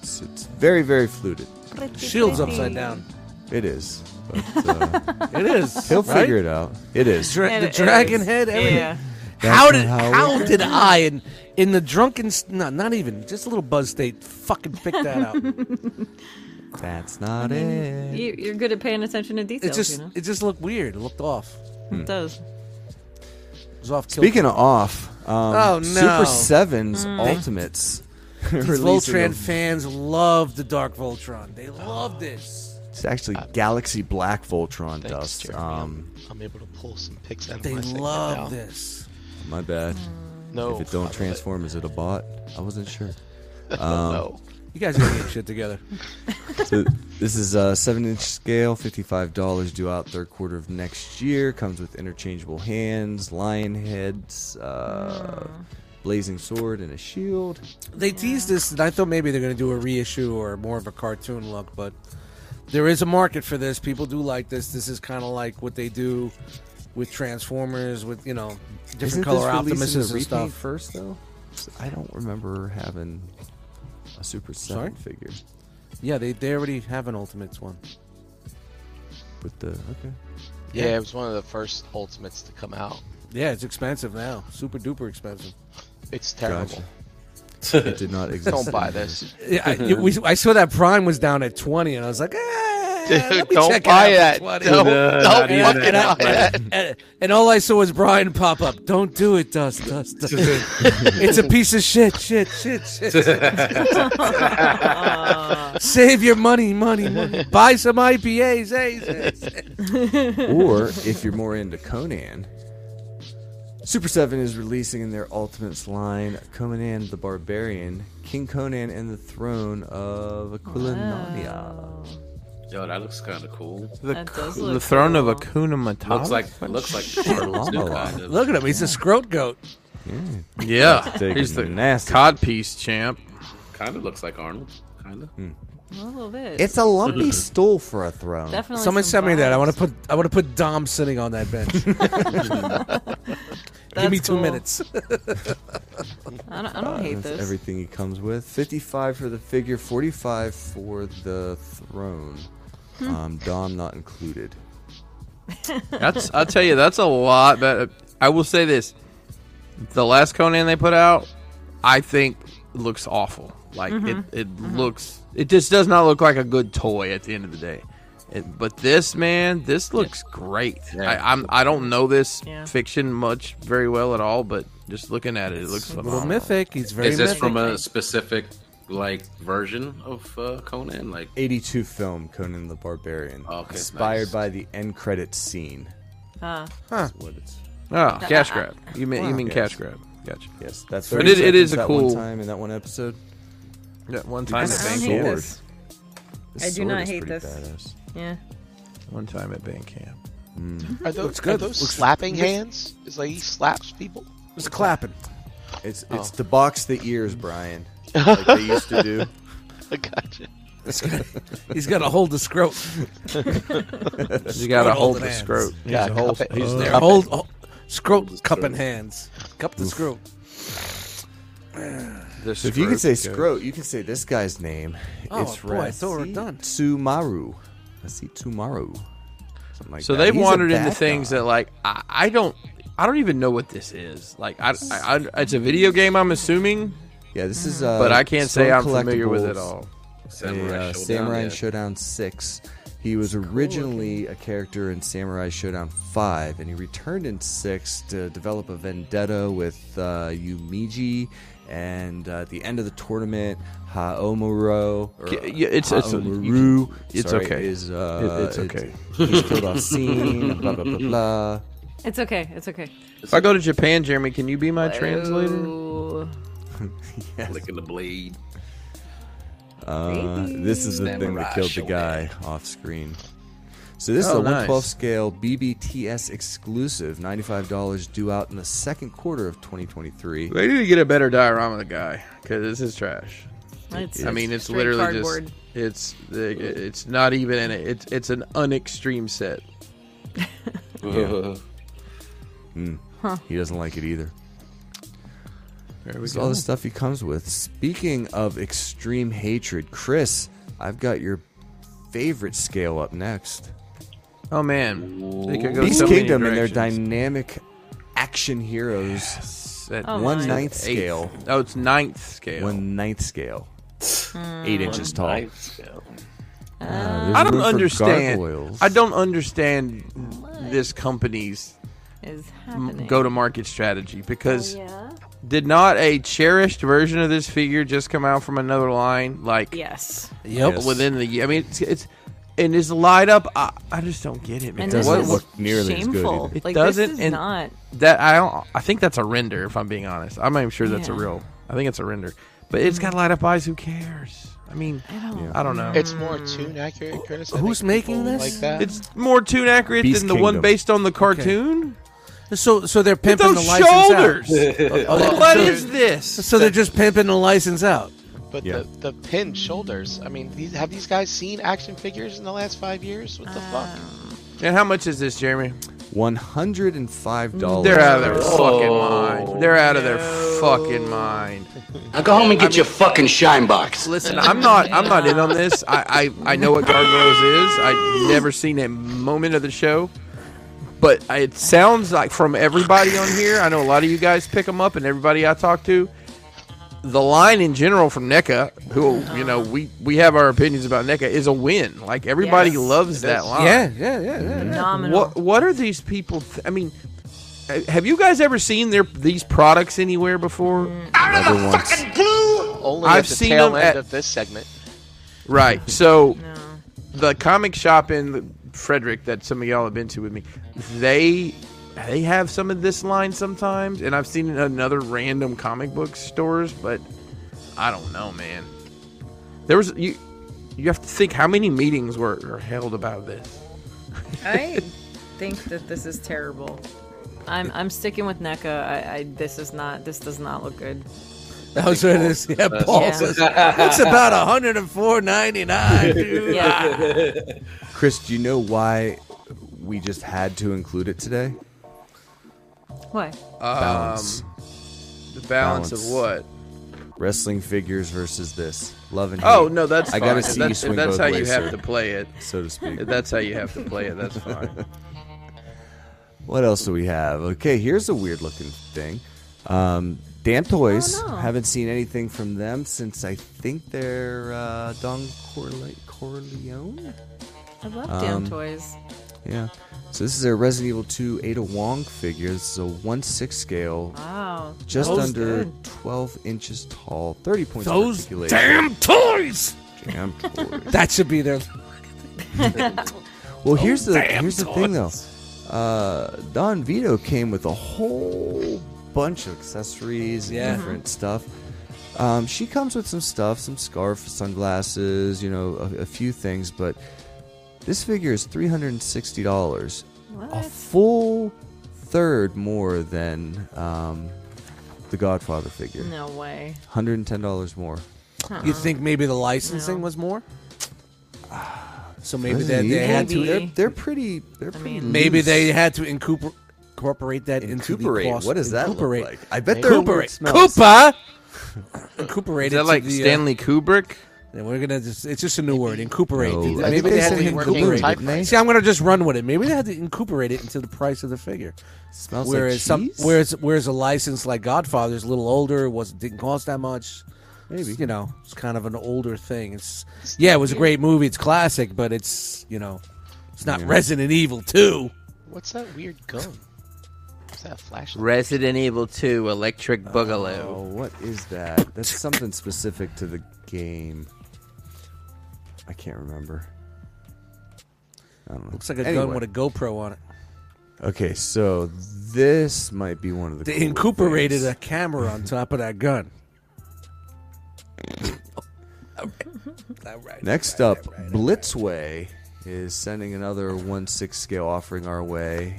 Speaker 2: It's, it's very, very fluted.
Speaker 3: Pretty,
Speaker 6: Shield's
Speaker 3: pretty.
Speaker 6: upside down.
Speaker 2: It is. But, uh,
Speaker 6: It is.
Speaker 2: he'll
Speaker 6: right?
Speaker 2: figure it out. It is.
Speaker 6: Dra-
Speaker 3: (laughs) It
Speaker 6: the
Speaker 3: is.
Speaker 6: dragon head. Everything.
Speaker 3: Yeah.
Speaker 2: That's
Speaker 6: How did
Speaker 2: how it
Speaker 6: how did I in in the drunken not not even just a little buzz state fucking pick
Speaker 2: (laughs)
Speaker 6: that out?
Speaker 2: That's not it.
Speaker 3: You, you're good at paying attention to
Speaker 6: It
Speaker 3: details,
Speaker 6: just
Speaker 3: you know?
Speaker 6: it just looked weird. It looked off.
Speaker 3: It does.
Speaker 6: It was off. kilter.
Speaker 2: Speaking of off, um,
Speaker 6: Oh, no. Mm.
Speaker 2: Super Sevens Ultimates. (laughs)
Speaker 6: These
Speaker 2: releasing
Speaker 6: Voltron
Speaker 2: a-
Speaker 6: fans love the Dark Voltron.
Speaker 2: Oh,
Speaker 6: They love this.
Speaker 2: It's actually Galaxy Black Voltron
Speaker 5: Thanks,
Speaker 2: dust.
Speaker 5: Jeremy.
Speaker 2: Um,
Speaker 5: I'm able to pull some pics out of
Speaker 6: They
Speaker 5: my segment now.
Speaker 6: love this.
Speaker 2: my bad.
Speaker 5: No.
Speaker 2: If it don't transform, is it a bot? I wasn't sure. Um,
Speaker 5: No.
Speaker 6: You guys gotta get shit together.
Speaker 2: so this is a seven-inch scale, fifty-five dollars, due out third quarter of next year. Comes with interchangeable hands, lion heads, uh, blazing sword, and a shield.
Speaker 6: They teased this, and I thought maybe they're going to do a reissue or more of a cartoon look, but there is a market for this. People do like this. This is kind of like what they do with Transformers, with you know different
Speaker 2: Isn't
Speaker 6: color
Speaker 2: this released
Speaker 6: Optimuses
Speaker 2: in a
Speaker 6: and
Speaker 2: repaint
Speaker 6: stuff.
Speaker 2: First though, I don't remember having a Super Seven figure
Speaker 6: Yeah, they, they already have an Ultimates one.
Speaker 2: with the
Speaker 6: (laughs)
Speaker 2: okay.
Speaker 5: Yeah, it was one of the first Ultimates to come out.
Speaker 6: Yeah, it's expensive now. Super duper expensive.
Speaker 5: It's terrible.
Speaker 2: It did not exist.
Speaker 5: Don't
Speaker 2: (laughs)
Speaker 5: buy this.
Speaker 6: Yeah, I, you- we, I saw that Prime was down at twenty, and I was like, eh, let me
Speaker 5: Don't
Speaker 6: check it
Speaker 5: buy
Speaker 6: out for
Speaker 5: that.
Speaker 6: 20.
Speaker 5: Don't-
Speaker 1: No,
Speaker 5: don't
Speaker 1: not even
Speaker 5: fucking
Speaker 1: that.
Speaker 5: buy that.
Speaker 6: and, and all I saw was Brian pop up. Don't do it, Dust, Dust, (laughs) Dust. it's a piece of shit, shit, shit, shit.
Speaker 3: Uh,
Speaker 6: Save your money, money, money. Buy some IPAs, hey.
Speaker 2: or if you're more into Conan, Super 7 is releasing in their Ultimates line Conan the Barbarian, King Conan and the Throne of Aquila Narnia.
Speaker 1: Yo, that looks kind of cool.
Speaker 4: The,
Speaker 3: That
Speaker 4: cu-
Speaker 3: does
Speaker 4: the
Speaker 3: look
Speaker 4: throne of Akuna Matata.
Speaker 1: Looks like looks like turtles do kind of.
Speaker 6: Look at him. He's a scrote goat.
Speaker 4: yeah,
Speaker 2: Take
Speaker 4: he's the
Speaker 2: nasty.
Speaker 4: codpiece champ.
Speaker 1: Kind of looks like Arnold. Kind of.
Speaker 3: A little bit.
Speaker 10: It's a lumpy stool for a throne.
Speaker 3: definitely.
Speaker 6: Someone
Speaker 3: some
Speaker 6: sent me that. I
Speaker 3: vibes.
Speaker 6: want to put. I want to put Dom sitting on
Speaker 3: (laughs)
Speaker 6: that bench. Give me
Speaker 3: That's
Speaker 6: two
Speaker 3: cool.
Speaker 6: minutes.
Speaker 3: I don't, I don't hate this.
Speaker 2: That's everything he comes with. 55 for the figure, 45 for the throne. Um, Dom not included.
Speaker 4: That's I'll tell you, that's a lot better. I will say this: the last Conan they put out, I think looks awful. Like
Speaker 3: Mm-hmm.
Speaker 4: it, it looks, it just does not look like a good toy at the end of the day. It, but this man, this looks great. I, I'm I don't know this
Speaker 3: Yeah.
Speaker 4: fiction much very well at all, but just looking at it, it looks
Speaker 6: Little
Speaker 4: phenomenal.
Speaker 6: mythic. He's very
Speaker 1: Is this
Speaker 6: mythic.
Speaker 1: from a specific like version of uh, Conan? Like
Speaker 2: 82 film, Conan the Barbarian.
Speaker 1: Okay,
Speaker 2: inspired
Speaker 1: nice.
Speaker 2: by the end credits scene.
Speaker 3: Huh.
Speaker 2: That's what it's
Speaker 4: Oh, cash grab. You mean you mean
Speaker 2: Yes.
Speaker 4: cash grab? Gotcha.
Speaker 2: Yes, that's
Speaker 4: But it- it is a
Speaker 2: that
Speaker 4: cool-
Speaker 2: one time in that one episode.
Speaker 4: Yeah, one time at
Speaker 3: I don't
Speaker 4: Bandcamp.
Speaker 3: hate
Speaker 2: Sword.
Speaker 3: this.
Speaker 2: This
Speaker 3: I do
Speaker 2: sword
Speaker 3: not
Speaker 2: is
Speaker 3: hate
Speaker 2: pretty
Speaker 3: this.
Speaker 2: badass.
Speaker 3: Yeah.
Speaker 4: One time at Bandcamp.
Speaker 5: Are those,
Speaker 6: good.
Speaker 5: Are those
Speaker 6: Looks-
Speaker 5: slapping hands? It's like he slaps people. (laughs)
Speaker 6: It was clapping.
Speaker 2: It's it's to box the ears, Brian, like they used to do.
Speaker 5: I gotcha.
Speaker 6: He's got to hold the scrote.
Speaker 4: You got to
Speaker 6: Scrote
Speaker 4: hold the
Speaker 6: holding hands.
Speaker 4: scrote.
Speaker 5: Yeah, cup it.
Speaker 4: He's there.
Speaker 6: Hold, hold scrote cup in hands. Cup the scrote.
Speaker 4: The
Speaker 2: So if you could say
Speaker 4: scrote.
Speaker 2: Scroat, you can say this guy's name.
Speaker 6: Oh,
Speaker 2: it's
Speaker 6: boy, I thought we were done.
Speaker 2: Sumaru. I see Tumaru. Something like
Speaker 4: So
Speaker 2: that.
Speaker 4: they've
Speaker 2: He's a
Speaker 4: wandered into
Speaker 2: bad
Speaker 4: things
Speaker 2: guy.
Speaker 4: that like I, I don't I don't even know what this is. Like I, I, I it's a video game I'm assuming,
Speaker 2: Yeah, this is. Uh,
Speaker 4: but I can't say I'm
Speaker 2: Storm
Speaker 4: familiar with it
Speaker 2: Collectibles,
Speaker 4: all.
Speaker 2: a, uh,
Speaker 1: Showdown,
Speaker 2: Samurai
Speaker 1: yeah.
Speaker 2: Showdown Six. He was originally a character in Samurai Showdown Five, and he returned in Six to develop a vendetta with uh, Yumiji. And uh, at the end of the tournament, Haomuro, or,
Speaker 4: K- yeah, it's- it's- you
Speaker 2: Haomaru,
Speaker 4: can- it's
Speaker 2: sorry,
Speaker 4: okay.
Speaker 2: Is, uh,
Speaker 4: It- it's okay.
Speaker 2: He's killed off scene. blah blah blah blah.
Speaker 3: It's okay. It's okay.
Speaker 4: If I go to Japan, Jeremy, can you be my translator?
Speaker 3: Ooh.
Speaker 1: licking the blade.
Speaker 2: Uh, this is the thing that
Speaker 1: Samurai
Speaker 2: killed the
Speaker 1: Shodown.
Speaker 2: guy off screen. So this is
Speaker 4: Oh,
Speaker 2: a
Speaker 4: nice.
Speaker 2: 112 scale BBTS exclusive, $95 due out in the second quarter of 2023.
Speaker 4: They need to get a better diorama of the guy because this is trash.
Speaker 3: It's,
Speaker 4: I mean, it's
Speaker 3: Straight
Speaker 4: literally
Speaker 3: cardboard.
Speaker 4: just it's it's not even in it. It's it's an unextreme set. (laughs)
Speaker 2: He doesn't like it either.
Speaker 4: There we
Speaker 2: It's all
Speaker 4: go.
Speaker 2: the stuff he comes with. Speaking of extreme hatred, Chris, I've got your favorite scale up next.
Speaker 4: Oh man, they could go
Speaker 2: Beast
Speaker 4: so many
Speaker 2: Kingdom and their
Speaker 4: directions.
Speaker 2: dynamic action heroes,
Speaker 4: At
Speaker 3: Oh,
Speaker 2: one
Speaker 3: my.
Speaker 2: ninth
Speaker 4: eighth-
Speaker 2: scale,
Speaker 4: Oh, it's ninth scale. Hmm.
Speaker 2: one ninth scale, eight inches tall. Uh,
Speaker 4: I don't understand. I don't understand this company's
Speaker 3: Is happening. Oh,
Speaker 4: go-to-market strategy because
Speaker 11: Yeah.
Speaker 4: did not a cherished version of this figure just come out from another line like uh,
Speaker 3: Yes.
Speaker 6: Yep.
Speaker 2: Yes.
Speaker 4: within the year? I mean, it's, it's and is light up. I, I just don't get it. Man.
Speaker 3: And this
Speaker 4: What-
Speaker 3: is
Speaker 4: what-
Speaker 2: nearly as good
Speaker 3: shameful.
Speaker 2: either.
Speaker 4: It
Speaker 3: like,
Speaker 4: doesn't.
Speaker 3: This is
Speaker 4: and
Speaker 3: not.
Speaker 4: that I don't. I think that's a render. If I'm being honest, I'm not even sure that's a
Speaker 3: Yeah. Mm.
Speaker 4: real. I think it's a render, but it's got light up eyes. Who cares? I mean,
Speaker 3: I don't.
Speaker 4: I don't know.
Speaker 5: It's uh, more tune accurate, Curtis. I
Speaker 6: Who's
Speaker 5: think
Speaker 6: making
Speaker 5: people
Speaker 6: this?
Speaker 5: Like that.
Speaker 4: It's more tune accurate
Speaker 2: Beast
Speaker 4: than the one
Speaker 2: Kingdom.
Speaker 4: based on the cartoon.
Speaker 6: So, so they're
Speaker 4: Look at
Speaker 6: pimping
Speaker 4: those
Speaker 6: the license
Speaker 4: shoulders.
Speaker 6: out. Oh,
Speaker 4: what
Speaker 6: so-
Speaker 4: is this?
Speaker 6: So they're just pimping the license out.
Speaker 5: but
Speaker 2: Yeah.
Speaker 5: the the pin shoulders. I mean, these, have these guys seen action figures in the last five years? What the fuck?
Speaker 4: And how much is this, Jeremy?
Speaker 10: One hundred and five dollars.
Speaker 4: They're out of their fucking mind. They're out of their fucking mind.
Speaker 14: Now go home and get your fucking shine box.
Speaker 4: Listen, I'm not. I'm not in on this. I I, I know what Gargoyles is. I've never seen a moment of the show, but I- it sounds like from everybody on here. I know a lot of you guys pick them up, and everybody I talk to. The line in general from NECA, who you know we we have our opinions about NECA, is a win. Like everybody
Speaker 3: Yes.
Speaker 4: loves that line.
Speaker 6: Yeah, yeah, yeah, yeah.
Speaker 3: Phenomenal.
Speaker 4: What What are these people? Th- I mean, uh, have you guys ever seen their these products anywhere before? (laughs)
Speaker 5: Only
Speaker 4: I've
Speaker 5: at the
Speaker 4: seen
Speaker 5: tail
Speaker 4: them
Speaker 5: end
Speaker 4: at-
Speaker 5: of this segment.
Speaker 4: Right. So
Speaker 3: No.
Speaker 4: the comic shop in Frederick that some of y'all have been to with me, they they have some of this line sometimes, and I've seen it in other random comic book stores, but I don't know, man. There was you you have to think how many meetings were, were held about this.
Speaker 3: I think that this is terrible. I'm I'm sticking with NECA. I, I this is not this does not look
Speaker 4: (laughs)
Speaker 3: good.
Speaker 6: That was what it is. Yeah, Paul
Speaker 3: Yeah.
Speaker 6: says it's about one hundred and four ninety
Speaker 1: (laughs)
Speaker 6: nine, dude.
Speaker 3: Yeah.
Speaker 2: Chris, do you know why we just had to include it today?
Speaker 3: Why?
Speaker 2: Balance.
Speaker 4: Um, The balance,
Speaker 2: Balance.
Speaker 4: of what?
Speaker 2: Wrestling figures versus this. Love and hate,
Speaker 4: Oh no, that's
Speaker 2: I
Speaker 4: fine.
Speaker 2: gotta see
Speaker 4: If
Speaker 2: you
Speaker 4: that's,
Speaker 2: swing
Speaker 4: if that's
Speaker 2: both
Speaker 4: how you
Speaker 2: ways,
Speaker 4: have
Speaker 2: sir.
Speaker 4: to play it.
Speaker 2: so to
Speaker 4: (laughs)
Speaker 2: speak.
Speaker 4: If that's how you have to play it.
Speaker 2: (laughs)
Speaker 4: That's fine.
Speaker 2: What else do we have? Okay, here's a weird looking thing. Um, Damn Toys.
Speaker 3: Oh, no.
Speaker 2: Haven't seen anything from them since I think they're uh, Don Corle- Corleone.
Speaker 3: I love damn
Speaker 2: Um,
Speaker 3: toys.
Speaker 2: Yeah. So this is their Resident Evil 2 Ada Wong figure. This is a one six scale,
Speaker 3: Wow.
Speaker 2: just
Speaker 3: Those
Speaker 2: under
Speaker 3: good.
Speaker 2: 12 inches tall, 30 points of
Speaker 6: Those
Speaker 2: articulation.
Speaker 6: damn toys.
Speaker 2: Damn toys.
Speaker 6: That should be their.
Speaker 2: Well, here's the
Speaker 6: damn
Speaker 2: here's the thing though. Uh, Don Vito came with a whole bunch of accessories and
Speaker 6: Yeah.
Speaker 2: different stuff. Um, she comes with some stuff, some scarf, sunglasses, you know, a, a few things. But this figure is three hundred and sixty dollars, a
Speaker 3: What?
Speaker 2: full third more than um, the Godfather figure.
Speaker 3: No way.
Speaker 2: One hundred and ten dollars more.
Speaker 6: You
Speaker 2: Uh-huh.
Speaker 6: think maybe the licensing
Speaker 3: No.
Speaker 6: was more? So maybe they,
Speaker 2: Resident
Speaker 6: they
Speaker 2: Evil,
Speaker 6: had to.
Speaker 2: They're, they're pretty. They're pretty.
Speaker 3: mean-
Speaker 6: Maybe
Speaker 2: loose.
Speaker 6: they had to incorpor- incorporate that into the
Speaker 2: Recuperate.
Speaker 6: cost.
Speaker 2: What does that
Speaker 6: Incorporate.
Speaker 2: look like? I bet they're
Speaker 6: Recuperate.
Speaker 2: Cooperate. Smells. (laughs)
Speaker 6: Koopa.
Speaker 4: Is
Speaker 6: Incorporate it
Speaker 4: that
Speaker 6: to
Speaker 4: like
Speaker 6: the, uh,
Speaker 4: Stanley Kubrick?
Speaker 6: and we're gonna just, it's just a new word. Incorporate.
Speaker 2: No, I
Speaker 6: Maybe
Speaker 2: think
Speaker 6: they,
Speaker 2: they
Speaker 6: had
Speaker 2: said
Speaker 6: to
Speaker 2: he worked in
Speaker 6: incorporate.
Speaker 2: type-
Speaker 6: it. See, I'm gonna just run with it. Maybe they had to incorporate it into the price of the figure.
Speaker 2: Smells like
Speaker 6: whereas some,
Speaker 2: cheese?
Speaker 6: whereas whereas a license like Godfather's a little older, was didn't cost that much. Maybe you know it's kind of an older thing. It's yeah, it was a great movie. It's classic, but it's you know it's not Resident Evil two.
Speaker 5: What's that weird gun? Is that a flashlight?
Speaker 4: Resident Evil 2 Electric Boogaloo.
Speaker 2: Oh, what is that? That's something specific to the game. I can't remember. I don't know.
Speaker 6: Looks like a
Speaker 2: Anyway.
Speaker 6: gun with a GoPro on it.
Speaker 2: Okay, so this might be one of the.
Speaker 6: They
Speaker 2: cooler
Speaker 6: incorporated a
Speaker 2: things.
Speaker 6: camera on top of that gun. All right.
Speaker 2: Next up, Blitzway is sending another one six scale offering our way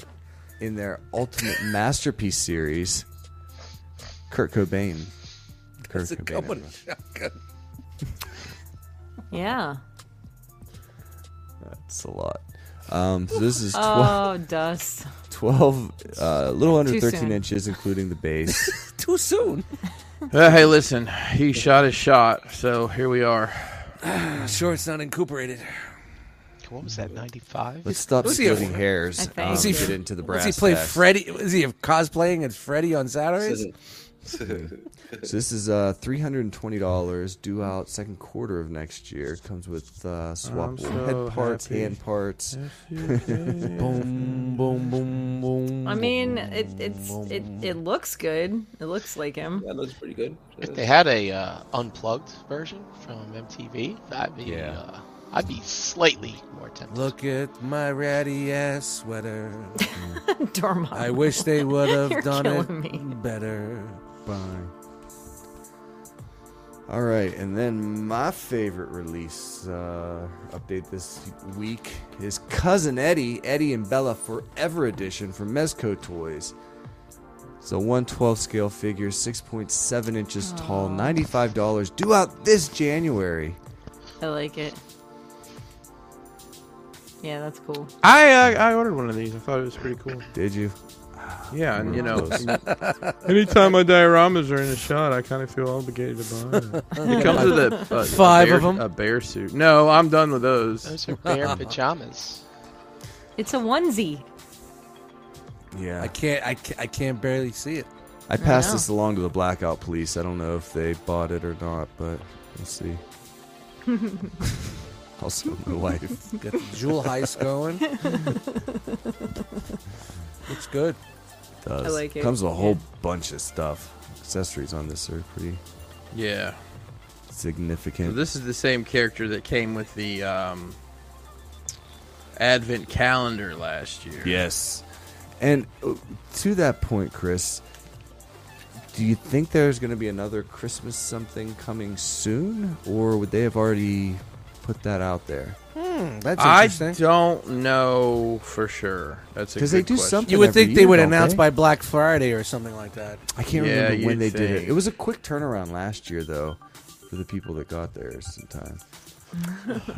Speaker 2: in their Ultimate (laughs) Masterpiece series. Kurt Cobain. Kurt
Speaker 6: It's a gun with a shotgun.
Speaker 3: Yeah.
Speaker 2: That's a lot. Um, so this is twelve.
Speaker 3: Oh, dust.
Speaker 2: 12 uh, a little under
Speaker 3: Too
Speaker 2: 13
Speaker 3: soon.
Speaker 2: inches including the
Speaker 6: (laughs)
Speaker 2: base
Speaker 6: (laughs) Too soon.
Speaker 4: Uh, hey, listen, he shot his shot, so here we are.
Speaker 6: I'm sure it's not incorporated.
Speaker 5: What was that? Ninety-five.
Speaker 2: let's stop
Speaker 6: Was he a-
Speaker 2: splitting hairs
Speaker 3: think.
Speaker 2: um,
Speaker 3: Was
Speaker 6: he
Speaker 2: get
Speaker 6: fr-
Speaker 2: into the brass
Speaker 6: Does he play
Speaker 2: tacks.
Speaker 6: Freddy? Is he cosplaying as Freddy on Saturdays?
Speaker 2: so this is uh, $320 due out second quarter of next year comes with uh, swappable
Speaker 4: so
Speaker 2: head parts
Speaker 4: happy.
Speaker 2: hand parts
Speaker 6: boom, boom, boom, boom.
Speaker 3: I mean, it it's it, it looks good. It looks like him. (laughs)
Speaker 15: That looks pretty good.
Speaker 5: If they had a uh, unplugged version from MTV, that'd be.
Speaker 2: Yeah.
Speaker 5: Uh, I'd be slightly more tempted.
Speaker 6: Look at my ratty ass sweater.
Speaker 3: Dormammu.
Speaker 6: I wish
Speaker 3: (laughs)
Speaker 6: they would
Speaker 3: You're
Speaker 6: have done it
Speaker 3: killing me.
Speaker 6: better.
Speaker 2: Bye. All right, and then my favorite release uh, update this week is Cousin Eddie, Eddie and Bella Forever Edition from Mezco Toys. It's a 112 scale figure, 6.7 inches tall, $95, due out this January.
Speaker 3: I like it. Yeah, that's cool.
Speaker 4: I uh, I ordered one of these. I thought it was pretty cool.
Speaker 2: Did you?
Speaker 4: Yeah, and you know,
Speaker 2: Close.
Speaker 4: (laughs) anytime my dioramas are in a shot, I kind of feel obligated to buy. It, it comes with a, a- a
Speaker 6: Five
Speaker 4: bear-
Speaker 6: of 'em?
Speaker 4: a bear suit. No, I'm done with those.
Speaker 5: Those are bear pajamas.
Speaker 3: It's a onesie.
Speaker 2: Yeah.
Speaker 6: I can't. I can't, I can't barely see it.
Speaker 2: I passed
Speaker 3: know.
Speaker 2: this along to the Blackout Police. I don't know if they bought it or not, but we'll see. Also, my wife.
Speaker 6: Got the jewel heist
Speaker 3: (laughs)
Speaker 6: going. Looks good.
Speaker 2: does.
Speaker 3: I like it,
Speaker 2: Comes with a
Speaker 3: yeah.
Speaker 2: whole bunch of stuff. Accessories on this are pretty
Speaker 4: Yeah. So
Speaker 2: significant.
Speaker 4: this is the same character that came with the um, advent calendar last year.
Speaker 2: yes. And uh, to that point, Chris, do you think there's going to be another Christmas something coming soon, or would they have already put that out there?
Speaker 6: Hmm, that's
Speaker 4: I
Speaker 6: interesting.
Speaker 4: don't know for sure. That's a
Speaker 2: Because they
Speaker 4: good
Speaker 2: do
Speaker 4: question.
Speaker 2: something.
Speaker 6: you would
Speaker 2: every
Speaker 6: think they
Speaker 2: year,
Speaker 6: would
Speaker 2: don't
Speaker 6: announce
Speaker 2: they?
Speaker 6: by Black Friday or something like that.
Speaker 2: I can't
Speaker 4: Yeah,
Speaker 2: remember when they
Speaker 4: you'd
Speaker 2: did it.
Speaker 4: think.
Speaker 2: It was a quick turnaround last year, though, for the people that got theirs in time.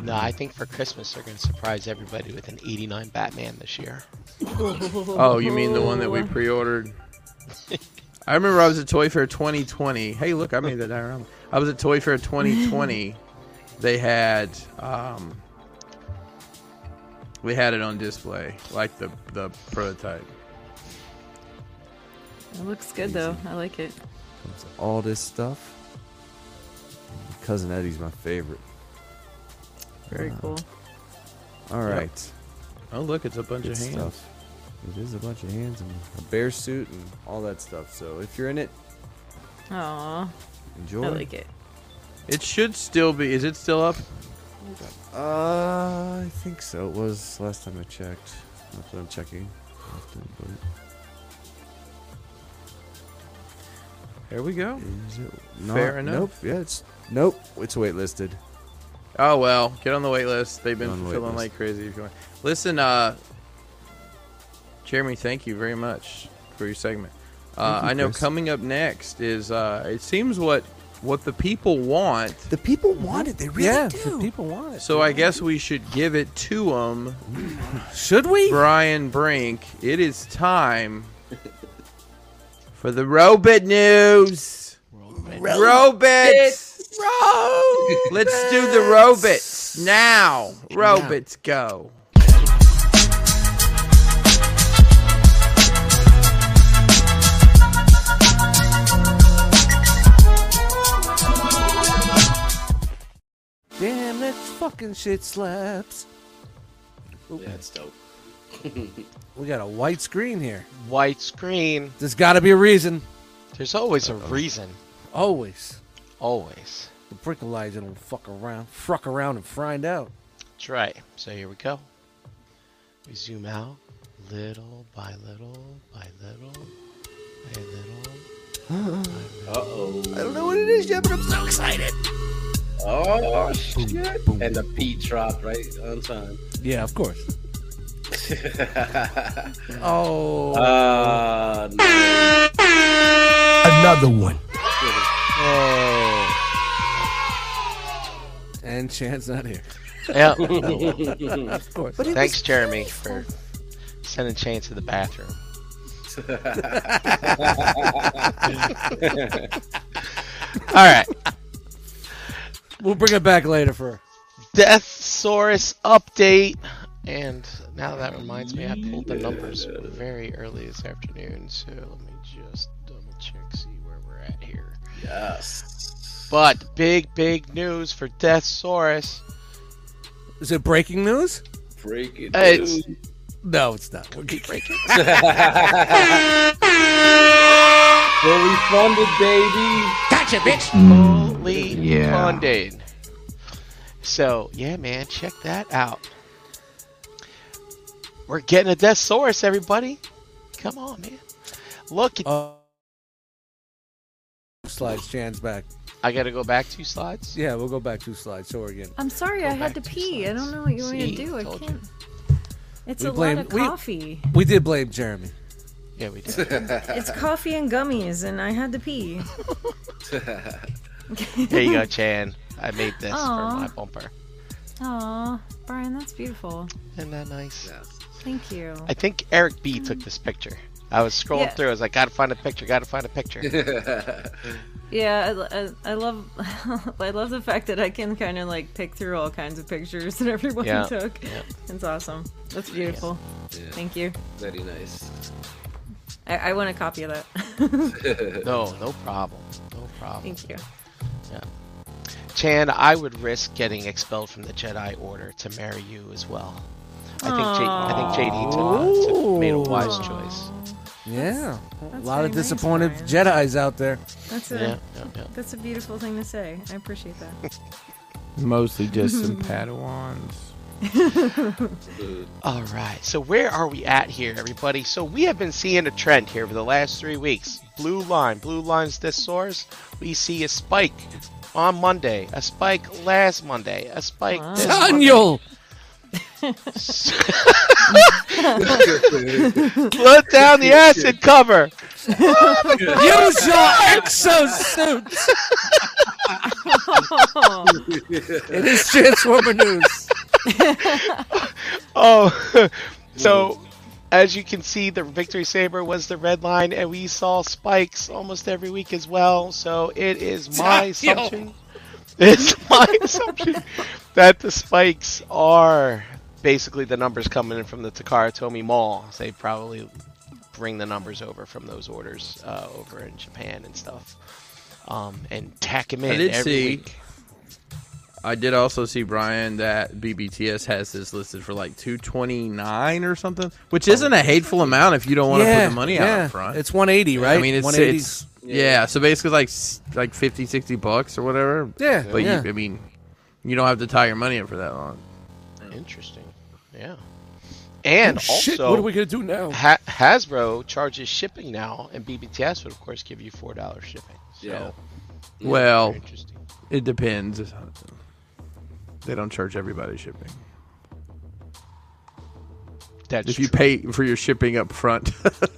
Speaker 5: No, I think for Christmas they're going to surprise everybody with an 89 Batman this year.
Speaker 4: Oh, you mean the one that we pre-ordered? I remember I was at Toy Fair 2020. Hey, look, I made that diorama. I was at Toy Fair 2020. they had um, we had it on display, like the the prototype.
Speaker 3: It looks good though. I like it.
Speaker 2: Comes all this stuff. Cousin Eddie's my favorite.
Speaker 3: Very cool.
Speaker 2: All
Speaker 4: Yep.
Speaker 2: right.
Speaker 4: Oh, look, it's a bunch
Speaker 2: Good
Speaker 4: of hands.
Speaker 2: stuff. It is a bunch of hands and a bear suit and all that stuff. So if you're in it,
Speaker 3: Aww,
Speaker 2: enjoy.
Speaker 3: I like it.
Speaker 4: It should still be. Is it still up?
Speaker 2: Uh, I think so. It was last time I checked. Not that I'm checking. often, but
Speaker 4: There we go.
Speaker 2: is it not?
Speaker 4: Fair enough.
Speaker 2: Nope. Yeah, it's nope. It's waitlisted.
Speaker 4: Oh well, get on the wait list. They've been
Speaker 2: Get on the wait
Speaker 4: filling
Speaker 2: list.
Speaker 4: like crazy. If you want. Listen, uh, Jeremy, thank you very much for your segment. Uh,
Speaker 2: Thank you,
Speaker 4: I know
Speaker 2: Chris.
Speaker 4: coming up next is uh, it seems what what the people want.
Speaker 2: The people want it. They really
Speaker 6: yeah,
Speaker 2: do.
Speaker 6: the people want it.
Speaker 4: So I guess we should give it to them,
Speaker 6: Should we?
Speaker 4: Brian Brink. It is time for the Robit news. Robits. Let's do the Robits now. Robits go.
Speaker 6: Damn, that fucking shit slaps.
Speaker 1: Yeah, it's dope.
Speaker 6: We got a white screen here.
Speaker 5: White screen.
Speaker 6: There's got to be a reason.
Speaker 5: There's always a reason.
Speaker 6: Always.
Speaker 5: Always.
Speaker 6: The Brickalizer don't fuck around, fuck around and find out.
Speaker 5: That's right. So here we go. We zoom out little by little by little by
Speaker 6: (laughs)
Speaker 5: little.
Speaker 1: Uh oh.
Speaker 2: I don't know what it is yet, but I'm so excited.
Speaker 1: Oh shit! And the beat dropped right on time.
Speaker 6: Yeah, of course. Oh,
Speaker 1: uh,
Speaker 12: Another one.
Speaker 6: and Chan's not here.
Speaker 5: Yeah.
Speaker 1: no.
Speaker 6: Of course.
Speaker 5: Thanks, Jeremy, for sending Shane to the bathroom. All right.
Speaker 6: We'll bring it back later for.
Speaker 5: Death Source update. And now that reminds me, I pulled the numbers very early this afternoon, so let me just double check, see where we're at here.
Speaker 1: yes.
Speaker 5: But big, big news for Death Source.
Speaker 6: Is it breaking news?
Speaker 1: Break it.
Speaker 5: Hey, it's-
Speaker 1: dude.
Speaker 6: No, it's not. We're breaking.
Speaker 1: Fully funded, baby.
Speaker 5: Holy funded So yeah, man, check that out. We're getting a death source, everybody. Come on, man. Look at
Speaker 6: Uh, Slides, Chan's back.
Speaker 5: I got to go back two slides.
Speaker 6: Yeah, we'll go back two slides. So we're again.
Speaker 3: I'm sorry, I had to pee. I don't know what you want me to do. I can't. It's
Speaker 6: We
Speaker 3: a
Speaker 6: blame-
Speaker 3: lot of
Speaker 6: we-
Speaker 3: coffee.
Speaker 6: We did blame Jeremy.
Speaker 5: Yeah, we did.
Speaker 3: It's
Speaker 6: Uh,
Speaker 3: coffee and gummies, and I had to pee.
Speaker 5: there you
Speaker 3: (laughs)
Speaker 5: go, Chan. I made this
Speaker 3: Aw.
Speaker 5: for my bumper.
Speaker 3: Aw, Brian, that's beautiful.
Speaker 5: Isn't that nice?
Speaker 3: Thank you.
Speaker 5: I think Eric B took this picture. I was scrolling
Speaker 3: Yeah.
Speaker 5: through. I was like, gotta find a picture. Gotta find a picture.
Speaker 3: Yeah, I, I, I love I love (laughs) the fact that I can kind of like pick through all kinds of pictures that (laughs) everyone
Speaker 5: Yeah,
Speaker 3: took.
Speaker 5: yeah.
Speaker 3: It's awesome. That's beautiful.
Speaker 1: Yeah.
Speaker 3: Thank you.
Speaker 1: Very nice.
Speaker 3: I, I want a copy of that. (laughs)
Speaker 5: no, no problem. No problem.
Speaker 3: Thank you.
Speaker 5: Yeah. Chan, I would risk getting expelled from the Jedi Order to marry you as well. I think J- I think JD took, took, made a wise choice.
Speaker 6: Yeah, a
Speaker 3: that's
Speaker 6: lot of
Speaker 3: very nice,
Speaker 6: disappointed Jedi's out there.
Speaker 3: That's a
Speaker 5: Yeah, yeah, yeah.
Speaker 3: that's a beautiful thing to say. I appreciate
Speaker 5: (laughs)
Speaker 3: that.
Speaker 12: Mostly just some Padawans.
Speaker 5: All right. So where are we at here, everybody? So we have been seeing a trend here for the last three weeks. Blue line, blue lines. This source we see a spike on Monday, a spike last Monday, a spike. this
Speaker 6: Daniel.
Speaker 5: Monday. (laughs) Put down the acid cover.
Speaker 6: Use your exosuit. it is Transformer news.
Speaker 5: Oh, (laughs) so as you can see, the victory saber was the red line, and we saw spikes almost every week as well. So it is my assumption. (laughs) It's my assumption that the spikes are basically the numbers coming in from the Takara Tomy Mall. They probably bring the numbers over from those orders uh, over in Japan and stuff, um, and tack them in
Speaker 4: I did
Speaker 5: every
Speaker 4: see.
Speaker 5: week.
Speaker 4: I did also see Brian that BBTS has this listed for like two twenty nine or something, which isn't a hateful amount if you don't want to
Speaker 6: Yeah,
Speaker 4: put the money out
Speaker 6: yeah.
Speaker 4: up front.
Speaker 6: It's 180, right?
Speaker 4: I mean, it's,
Speaker 6: 180.
Speaker 4: it's yeah. So basically, like s- like 50, 60 bucks or whatever.
Speaker 6: Yeah,
Speaker 4: But
Speaker 6: yeah.
Speaker 4: You, I mean, you don't have to tie your money up for that long.
Speaker 5: Interesting. Yeah. And
Speaker 6: Oh, shit,
Speaker 5: also,
Speaker 6: what are we gonna do now?
Speaker 5: Ha- Hasbro charges shipping now, and BBTS would of course give you four dollars shipping. So,
Speaker 1: Yeah.
Speaker 5: Yeah,
Speaker 4: well,
Speaker 5: very interesting.
Speaker 4: it depends. They don't charge everybody shipping.
Speaker 5: That's
Speaker 4: if you pay for your shipping up front.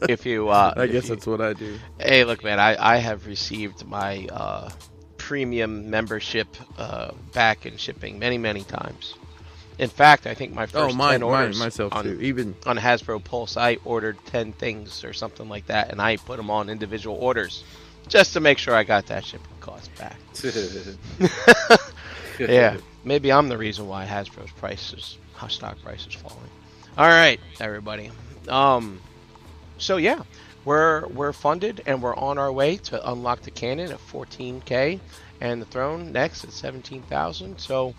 Speaker 5: if you, uh,
Speaker 4: I
Speaker 5: if
Speaker 4: guess (laughs)
Speaker 5: you-
Speaker 4: that's what I do.
Speaker 5: Hey, look, man, I, I have received my uh, premium membership uh, back in shipping many, many times. In fact, I think my first
Speaker 4: Oh, mine,
Speaker 5: 10 orders
Speaker 4: mine, myself
Speaker 5: on,
Speaker 4: too. Even
Speaker 5: on Hasbro Pulse, I ordered 10 things or something like that, and I put them on individual orders just to make sure I got that shipping cost back. (laughs) yeah, maybe I'm the reason why Hasbro's prices, how stock price is falling. All right, everybody. Um, so yeah, we're we're funded and we're on our way to unlock the cannon at 14k, and the throne next at 17,000. So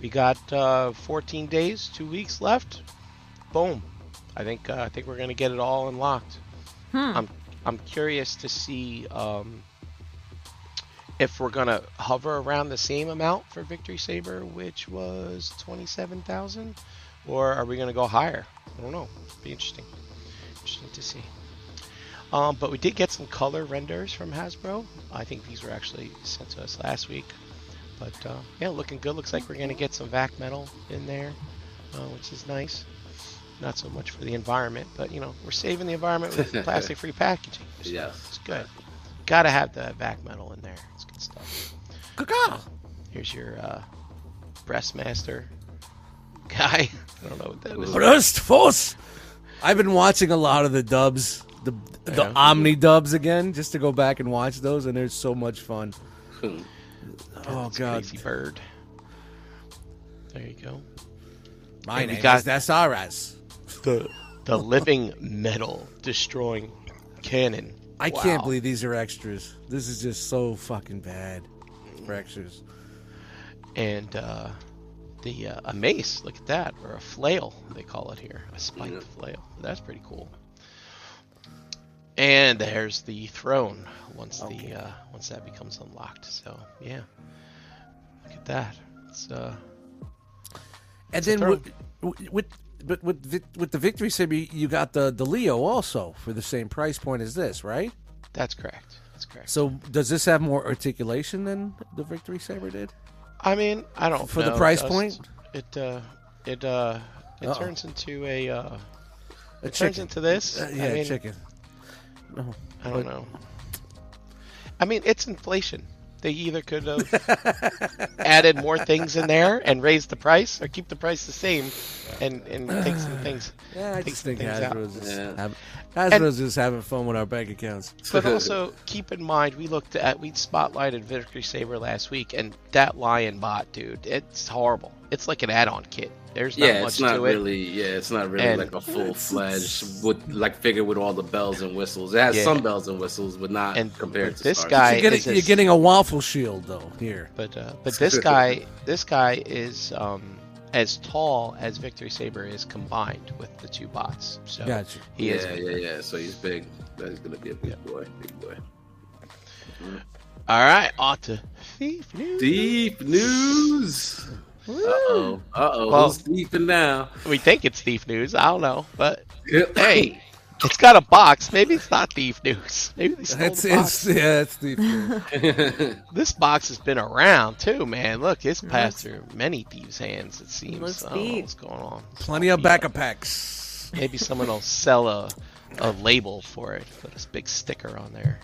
Speaker 5: we got uh, 14 days, two weeks left. Boom. I think uh, I think we're gonna get it all unlocked. I'm I'm curious to see um, if we're gonna hover around the same amount for Victory Saber, which was 27,000, or are we gonna go higher? I don't know. Be interesting. Interesting to see. Um, but we did get some color renders from Hasbro. I think these were actually sent to us last week. But uh, yeah, looking good. Looks like we're gonna get some vac metal in there, uh, which is nice. Not so much for the environment, but you know we're saving the environment with plastic-free packaging. So
Speaker 1: Yes.
Speaker 5: it's good. Gotta have the vac metal in there. It's good stuff. Here's your uh, breastmaster guy. (laughs) I don't know what
Speaker 6: Oh,
Speaker 5: that is.
Speaker 6: Brust force. I've been watching a lot of the dubs, the the
Speaker 5: Yeah.
Speaker 6: Omni dubs again, just to go back and watch those, and they're so much fun. Oh
Speaker 5: That's
Speaker 6: god,
Speaker 5: crazy bird. There you go.
Speaker 6: my
Speaker 5: And we
Speaker 6: name
Speaker 5: got-
Speaker 6: is Nasaras.
Speaker 5: The the living metal destroying cannon.
Speaker 6: I
Speaker 5: Wow.
Speaker 6: can't believe these are extras. This is just so fucking bad for extras.
Speaker 5: and uh, the uh, a mace. Look at that, or a flail they call it here, a spiked flail. That's pretty cool. And there's the throne once the uh, once that becomes unlocked. So yeah, look at that. It's uh,
Speaker 6: And then with, with but with Vic- with the victory sim, you- you got the the Leo also for the same price point as this, right?
Speaker 5: That's correct. That's correct.
Speaker 6: So does this have more articulation than the victory saber did?
Speaker 5: I mean, I don't
Speaker 6: for the
Speaker 5: know,
Speaker 6: price
Speaker 5: Dust.
Speaker 6: point.
Speaker 5: It uh, it uh, it
Speaker 6: Uh-oh.
Speaker 5: turns into a uh,
Speaker 6: A
Speaker 5: it turns
Speaker 6: chicken.
Speaker 5: into this.
Speaker 6: Uh,
Speaker 5: I
Speaker 6: yeah,
Speaker 5: mean,
Speaker 6: chicken. Oh. No,
Speaker 5: I
Speaker 6: but-
Speaker 5: don't know. I mean, it's inflation. They either could have
Speaker 6: (laughs)
Speaker 5: added more things in there and raised the price, or keep the price the same, and and take
Speaker 6: (sighs)
Speaker 5: some things.
Speaker 6: Yeah, I
Speaker 5: take
Speaker 6: just
Speaker 5: some
Speaker 6: think
Speaker 5: things out.
Speaker 6: Hasbro's just,
Speaker 5: Yeah.
Speaker 6: have,
Speaker 5: And-
Speaker 6: Hasbro's just having fun with our bank accounts.
Speaker 5: But also keep in mind, we looked at we spotlighted Victory Saber last week, and that lion bot, dude, it's horrible. It's like an add-on kit. There's not
Speaker 1: yeah,
Speaker 5: much
Speaker 1: it's not
Speaker 5: to it.
Speaker 1: really. Yeah, it's not really
Speaker 5: And-
Speaker 1: like a full fledged with like figure with all the bells and whistles. It has
Speaker 5: Yeah.
Speaker 1: some bells and whistles, but not compared to
Speaker 5: this
Speaker 1: Star
Speaker 5: guy
Speaker 1: Trek.
Speaker 6: You're getting,
Speaker 5: is a-
Speaker 6: you're getting a waffle shield though here.
Speaker 5: But uh,
Speaker 1: (laughs)
Speaker 5: but this guy, this guy is um, as tall as Victory Saber is combined with the two bots. So
Speaker 6: Gotcha.
Speaker 5: he
Speaker 1: yeah,
Speaker 5: is.
Speaker 1: yeah, yeah. So he's big. That's gonna be a big boy. Big boy.
Speaker 5: All right, ought to.
Speaker 1: Deep news.
Speaker 5: Uh
Speaker 1: oh. Uh oh.
Speaker 5: Well-
Speaker 1: who's deeping now? (laughs)
Speaker 5: We think it's thief news. I don't know, but hey, it's got a box. Maybe it's not thief news. (laughs) Maybe they stole
Speaker 6: It's,
Speaker 5: the box.
Speaker 6: it's yeah, it's the
Speaker 5: this box has been around too, man. Look, it's passed through many thieves' hands. It seems.
Speaker 6: Looks
Speaker 5: I don't know
Speaker 6: deep.
Speaker 5: what's going on.
Speaker 6: plenty of back of packs.
Speaker 5: Maybe someone will sell a, a label for it. Put this big sticker on there.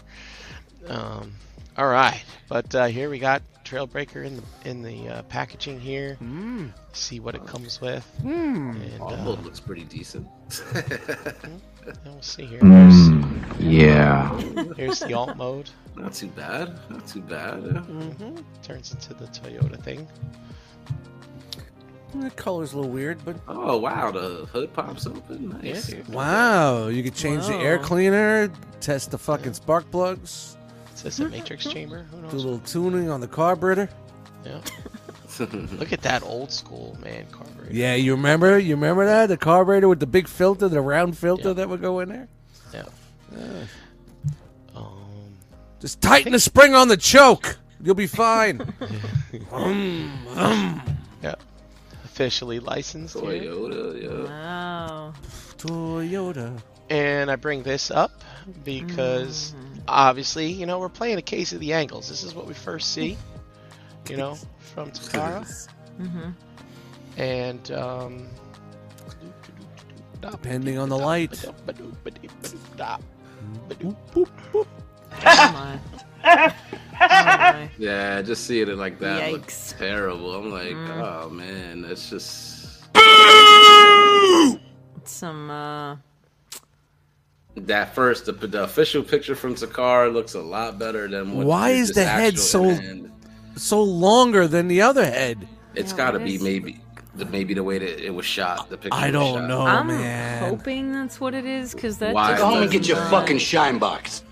Speaker 5: Um, all right, but uh, here we got Trailbreaker in the in the uh, packaging here. Mm. See what it comes with. And,
Speaker 1: All
Speaker 5: uh,
Speaker 1: of Oh, it looks pretty decent.
Speaker 5: we'll see here.
Speaker 1: Mm,
Speaker 5: yeah. Here's the alt mode.
Speaker 1: Not too bad. Not too bad.
Speaker 5: hmm Turns into the Toyota thing.
Speaker 6: The color's a little weird, but
Speaker 1: Oh wow, the hood pops open. Nice.
Speaker 6: Wow, you could change the air
Speaker 1: Wow.
Speaker 6: cleaner, test the fucking spark plugs,
Speaker 5: Is this a matrix chamber? Who
Speaker 6: do a
Speaker 5: knows?
Speaker 6: little tuning on the carburetor.
Speaker 5: Yeah. Look at that old school man carburetor.
Speaker 6: Yeah, you remember? You remember that the carburetor with the big filter, the round filter that would go in there?
Speaker 5: Yeah. Um,
Speaker 6: Just tighten the spring on the choke. You'll be fine. Vroom, vroom.
Speaker 5: Yeah. Officially licensed. here.
Speaker 1: Toyota.
Speaker 3: Wow.
Speaker 6: (laughs) Toyota.
Speaker 5: And I bring this up because obviously, you know, we're playing a case of the angles. This is what we first see, you know, from Takara.
Speaker 3: Mm-hmm.
Speaker 5: And um,
Speaker 6: Depending on the light.
Speaker 3: Oh my. (laughs) Oh
Speaker 1: Yeah, just seeing it like that looks
Speaker 3: Yikes.
Speaker 1: terrible. I'm like,
Speaker 3: Mm.
Speaker 1: oh man, that's just
Speaker 3: my. Some uh
Speaker 1: that first. The, the official picture from Sakara looks a lot better than what
Speaker 6: Why
Speaker 1: is
Speaker 6: is the head so so longer than the other head?
Speaker 1: It's got to be maybe the maybe the way that it was shot. The picture.
Speaker 6: I
Speaker 1: was
Speaker 6: don't
Speaker 1: shot.
Speaker 6: know,
Speaker 3: I'm
Speaker 6: man.
Speaker 3: hoping that's what it is, because that
Speaker 1: Why
Speaker 3: just
Speaker 1: Go home and
Speaker 3: does
Speaker 1: get your
Speaker 3: not-
Speaker 1: fucking
Speaker 14: Shine box.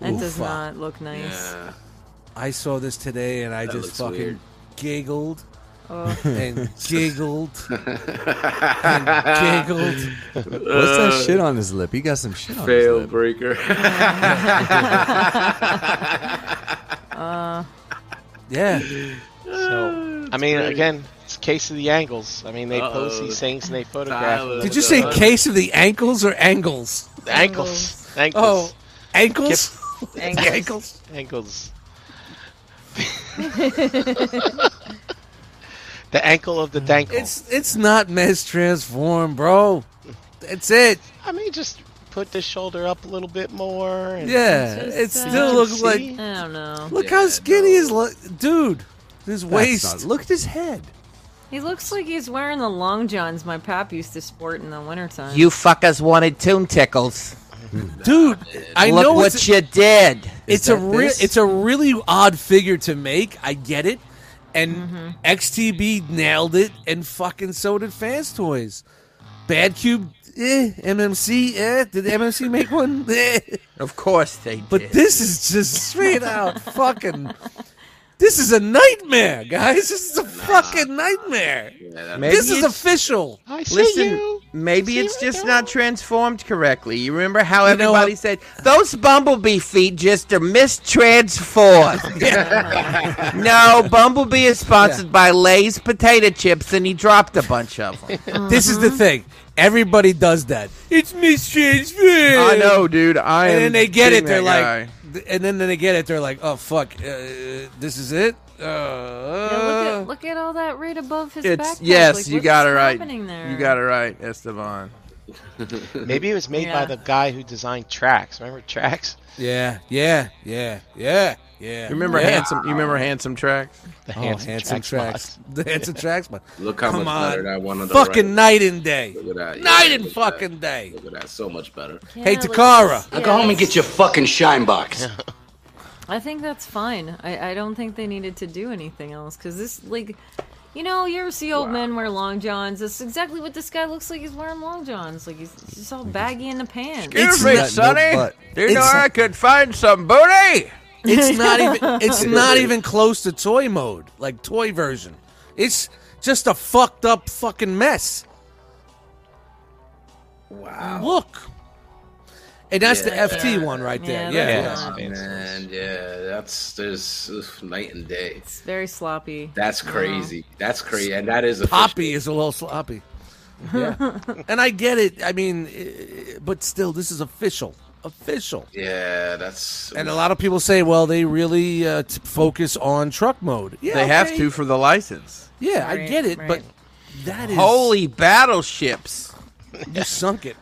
Speaker 3: That does
Speaker 6: Oofa.
Speaker 3: not look nice.
Speaker 1: Yeah.
Speaker 6: I saw this today and I
Speaker 1: That
Speaker 6: just
Speaker 1: looks
Speaker 6: fucking
Speaker 1: weird.
Speaker 6: giggled
Speaker 3: Oh.
Speaker 6: and giggled and giggled.
Speaker 10: What's
Speaker 4: Uh,
Speaker 10: that shit on his lip? He got some shit on
Speaker 1: Fail
Speaker 10: his lip.
Speaker 1: breaker.
Speaker 3: Uh,
Speaker 6: Yeah.
Speaker 5: So, I mean, again, it's a case of the angles. I mean, they post
Speaker 1: Uh-oh.
Speaker 5: these things and they photograph. them.
Speaker 6: Did you say case of the ankles or angles?
Speaker 5: The Ankles. Ankles.
Speaker 6: Oh, ankles.
Speaker 5: ankles.
Speaker 6: Oh.
Speaker 5: Ankles. (laughs) the ankle of the dankle.
Speaker 6: Mm. It's it's not mass transform, bro. That's it.
Speaker 5: I mean, just put the shoulder up a little bit more. And
Speaker 6: Yeah,
Speaker 5: Just,
Speaker 6: it
Speaker 5: uh,
Speaker 6: still looks
Speaker 5: see?
Speaker 6: like.
Speaker 3: I don't know.
Speaker 6: Look how skinny his li- dude. His waist.
Speaker 10: That's not- look at his head.
Speaker 3: He looks like he's wearing the long johns my pap used to sport in the wintertime.
Speaker 15: You fuckers wanted tune tickles.
Speaker 6: Dude, I
Speaker 15: Look
Speaker 6: know
Speaker 15: what
Speaker 6: it's-
Speaker 15: you did. Is
Speaker 6: It's a
Speaker 15: that
Speaker 6: real.
Speaker 15: this?
Speaker 6: It's a really odd figure to make. I get it. And
Speaker 15: Mm-hmm.
Speaker 6: XTB nailed it, and fucking so did Fans Toys. Bad Cube, eh. MMC, eh. Did MMC make one? (laughs) Eh.
Speaker 15: Of course they
Speaker 6: But
Speaker 15: did.
Speaker 6: this is just straight out fucking This is a nightmare, guys. This is a fucking nightmare.
Speaker 4: Maybe
Speaker 6: this is
Speaker 4: it's-
Speaker 6: official.
Speaker 4: Listen, maybe it's just not transformed correctly. You remember how
Speaker 15: You know what?
Speaker 4: everybody said,
Speaker 15: Those bumblebee feet just are
Speaker 6: (laughs)
Speaker 15: mistransformed. no, Bumblebee is sponsored by Lay's potato chips, and he dropped a bunch of
Speaker 6: (laughs)
Speaker 15: them.
Speaker 6: This is the
Speaker 15: Mm-hmm.
Speaker 6: thing. Everybody does that. It's mistransformed.
Speaker 4: I know, dude. I
Speaker 6: and
Speaker 4: am.
Speaker 6: then they get
Speaker 4: being
Speaker 6: it. They're
Speaker 4: that
Speaker 6: like,
Speaker 4: guy.
Speaker 6: th- and then they get it. They're like, oh fuck, uh, this is it. Uh,
Speaker 3: Yeah, look, at, look at all that right above his back.
Speaker 4: it's yes, you got it right.
Speaker 3: There?
Speaker 4: You got it right, Esteban.
Speaker 5: Maybe it was made
Speaker 3: Yeah.
Speaker 5: by the guy who designed tracks. Remember tracks?
Speaker 6: yeah, yeah, yeah, yeah, yeah.
Speaker 4: You remember
Speaker 6: yeah.
Speaker 4: handsome? You remember handsome tracks?
Speaker 5: (laughs) The
Speaker 6: Oh, handsome, tracks. (laughs) The handsome tracks. man.
Speaker 1: Look how
Speaker 6: Come
Speaker 1: much
Speaker 6: on.
Speaker 1: better that one on the
Speaker 6: Fucking
Speaker 1: right.
Speaker 6: night and day.
Speaker 1: Look at that.
Speaker 6: Night
Speaker 1: Yeah,
Speaker 6: and
Speaker 1: look at that.
Speaker 6: fucking day.
Speaker 1: Look at that. So much better.
Speaker 3: Yeah,
Speaker 6: hey,
Speaker 3: like-
Speaker 6: Takara.
Speaker 3: yeah,
Speaker 14: Go home and get your fucking shine box.
Speaker 3: I think that's fine. I, I don't think they needed to do anything else because this, like, you know, you ever see old men wear long johns? That's exactly what this guy looks like. He's wearing long johns. Like he's he's just all baggy in the pants.
Speaker 4: Excuse me, Sonny. Do you know where I could find some booty?
Speaker 6: It's
Speaker 3: (laughs)
Speaker 6: not even. It's not even close to toy mode, like toy version. It's just a fucked up fucking mess. Wow. Look. And that's
Speaker 1: Yeah.
Speaker 6: the FT one right there. Yeah.
Speaker 1: Yeah, man. Yeah, that's there's oof, night and day.
Speaker 3: It's very sloppy.
Speaker 1: That's
Speaker 3: you know?
Speaker 1: crazy. That's crazy, and that is a
Speaker 6: (laughs) Poppy is a little sloppy. Yeah. and I get it. I mean, eh, but still, this is official. Official.
Speaker 1: Yeah, that's
Speaker 6: And a lot of people say, well, they really uh, t- focus on truck mode. Yeah,
Speaker 4: they have
Speaker 6: okay.
Speaker 4: to for the license.
Speaker 6: Yeah, I
Speaker 3: Right,
Speaker 6: get it, but
Speaker 3: right.
Speaker 6: that is
Speaker 4: Holy battleships!
Speaker 6: You sunk it.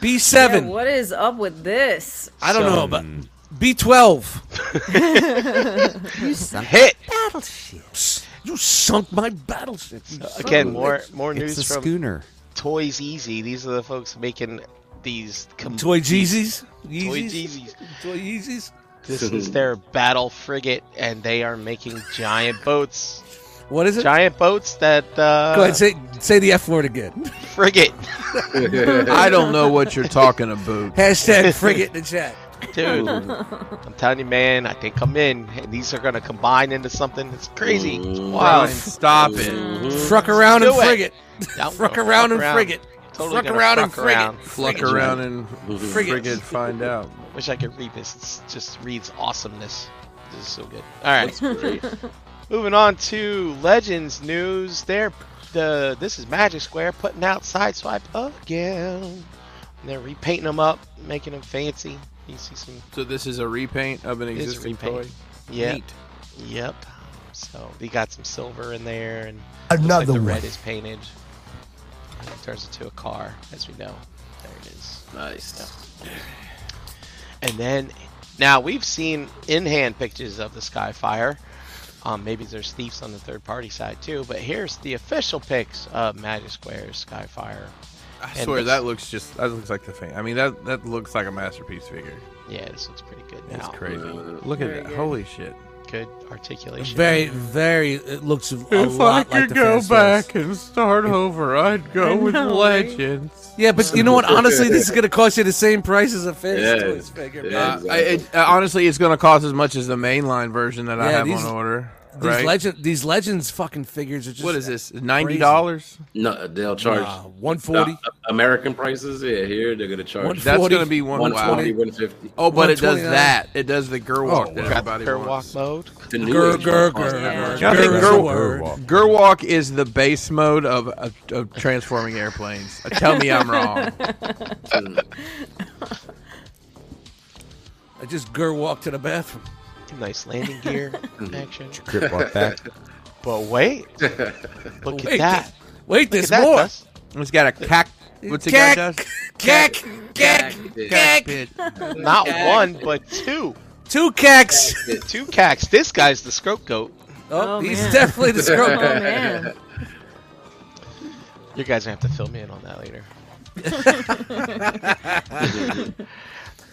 Speaker 6: B
Speaker 3: Yeah,
Speaker 6: seven.
Speaker 3: what is up with this?
Speaker 6: I don't know, but B twelve.
Speaker 5: Hit
Speaker 6: Battleships. You sunk my battleship. You sunk
Speaker 5: again.
Speaker 6: it.
Speaker 5: More more
Speaker 10: It's
Speaker 5: news
Speaker 10: a
Speaker 5: from
Speaker 10: schooner.
Speaker 5: Toys Easy. These are the folks making these com-
Speaker 6: Toy Jeezys.
Speaker 5: Toy
Speaker 6: Yeezys.
Speaker 5: Jeezys.
Speaker 6: Toy Yeezys.
Speaker 5: This is
Speaker 6: (laughs)
Speaker 5: their battle frigate, and they are making giant
Speaker 6: (laughs)
Speaker 5: boats.
Speaker 6: What is it?
Speaker 5: Giant boats that uh,
Speaker 6: Go ahead, say say the F word again. (laughs)
Speaker 5: frigate,
Speaker 4: (laughs) I don't know what you're talking about.
Speaker 6: Hashtag frigate in the chat.
Speaker 5: dude. I'm telling you, man. I think I'm in, and these are gonna combine into something. It's crazy. It's
Speaker 4: (laughs) Wow! Mm.
Speaker 5: wild.
Speaker 4: Stop
Speaker 3: Mm.
Speaker 6: (laughs)
Speaker 4: it!
Speaker 6: Fruck around and
Speaker 5: Do it.
Speaker 6: frigate.
Speaker 5: Now we're
Speaker 6: Fruck
Speaker 5: gonna
Speaker 6: around and
Speaker 5: fuck
Speaker 6: frigate.
Speaker 5: Totally
Speaker 6: Fruck
Speaker 5: gonna
Speaker 6: around and
Speaker 5: fuck
Speaker 6: frigate.
Speaker 5: around.
Speaker 4: Fluck around and
Speaker 6: Frigate.
Speaker 4: frigate. Find out.
Speaker 5: Wish I could read this. It's just reads awesomeness. This is so good. All right. (laughs) Moving on to Legends news. They're the this is Magic Square putting out Sideswipe again. And they're repainting them up, making them fancy. You see some.
Speaker 4: So this is a repaint of an
Speaker 5: It's a
Speaker 4: existing toy.
Speaker 5: repaint. Yep.
Speaker 4: Neat.
Speaker 5: Yep. So they got some silver in there, and looks
Speaker 12: Another
Speaker 5: like the
Speaker 12: one.
Speaker 5: red is painted. And it turns into a car, as we know. There it is.
Speaker 1: nice.
Speaker 5: And then, now we've seen in-hand pictures of the Skyfire. Um, maybe there's thieves on the third-party side too, but here's the official pics of Magic Square's Skyfire.
Speaker 4: I
Speaker 5: And
Speaker 4: swear
Speaker 5: it's-
Speaker 4: that looks just that looks like the thing. I mean that that looks like a masterpiece figure.
Speaker 5: Yeah, this looks pretty good now.
Speaker 4: That's crazy. Look at that! Holy shit!
Speaker 5: Good articulation.
Speaker 6: Very, very. It looks a lot like the Fast Horse.
Speaker 4: and start over, I'd go with Legends.
Speaker 6: Yeah, but you know what? Honestly, this is going to cost you the same price as a fast
Speaker 1: Yeah.
Speaker 6: toys figure.
Speaker 1: Yeah.
Speaker 4: Uh, I, it, uh, honestly, it's going to cost as much as the mainline version that I
Speaker 6: Yeah,
Speaker 4: have
Speaker 6: these-
Speaker 4: on order.
Speaker 6: These
Speaker 4: right?
Speaker 6: legend, these legends, fucking figures are just.
Speaker 4: what is this? Ninety dollars?
Speaker 1: No, they'll charge
Speaker 6: One forty.
Speaker 1: Uh, American prices. Yeah, here they're gonna charge.
Speaker 6: One
Speaker 4: That's
Speaker 6: Forty-
Speaker 4: going to be one.
Speaker 1: One twenty,
Speaker 4: Wow.
Speaker 1: one fifty.
Speaker 4: Oh, but it does
Speaker 6: 129.
Speaker 4: that. It does the Gerwalk
Speaker 6: uh,
Speaker 4: that
Speaker 5: Got
Speaker 6: Oh,
Speaker 5: the
Speaker 4: everybody
Speaker 5: Fair walk
Speaker 4: wants.
Speaker 5: mode.
Speaker 1: The new
Speaker 6: Gur,
Speaker 1: age
Speaker 6: gur,
Speaker 1: cost
Speaker 6: gur,
Speaker 1: average.
Speaker 4: I think
Speaker 6: Gur is a word.
Speaker 4: Gerwalk, Gerwalk is the base mode of, of, of transforming airplanes. Uh, Tell me I'm
Speaker 6: (laughs)
Speaker 4: wrong.
Speaker 6: I just gur walked to the bathroom.
Speaker 5: Nice landing
Speaker 6: (laughs)
Speaker 5: gear action.
Speaker 10: Grip
Speaker 4: (laughs)
Speaker 10: walk back.
Speaker 5: But wait, look
Speaker 6: Wait,
Speaker 5: at that.
Speaker 6: Wait,
Speaker 5: Look
Speaker 6: there's
Speaker 5: at that,
Speaker 6: more.
Speaker 5: Gus.
Speaker 4: It's got a cack. What's it
Speaker 6: Cack.
Speaker 4: got, Josh?
Speaker 6: Cack, cack,
Speaker 4: Cack
Speaker 6: cack,
Speaker 4: pit.
Speaker 6: (laughs)
Speaker 5: Not one, but two.
Speaker 6: two cacks.
Speaker 5: Two cacks. This guy's the scrope goat.
Speaker 6: Oh,
Speaker 3: Oh,
Speaker 6: he's
Speaker 3: man.
Speaker 6: definitely the
Speaker 3: Oh
Speaker 5: (laughs)
Speaker 6: scrope. goat.
Speaker 3: man,
Speaker 5: You guys are gonna have to fill me in on that later.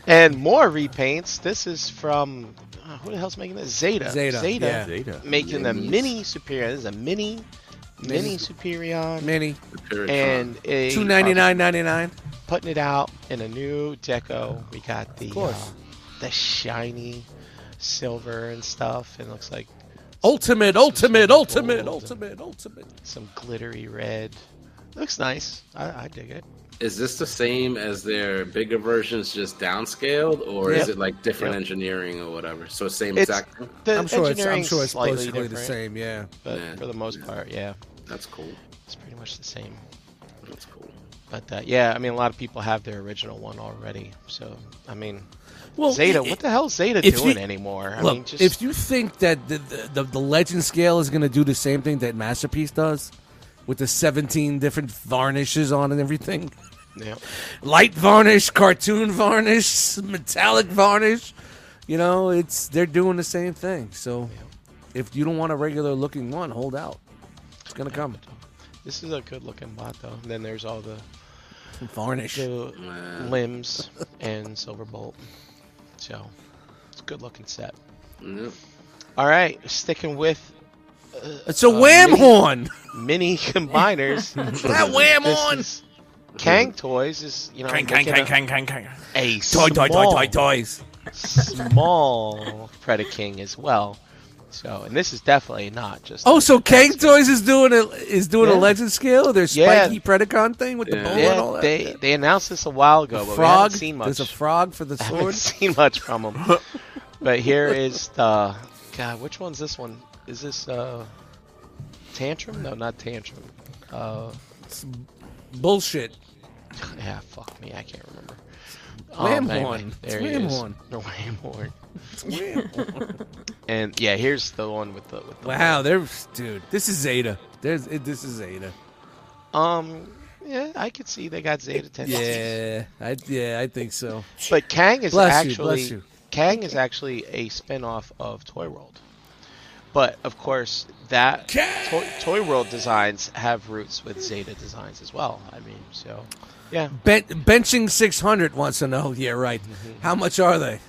Speaker 5: and more repaints. This is from uh, who the hell's making this? Zeta.
Speaker 6: Zeta,
Speaker 5: Zeta.
Speaker 6: yeah.
Speaker 10: Data.
Speaker 5: Making the mini superior. This is a mini, mini superior.
Speaker 6: Mini
Speaker 5: And a
Speaker 6: two ninety nine ninety nine.
Speaker 5: putting it out in a new deco. We got the
Speaker 6: course.
Speaker 5: uh, the shiny silver and stuff. It looks like
Speaker 6: Ultimate, ultimate, ultimate, ultimate, ultimate.
Speaker 5: Some glittery red. Looks nice. I, I dig it.
Speaker 1: Is this the same as their bigger versions, just downscaled, or
Speaker 5: Yep.
Speaker 1: is it like different
Speaker 5: Yep.
Speaker 1: engineering or whatever? So same
Speaker 5: It's-
Speaker 1: exact. thing?
Speaker 5: the
Speaker 6: I'm sure it's- I'm
Speaker 5: engineering's
Speaker 6: sure it's
Speaker 5: slightly
Speaker 6: basically the
Speaker 5: different,
Speaker 6: same, yeah.
Speaker 5: But
Speaker 1: Yeah.
Speaker 5: for the most part, yeah,
Speaker 1: That's cool.
Speaker 5: it's pretty much the same.
Speaker 1: That's cool.
Speaker 5: But uh, yeah, I mean, a lot of people have their original one already. So I mean,
Speaker 6: Well,
Speaker 5: Zeta,
Speaker 6: i-
Speaker 5: what the hell is Zeta
Speaker 6: if
Speaker 5: doing
Speaker 6: you-
Speaker 5: anymore? I
Speaker 6: Look,
Speaker 5: mean, just
Speaker 6: if you think that the the, the, the legend scale is going to do the same thing that masterpiece does, with the seventeen different varnishes on and everything, (laughs)
Speaker 5: yeah.
Speaker 6: light varnish, cartoon varnish, (laughs) metallic varnish, you know, it's they're doing the same thing. So, if you don't want a regular looking one, hold out. It's gonna come.
Speaker 5: (laughs) This is a good looking bot though. And then there's all the
Speaker 6: Varnish.
Speaker 5: the limbs and silver bolt. So it's a good looking set. All right, sticking with. Uh,
Speaker 6: It's a wham
Speaker 5: mini- (laughs)
Speaker 6: horn!
Speaker 5: Mini combiners.
Speaker 6: That wham
Speaker 5: This
Speaker 6: horn!
Speaker 5: is- Kang Toys is you know
Speaker 6: Kang, Kang,
Speaker 5: making
Speaker 6: Kang,
Speaker 5: a-
Speaker 6: Kang, Kang, Kang.
Speaker 5: a
Speaker 6: Toy, toy,
Speaker 5: small-
Speaker 6: toy, toy, toys.
Speaker 5: small Predaking King as well. So and this is definitely not just
Speaker 6: Oh, so Kang Toys is doing a is doing
Speaker 5: Yeah.
Speaker 6: a legend scale. Their
Speaker 5: Yeah.
Speaker 6: spiky Predacon thing with the bow and all that.
Speaker 5: they they announced this a while ago, but we
Speaker 6: frog.
Speaker 5: haven't seen much. (laughs)
Speaker 6: There's a frog for the
Speaker 5: I haven't
Speaker 6: sword.
Speaker 5: seen much from
Speaker 6: (laughs)
Speaker 5: them. but here is the God. Which one's this one? Is this uh, tantrum? No, not tantrum. Uh, (laughs)
Speaker 6: Bullshit.
Speaker 5: yeah, fuck me, I can't remember. Um,
Speaker 6: Wham
Speaker 5: anyway,
Speaker 6: horn. It's
Speaker 5: there he
Speaker 6: wham
Speaker 5: is.
Speaker 6: horn.
Speaker 5: No wham horn.
Speaker 6: wham
Speaker 5: and yeah, here's the one with the with the
Speaker 6: Wow, they're dude. This is Zeta. There's it, this is Zeta.
Speaker 5: Um, yeah, I could see they got Zeta tendencies.
Speaker 6: Yeah, I yeah I think so.
Speaker 5: But Kang is
Speaker 6: Bless you,
Speaker 5: actually
Speaker 6: bless you.
Speaker 5: Kang is actually a spin-off of Toy World. But of course, that Toy, Toy World designs have roots with Zeta designs as well. I mean, so yeah.
Speaker 6: Ben- benching 600 wants to know. Yeah, right.
Speaker 5: Mm-hmm.
Speaker 6: How much are they?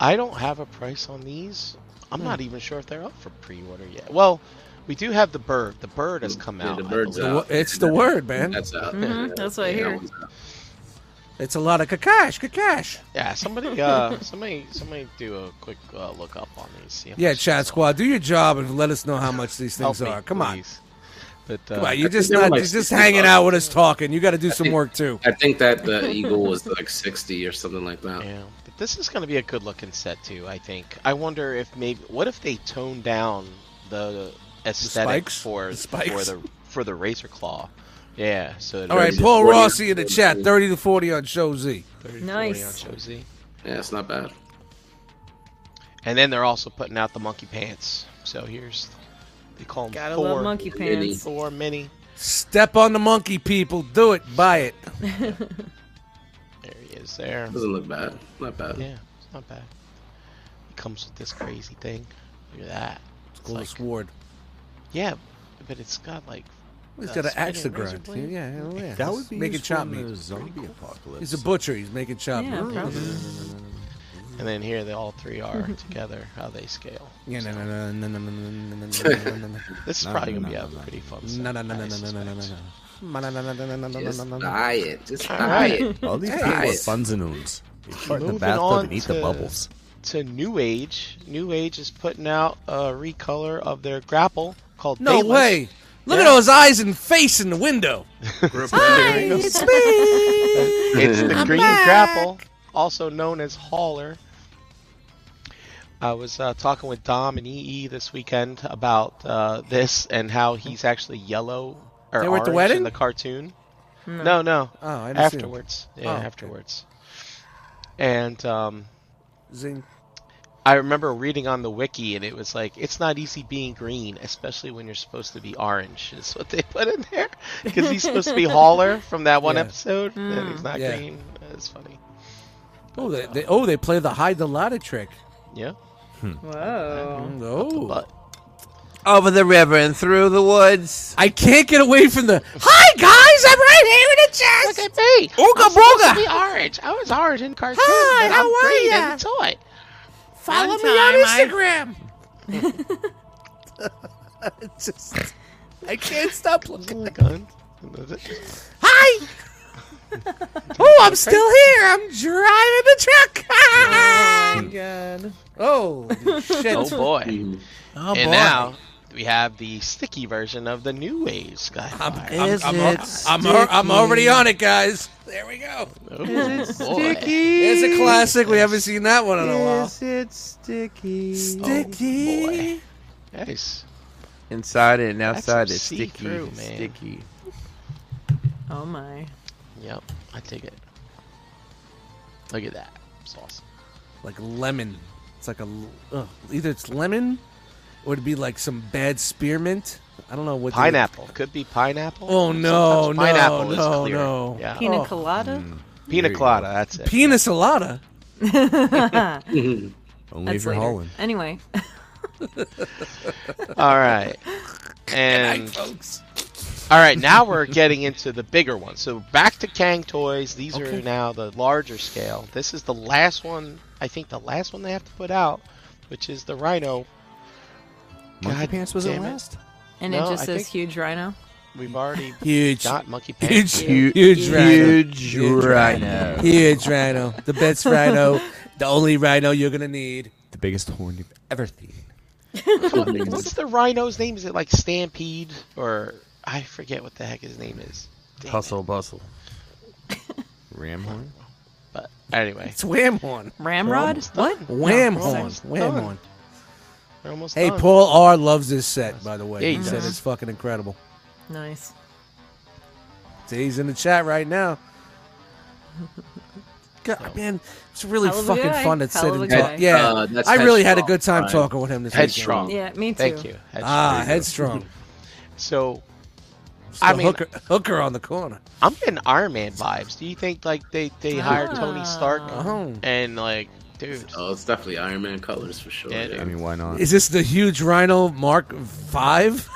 Speaker 5: I don't have a price on these. I'm not even sure if they're up for pre-order yet. Well, we do have the bird. The bird has come
Speaker 1: Mm. Yeah,
Speaker 5: out.
Speaker 1: the
Speaker 5: I
Speaker 1: bird's
Speaker 5: believe.
Speaker 1: out.
Speaker 6: It's the word, man.
Speaker 1: That's out.
Speaker 3: Mhm, that's what I
Speaker 1: Yeah,
Speaker 3: hear.
Speaker 1: that one's out.
Speaker 6: It's a lot of kakash, kakash.
Speaker 5: Yeah, somebody,
Speaker 1: (laughs)
Speaker 5: uh, somebody, somebody, do a quick uh, look up on these. see how
Speaker 6: Yeah,
Speaker 5: much
Speaker 6: chat squad, do your job and let us know how much these
Speaker 5: Help
Speaker 6: things
Speaker 5: me,
Speaker 6: are. Come on,
Speaker 5: please. But uh,
Speaker 6: come on.
Speaker 1: I
Speaker 6: You're
Speaker 1: think
Speaker 6: just
Speaker 1: they were
Speaker 6: not.
Speaker 1: like
Speaker 6: You're just
Speaker 1: 60
Speaker 6: hanging
Speaker 1: bucks.
Speaker 6: out with us talking. You got to do some work too.
Speaker 1: I think that
Speaker 3: (laughs)
Speaker 1: the eagle was like sixty or something like that.
Speaker 5: Yeah, but this is going to be a good looking set too. I think. I wonder if maybe what if they tone down the aesthetic
Speaker 6: spikes?
Speaker 5: for
Speaker 6: The spikes?
Speaker 5: for the for the razor claw. Yeah. So it
Speaker 6: All right,
Speaker 5: is
Speaker 6: Paul
Speaker 1: 40
Speaker 6: Rossi in the chat, 30 to 40 on Show Z.
Speaker 5: 30, 40
Speaker 3: Nice.
Speaker 5: on Show Z.
Speaker 1: Yeah, it's not bad.
Speaker 5: And then they're also putting out the monkey pants. So here's they call them
Speaker 3: Gotta
Speaker 5: Thor,
Speaker 3: love monkey pants.
Speaker 5: Thor mini.
Speaker 6: Step on the monkey, people. Do it. Buy it.
Speaker 5: There he is. There.
Speaker 1: Doesn't look bad. Not bad.
Speaker 5: Yeah, it's not bad. He comes with this crazy thing. Look at that. It's
Speaker 6: Golden
Speaker 5: like-
Speaker 6: sword.
Speaker 5: yeah, but it's got like.
Speaker 6: He's
Speaker 5: uh,
Speaker 6: got an axe to
Speaker 5: spinning razor
Speaker 6: grind. Yeah,
Speaker 5: blade.
Speaker 6: yeah, hell yeah.
Speaker 2: That
Speaker 6: He's
Speaker 2: would be
Speaker 6: making
Speaker 2: useful
Speaker 6: chop
Speaker 2: in
Speaker 6: meat.
Speaker 2: a zombie apocalypse.
Speaker 6: He's a butcher. He's making chop
Speaker 3: Yeah,
Speaker 6: meat.
Speaker 3: probably.
Speaker 5: And then here they all three are together, how they scale.
Speaker 6: Yeah, no, no, no, no, no, no, no, no, no, no, no, no.
Speaker 5: This is
Speaker 2: No,
Speaker 5: probably
Speaker 2: no,
Speaker 5: gonna be
Speaker 2: no,
Speaker 5: a
Speaker 2: no, no.
Speaker 5: pretty fun set.
Speaker 6: No, no, no,
Speaker 5: I
Speaker 6: no, no, no, no, no,
Speaker 5: suspect.
Speaker 6: no, no, no, no, no, no, no, no, no, no.
Speaker 1: Buy it. Just buy
Speaker 5: Alright.
Speaker 1: it.
Speaker 2: All these people are funs and oons. You fart in the
Speaker 5: Moving
Speaker 2: bathtub
Speaker 5: on
Speaker 2: and eat the
Speaker 5: to-
Speaker 2: bubbles.
Speaker 5: To New Age, New Age is putting out a recolor of their grapple called
Speaker 6: No
Speaker 5: Dateless.
Speaker 6: way. Look at
Speaker 5: Yeah.
Speaker 6: those eyes and face in the window.
Speaker 5: it's the green grapple, also known as hauler. I was uh, talking with Dom and EE this weekend about uh, this and how he's actually yellow or
Speaker 6: They were at the
Speaker 5: orange
Speaker 6: wedding?
Speaker 5: in the cartoon. No, no.
Speaker 6: Oh, I didn't see him.
Speaker 5: afterwards. Yeah,
Speaker 6: Oh, okay.
Speaker 5: afterwards. And um,
Speaker 6: Zing.
Speaker 5: I remember reading on the wiki, and it was like, it's not easy being green, especially when you're supposed to be orange, is what they (laughs) put in there. Because he's supposed
Speaker 6: (laughs)
Speaker 5: to be Hauler from that one
Speaker 6: Yeah.
Speaker 5: episode, and
Speaker 6: Hmm.
Speaker 5: he's not
Speaker 6: Yeah.
Speaker 5: green. It's funny.
Speaker 6: Oh, they, they oh they play the hide the lotta trick.
Speaker 5: Yeah.
Speaker 3: Whoa.
Speaker 6: Oh,
Speaker 5: But
Speaker 15: Over the river and through the woods.
Speaker 6: I can't get away from the. Hi guys, I'm right here in the chest.
Speaker 5: me.
Speaker 6: Ooga booga.
Speaker 5: orange. I was orange in cartoon.
Speaker 6: Hi, but I'm how are green in ya?
Speaker 5: It's toy.
Speaker 6: Follow me on Instagram. It's (laughs) just, I can't stop looking. (laughs) Hi. (laughs) oh, I'm still here. I'm driving the truck.
Speaker 3: God.
Speaker 6: Oh,
Speaker 5: shit. Oh, boy.
Speaker 6: Oh,
Speaker 5: and
Speaker 6: boy.
Speaker 5: now we have the sticky version of the new wave Skyfire.
Speaker 6: I'm- Is I'm- it I'm- I'm- I'm already sticky? on it, guys.
Speaker 5: There we go.
Speaker 6: Is
Speaker 5: Oh,
Speaker 6: it sticky? It's a classic. We haven't seen that one in a while.
Speaker 15: Is it sticky?
Speaker 6: Sticky.
Speaker 5: Nice.
Speaker 4: Inside and
Speaker 5: That's
Speaker 4: outside
Speaker 5: some
Speaker 4: is sticky.
Speaker 5: see-through, man.
Speaker 4: Sticky.
Speaker 3: Oh my.
Speaker 5: Yep, I take it. Look at that. It's awesome.
Speaker 6: Like lemon. It's like a l- ugh. either it's lemon, or it'd be like some bad spearmint. I don't know what. the-
Speaker 5: Pineapple. Could be pineapple.
Speaker 6: Oh no!
Speaker 5: Sometimes
Speaker 6: no!
Speaker 5: pineapple is
Speaker 6: no!
Speaker 5: clear.
Speaker 6: No!
Speaker 5: Yeah.
Speaker 3: Pina
Speaker 6: Oh.
Speaker 3: colada.
Speaker 5: Pina colada, that's it.
Speaker 6: Pina colada.
Speaker 3: Only
Speaker 5: Only
Speaker 3: That's later. Anyway, (laughs)
Speaker 5: All
Speaker 6: (laughs)
Speaker 5: right. And All right, now
Speaker 6: (laughs)
Speaker 5: we're getting into the bigger ones. So back to Kang toys. These are
Speaker 15: Okay.
Speaker 5: now the larger scale. This is the last one. I think the last one they have to put out, which is the Rhino.
Speaker 10: Monkey Pants was the
Speaker 5: damn it.
Speaker 10: last?
Speaker 3: and
Speaker 5: No,
Speaker 3: it just
Speaker 5: I
Speaker 3: says
Speaker 5: think
Speaker 3: huge rhino.
Speaker 5: We've already
Speaker 6: Huge.
Speaker 5: got Monkey
Speaker 6: Huge,
Speaker 5: Pants.
Speaker 6: huge,
Speaker 4: Huge
Speaker 6: rhino.
Speaker 4: rhino.
Speaker 6: Huge rhino. The best rhino. The only rhino you're gonna need.
Speaker 2: The biggest horn you've ever seen.
Speaker 5: What's the Rhino's name? Is it like Stampede or I forget what the heck his name is.
Speaker 4: Hustle bustle.
Speaker 2: Ram horn?
Speaker 5: But anyway,
Speaker 6: It's wham horn.
Speaker 3: Ramrod? What?
Speaker 6: Wham
Speaker 5: No,
Speaker 6: horn.
Speaker 5: it's
Speaker 6: Wham
Speaker 5: done.
Speaker 6: horn.
Speaker 5: We're almost
Speaker 6: Hey,
Speaker 5: done.
Speaker 6: Paul R loves this set, by the way.
Speaker 5: Yeah, he
Speaker 6: he said
Speaker 5: does.
Speaker 6: it's fucking incredible.
Speaker 3: Nice.
Speaker 6: See, he's in the chat right now. God, man, it's really
Speaker 3: Hell of a
Speaker 6: fucking
Speaker 3: guy.
Speaker 6: fun to
Speaker 3: Hell
Speaker 6: sit
Speaker 3: of a
Speaker 6: and
Speaker 3: guy.
Speaker 6: talk. Yeah,
Speaker 3: Uh, that's
Speaker 6: I really had a
Speaker 3: headstrong,
Speaker 6: good time
Speaker 5: Brian.
Speaker 6: talking with him this
Speaker 5: Headstrong.
Speaker 6: weekend.
Speaker 3: Yeah, me too.
Speaker 5: Thank you.
Speaker 6: Ah, headstrong.
Speaker 5: So,
Speaker 6: Just
Speaker 5: I
Speaker 6: a
Speaker 5: mean,
Speaker 6: hooker, hooker on the corner.
Speaker 5: I'm getting Iron Man vibes. Do you think like they they
Speaker 6: Ah.
Speaker 5: hired Tony Stark
Speaker 6: Uh-huh.
Speaker 5: and like, dude?
Speaker 1: Oh, it's definitely Iron Man colors for sure.
Speaker 5: Yeah,
Speaker 2: I mean, why not?
Speaker 6: Is this the huge Rhino Mark Five?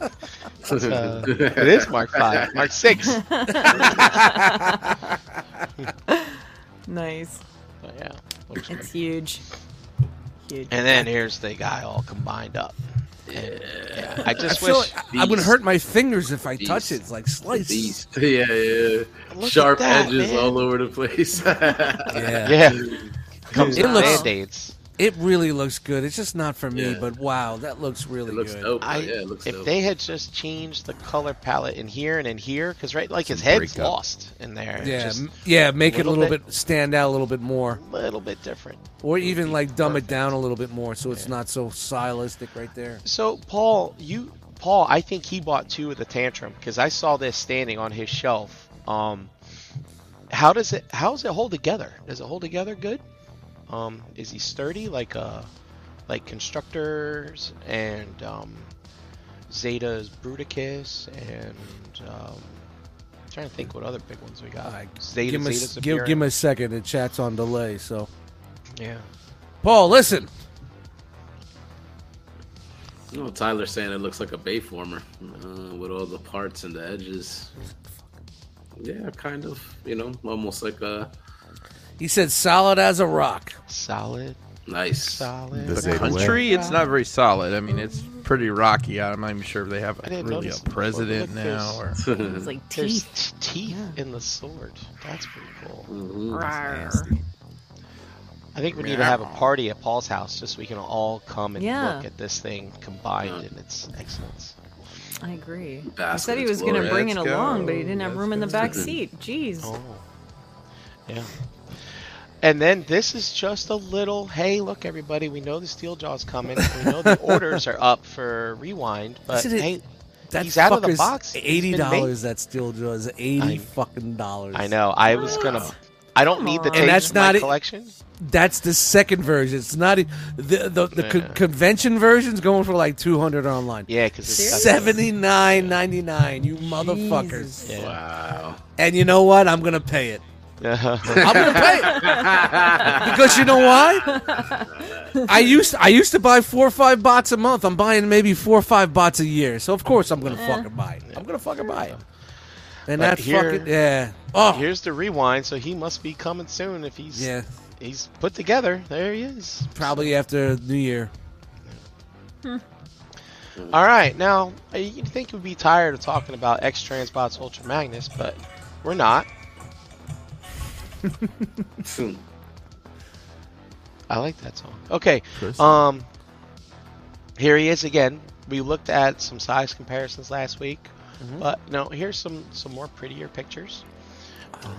Speaker 5: uh,
Speaker 1: (laughs)
Speaker 5: it is Mark Five, Mark
Speaker 6: (laughs)
Speaker 5: Six.
Speaker 3: (laughs) Nice.
Speaker 5: But yeah, looks
Speaker 3: It's huge. Huge.
Speaker 5: And then here's the guy all combined up. And, yeah, I just
Speaker 6: I feel
Speaker 5: wish
Speaker 6: like I would hurt my fingers if I touch it. It's like slice.
Speaker 1: Beast. (laughs) Yeah, yeah.
Speaker 5: Look at
Speaker 1: Sharp
Speaker 5: that,
Speaker 1: edges
Speaker 5: man.
Speaker 1: all over the place. (laughs)
Speaker 6: Yeah.
Speaker 5: Yeah. Comes
Speaker 6: it
Speaker 5: with
Speaker 6: looks.
Speaker 5: Band-Aids.
Speaker 6: It really looks good. It's just not for me,
Speaker 1: Yeah.
Speaker 6: but wow, that looks really
Speaker 1: It looks
Speaker 6: good.
Speaker 1: dope.
Speaker 5: I,
Speaker 1: Oh, yeah, it looks
Speaker 5: if
Speaker 1: dope.
Speaker 5: they had just changed the color palette in here and in here, because right, like his
Speaker 2: Some
Speaker 5: head's
Speaker 2: breakup.
Speaker 5: lost in there. It's
Speaker 6: Yeah,
Speaker 5: just
Speaker 6: m- yeah. Make it a little bit, stand out a little bit more,
Speaker 5: a little bit different.
Speaker 6: or even like dumb it down a little bit more, so it's not so stylistic right there.
Speaker 5: So Paul, you Paul, I think he bought two of the tantrum because I saw this standing on his shelf. Um, how does it how does it hold together? Does it hold together good? Um, is he sturdy like uh like constructors and um, Zeta's Bruticus and um, I'm trying to think what other big ones we got. Zeta,
Speaker 6: Uh, give, me, a-
Speaker 5: Zeta
Speaker 6: give, give me a second. The chat's on delay, so
Speaker 5: Superior. yeah.
Speaker 6: Paul, listen.
Speaker 1: You know, Tyler's saying it looks like a bay former uh, with all the parts and the edges. Yeah, kind of. You know, almost like a
Speaker 6: He said solid as a rock.
Speaker 5: Solid,
Speaker 1: nice.
Speaker 5: solid.
Speaker 2: The
Speaker 4: The
Speaker 2: Zeta
Speaker 4: country, it's not very solid. I mean, it's pretty rocky. I'm not even sure if they have
Speaker 5: I
Speaker 4: a,
Speaker 5: didn't
Speaker 4: really
Speaker 5: notice
Speaker 4: a
Speaker 5: them before.
Speaker 4: president
Speaker 5: Look, there's-
Speaker 4: now. Or
Speaker 3: It's like
Speaker 5: There's
Speaker 3: teeth.
Speaker 5: t- teeth in the sword. That's pretty cool.
Speaker 3: Rawr.
Speaker 5: I think we need to have a party at Paul's house just so we can all come and
Speaker 3: Yeah.
Speaker 5: look at this thing combined in its excellence.
Speaker 3: I agree. he
Speaker 1: Basket
Speaker 3: said he was going to
Speaker 1: explorer.
Speaker 3: bring it
Speaker 4: Let's
Speaker 3: along, but he
Speaker 4: go.
Speaker 3: didn't have
Speaker 4: Let's
Speaker 3: room in the
Speaker 4: go.
Speaker 3: back seat. Jeez.
Speaker 5: Oh. Yeah. And then this is just a little hey, look, everybody, we know the Steel Jaw's coming. We know (laughs) the orders are up for Rewind, but
Speaker 6: Isn't it-
Speaker 5: hey,
Speaker 6: That
Speaker 5: he's out of the
Speaker 6: fucker's
Speaker 5: box. He's
Speaker 6: Eighty
Speaker 5: been made.
Speaker 6: dollars. That still does eighty
Speaker 5: I-
Speaker 6: fucking dollars.
Speaker 5: I know. I was going to. I don't need the
Speaker 3: And
Speaker 5: tapes
Speaker 6: that's
Speaker 5: in my
Speaker 6: not it-
Speaker 5: collection.
Speaker 6: That's the second version. It's not e- the the, the co-
Speaker 5: Yeah.
Speaker 6: convention version's going for like two hundred online.
Speaker 5: Yeah, because it's got-
Speaker 6: Seventy nine ninety nine. You motherfuckers.
Speaker 5: Yeah.
Speaker 1: Wow.
Speaker 6: And you know what? I'm gonna pay it.
Speaker 5: Yeah. (laughs)
Speaker 6: I'm gonna pay it because you know why? I used I used to buy four or five bots a month. I'm buying maybe four or five bots a year. So of course I'm gonna fucking buy it. I'm gonna fucking buy it.
Speaker 5: But
Speaker 6: And that
Speaker 5: here-
Speaker 6: fucking yeah. Oh
Speaker 5: Here's the rewind, so he must be coming soon if he's
Speaker 6: yeah.
Speaker 5: he's put together. There he is.
Speaker 6: Probably after New Year.
Speaker 5: All right, now uh, you'd think we'd be tired of talking about X Transbots Ultra Magnus, but
Speaker 1: Hmm.
Speaker 5: we're not. I like that song. Okay. Um, here he is again. We looked at some size comparisons last week, but no, here's some some more prettier pictures.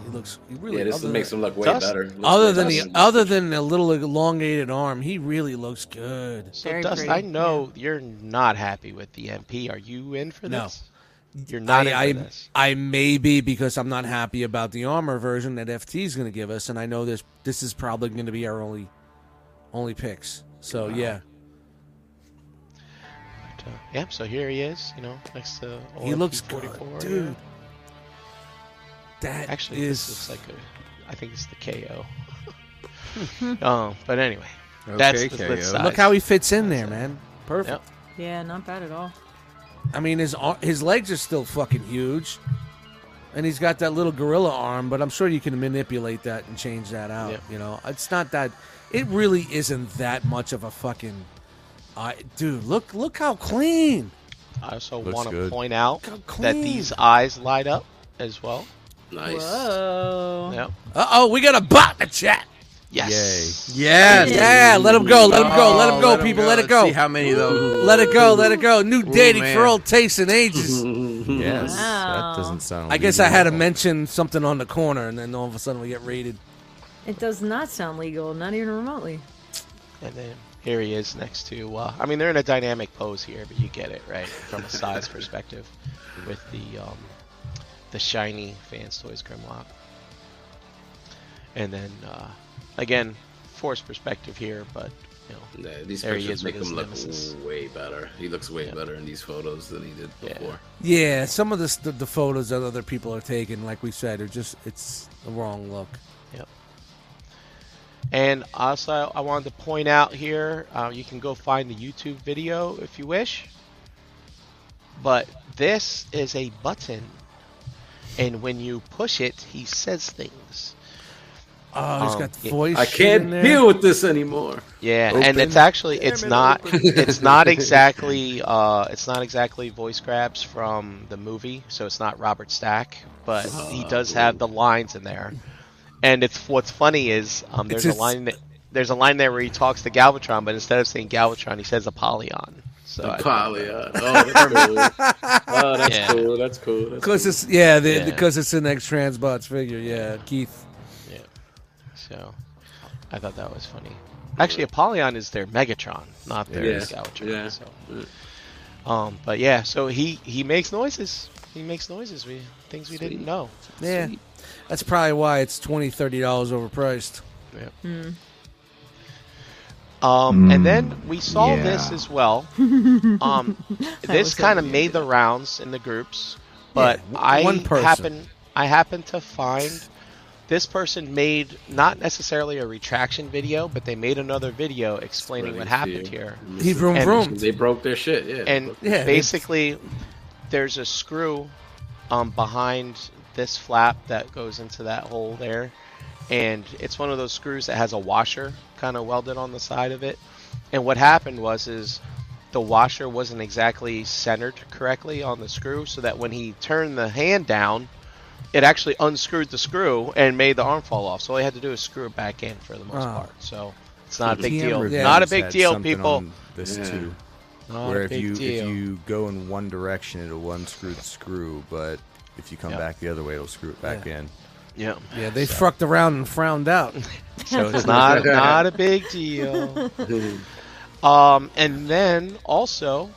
Speaker 6: He looks. He
Speaker 1: Yeah, this
Speaker 6: other
Speaker 1: makes
Speaker 6: than-
Speaker 1: him look way
Speaker 5: Dust-
Speaker 1: better. Looks
Speaker 6: other
Speaker 1: way
Speaker 6: than
Speaker 1: better.
Speaker 6: the other than the little elongated arm, he really looks good.
Speaker 5: So Dust, I know you're not happy with the MP. Are you in for
Speaker 6: No.
Speaker 5: this? You're not
Speaker 6: I,
Speaker 5: in for
Speaker 6: I,
Speaker 5: this.
Speaker 6: I may be because I'm not happy about the armor version that FT is going to give us, and I know this this is probably going to be our only only picks. So yeah,
Speaker 5: But, uh, yeah, so here he is, you know, next to
Speaker 6: He
Speaker 5: OMP
Speaker 6: looks
Speaker 5: 44,
Speaker 6: good,
Speaker 5: yeah.
Speaker 6: dude. That
Speaker 5: Actually,
Speaker 6: is-
Speaker 5: this looks like a. I think it's the KO. (laughs)
Speaker 6: (laughs)
Speaker 5: um, but anyway, that's
Speaker 6: Okay,
Speaker 5: the flip
Speaker 6: KO.
Speaker 5: side.
Speaker 6: Look how he fits in there, man. Perfect.
Speaker 3: Yeah, not bad at all.
Speaker 6: I mean, his ar- his legs are still fucking huge, and he's got that little gorilla arm. But I'm sure you can manipulate that and change that out.
Speaker 5: Yep.
Speaker 6: You know, it's not that. It really isn't that much of a fucking. I dude, look look how clean.
Speaker 5: I also
Speaker 6: Looks
Speaker 5: want to
Speaker 6: good.
Speaker 5: point out that
Speaker 6: clean.
Speaker 5: these eyes light up as well.
Speaker 1: Nice.
Speaker 3: Whoa.
Speaker 5: Yep.
Speaker 6: Uh oh, we got a bot in the chat.
Speaker 5: Yes.
Speaker 4: Yes.
Speaker 6: Yeah, let him go, let him go, let him go,
Speaker 4: Oh, let 'em
Speaker 6: people,
Speaker 4: go.
Speaker 6: let it
Speaker 4: Let's
Speaker 6: go.
Speaker 4: see how many of those-
Speaker 6: Let it go, let it go. New
Speaker 4: Ooh,
Speaker 6: dating
Speaker 4: man.
Speaker 6: for all tastes and
Speaker 4: (laughs)
Speaker 6: ages.
Speaker 4: Yes,
Speaker 3: that
Speaker 4: doesn't sound
Speaker 6: I guess I had to mention something on the corner, and then all of a sudden we get raided.
Speaker 3: It does not sound legal, not even remotely.
Speaker 5: And then here he is next to. Uh, I mean, they're in a dynamic pose here, but you get it right from a
Speaker 6: (laughs)
Speaker 5: size perspective with the um, the shiny Fans Toys Grimlock. And then uh, again, forced perspective here, but you know,
Speaker 1: Yeah, these
Speaker 5: there he
Speaker 1: pictures
Speaker 5: is
Speaker 1: make
Speaker 5: with his
Speaker 1: him look
Speaker 5: nemesis.
Speaker 1: way better. He looks way better in these photos than he did before.
Speaker 6: Yeah, some of this, the the photos that other people are taking, like we said, are just it's the wrong look.
Speaker 5: Yep. And also, I wanted to point out here, uh, you can go find the YouTube video if you wish. But this is a button, and when you push it, he says things.
Speaker 6: Oh, he's
Speaker 5: Um,
Speaker 6: got the
Speaker 5: yeah.
Speaker 6: voice.
Speaker 1: I can't deal with this anymore.
Speaker 5: Yeah, and
Speaker 1: Open.
Speaker 5: it's actually it's
Speaker 1: Damn it,
Speaker 5: not
Speaker 1: open.
Speaker 5: it's not exactly uh, it's not exactly voice grabs from the movie, so it's not Robert Stack, but he
Speaker 6: Ah,
Speaker 5: does have the lines in there. And it's what's funny is um,
Speaker 6: It's
Speaker 5: there's a
Speaker 6: just-
Speaker 5: line that there's a line there where he talks to Galvatron, but instead of saying Galvatron, he says Apollyon. So I-
Speaker 1: Apollyon. Oh, that's cool. Oh, that's
Speaker 5: Yeah.
Speaker 1: cool. That's cool. That's
Speaker 6: Because
Speaker 1: cool.
Speaker 6: it's yeah, the,
Speaker 5: Yeah.
Speaker 6: because it's an ex transbots figure. Yeah, Keith.
Speaker 5: Yeah. So I thought that was funny. Actually, Apollyon is their Megatron, not their
Speaker 1: Yeah.
Speaker 5: Galvatron.
Speaker 1: Yeah.
Speaker 5: So. Um, but yeah, so he he makes noises. He makes noises. We things we didn't know.
Speaker 6: Yeah, that's probably why it's 20 dollars overpriced.
Speaker 5: Yeah. Um, and then we saw
Speaker 6: Mm. yeah.
Speaker 5: this as
Speaker 6: (laughs)
Speaker 5: well. Um, this
Speaker 6: was
Speaker 5: kind of made the rounds in the groups, but
Speaker 6: Yeah, w-
Speaker 5: I
Speaker 6: one person.
Speaker 5: happen I happen to find this person made not necessarily a retraction video, but they made another video explaining what happened here.
Speaker 6: He vroom
Speaker 5: And-
Speaker 6: vroom.
Speaker 1: They broke their shit. Yeah.
Speaker 5: and
Speaker 6: Yeah, they-
Speaker 5: basically there's a screw um, behind this flap that goes into that hole there and it's one of those screws that has a washer kind of welded on the side of it and what happened was is the washer wasn't exactly centered correctly on the screw so that when he turned the hand down it actually unscrewed the screw and made the arm fall off so all he had to do is screw it back in for the most
Speaker 6: Ah.
Speaker 5: part so it's not a big
Speaker 10: TM
Speaker 5: deal
Speaker 10: Revenge
Speaker 5: not a big
Speaker 10: had
Speaker 5: deal
Speaker 10: something
Speaker 5: people
Speaker 10: on This
Speaker 5: Yeah.
Speaker 10: too,
Speaker 5: Not
Speaker 10: where
Speaker 5: a
Speaker 10: if
Speaker 5: big
Speaker 10: you
Speaker 5: deal.
Speaker 10: if you go in one direction, it'll unscrew the screw, but if you come
Speaker 5: Yep.
Speaker 10: back the other way, it'll screw it back in.
Speaker 5: yeah
Speaker 6: Yeah, they fucked around and
Speaker 5: (laughs)
Speaker 6: frowned out.
Speaker 5: So it's not not a big deal. Um, and then also,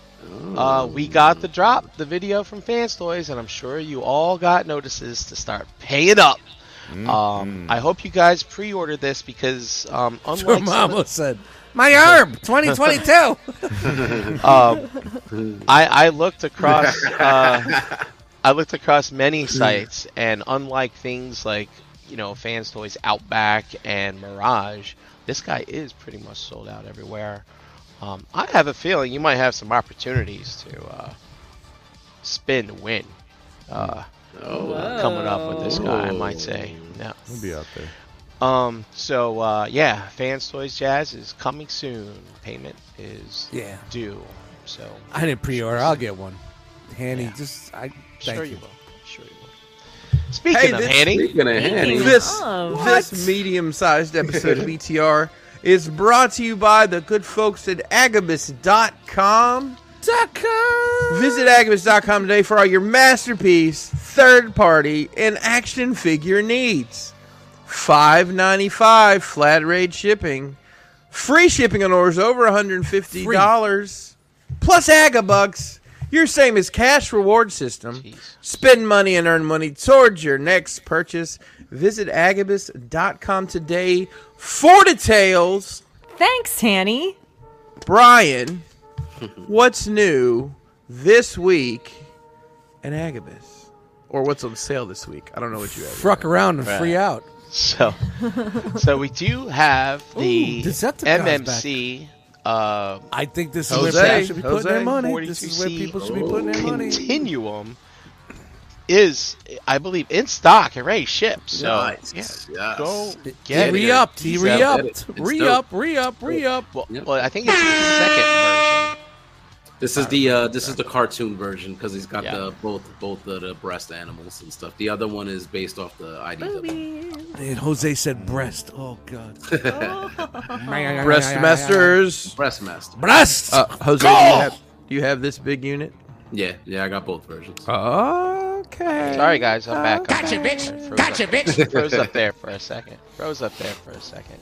Speaker 5: uh, we got the drop, the video from Fans Toys, and I'm sure you all got notices to start paying up. Um, I hope you guys pre-order this because um,
Speaker 6: Your
Speaker 5: unlike some
Speaker 6: mama
Speaker 5: of-
Speaker 6: said, "My arm,
Speaker 5: (laughs)
Speaker 6: 2022."
Speaker 5: um, I I looked across uh, I looked across many sites, and unlike things like you know Fans Toys, Outback, and Mirage, this guy is pretty much sold out everywhere. Um, I have a feeling you might have some opportunities to uh, spin to win. Uh, coming up with this guy, I might say. Yeah.
Speaker 10: We'll be out there.
Speaker 5: Um. So uh, yeah, Fans Toys Jazz is coming soon. Payment is
Speaker 6: Yeah.
Speaker 5: due. So
Speaker 6: I didn't pre-order. I'll get one. Hanny, just I thank
Speaker 5: sure
Speaker 6: you.
Speaker 5: you will. Sure you will. Speaking
Speaker 4: hey,
Speaker 5: of
Speaker 4: this,
Speaker 5: Hanny,
Speaker 4: this this medium-sized episode of ETR is brought to you by the good folks at agabus.com. Visit agabus.com today for all your masterpiece, third party, and action figure needs. Five ninety five flat rate shipping. Free shipping on orders over $150. Plus Agabucks, your same as cash reward system. Spend money and earn money towards your next purchase. Visit agabus.com today for details.
Speaker 3: Thanks, Hanny.
Speaker 5: (laughs)
Speaker 4: Brian, what's new this week in Agabus? Or what's on sale this week? I don't know what you have.
Speaker 6: Fruck around and
Speaker 4: Right.
Speaker 6: free out.
Speaker 5: (laughs) So, so we do have the
Speaker 6: Ooh, Decepticons
Speaker 5: MMC. Uh,
Speaker 6: I think this is
Speaker 5: Jose,
Speaker 6: where people should be putting their
Speaker 5: Jose,
Speaker 6: money. This is where
Speaker 5: 42C
Speaker 6: people should be putting their money.
Speaker 5: Continuum is, I believe, in stock. It already shipped. So
Speaker 6: Nice.
Speaker 5: yeah,
Speaker 6: Yes.
Speaker 5: go
Speaker 6: He
Speaker 5: get it.
Speaker 6: re-upped, he
Speaker 5: So-
Speaker 6: re-upped, It's dope. re-up, re-up, re-up.
Speaker 5: Well, well, I think it's the second version.
Speaker 1: This is the uh, this is the cartoon version because he's got the both both of the breast animals and stuff. The other one is based off the IDW.
Speaker 6: And Jose said breast. Oh God.
Speaker 4: Breastmasters.
Speaker 1: Breastmaster.
Speaker 4: Breast. Uh, Jose, do you, have, do you have this big unit?
Speaker 1: Yeah, yeah, I got both versions.
Speaker 4: Okay.
Speaker 5: Sorry, guys, I'm back. I'm
Speaker 1: Gotcha,
Speaker 5: back.
Speaker 1: bitch.
Speaker 5: Sorry, froze
Speaker 1: Gotcha,
Speaker 5: up-
Speaker 1: bitch.
Speaker 5: Froze up there for a second. Froze up there for a second.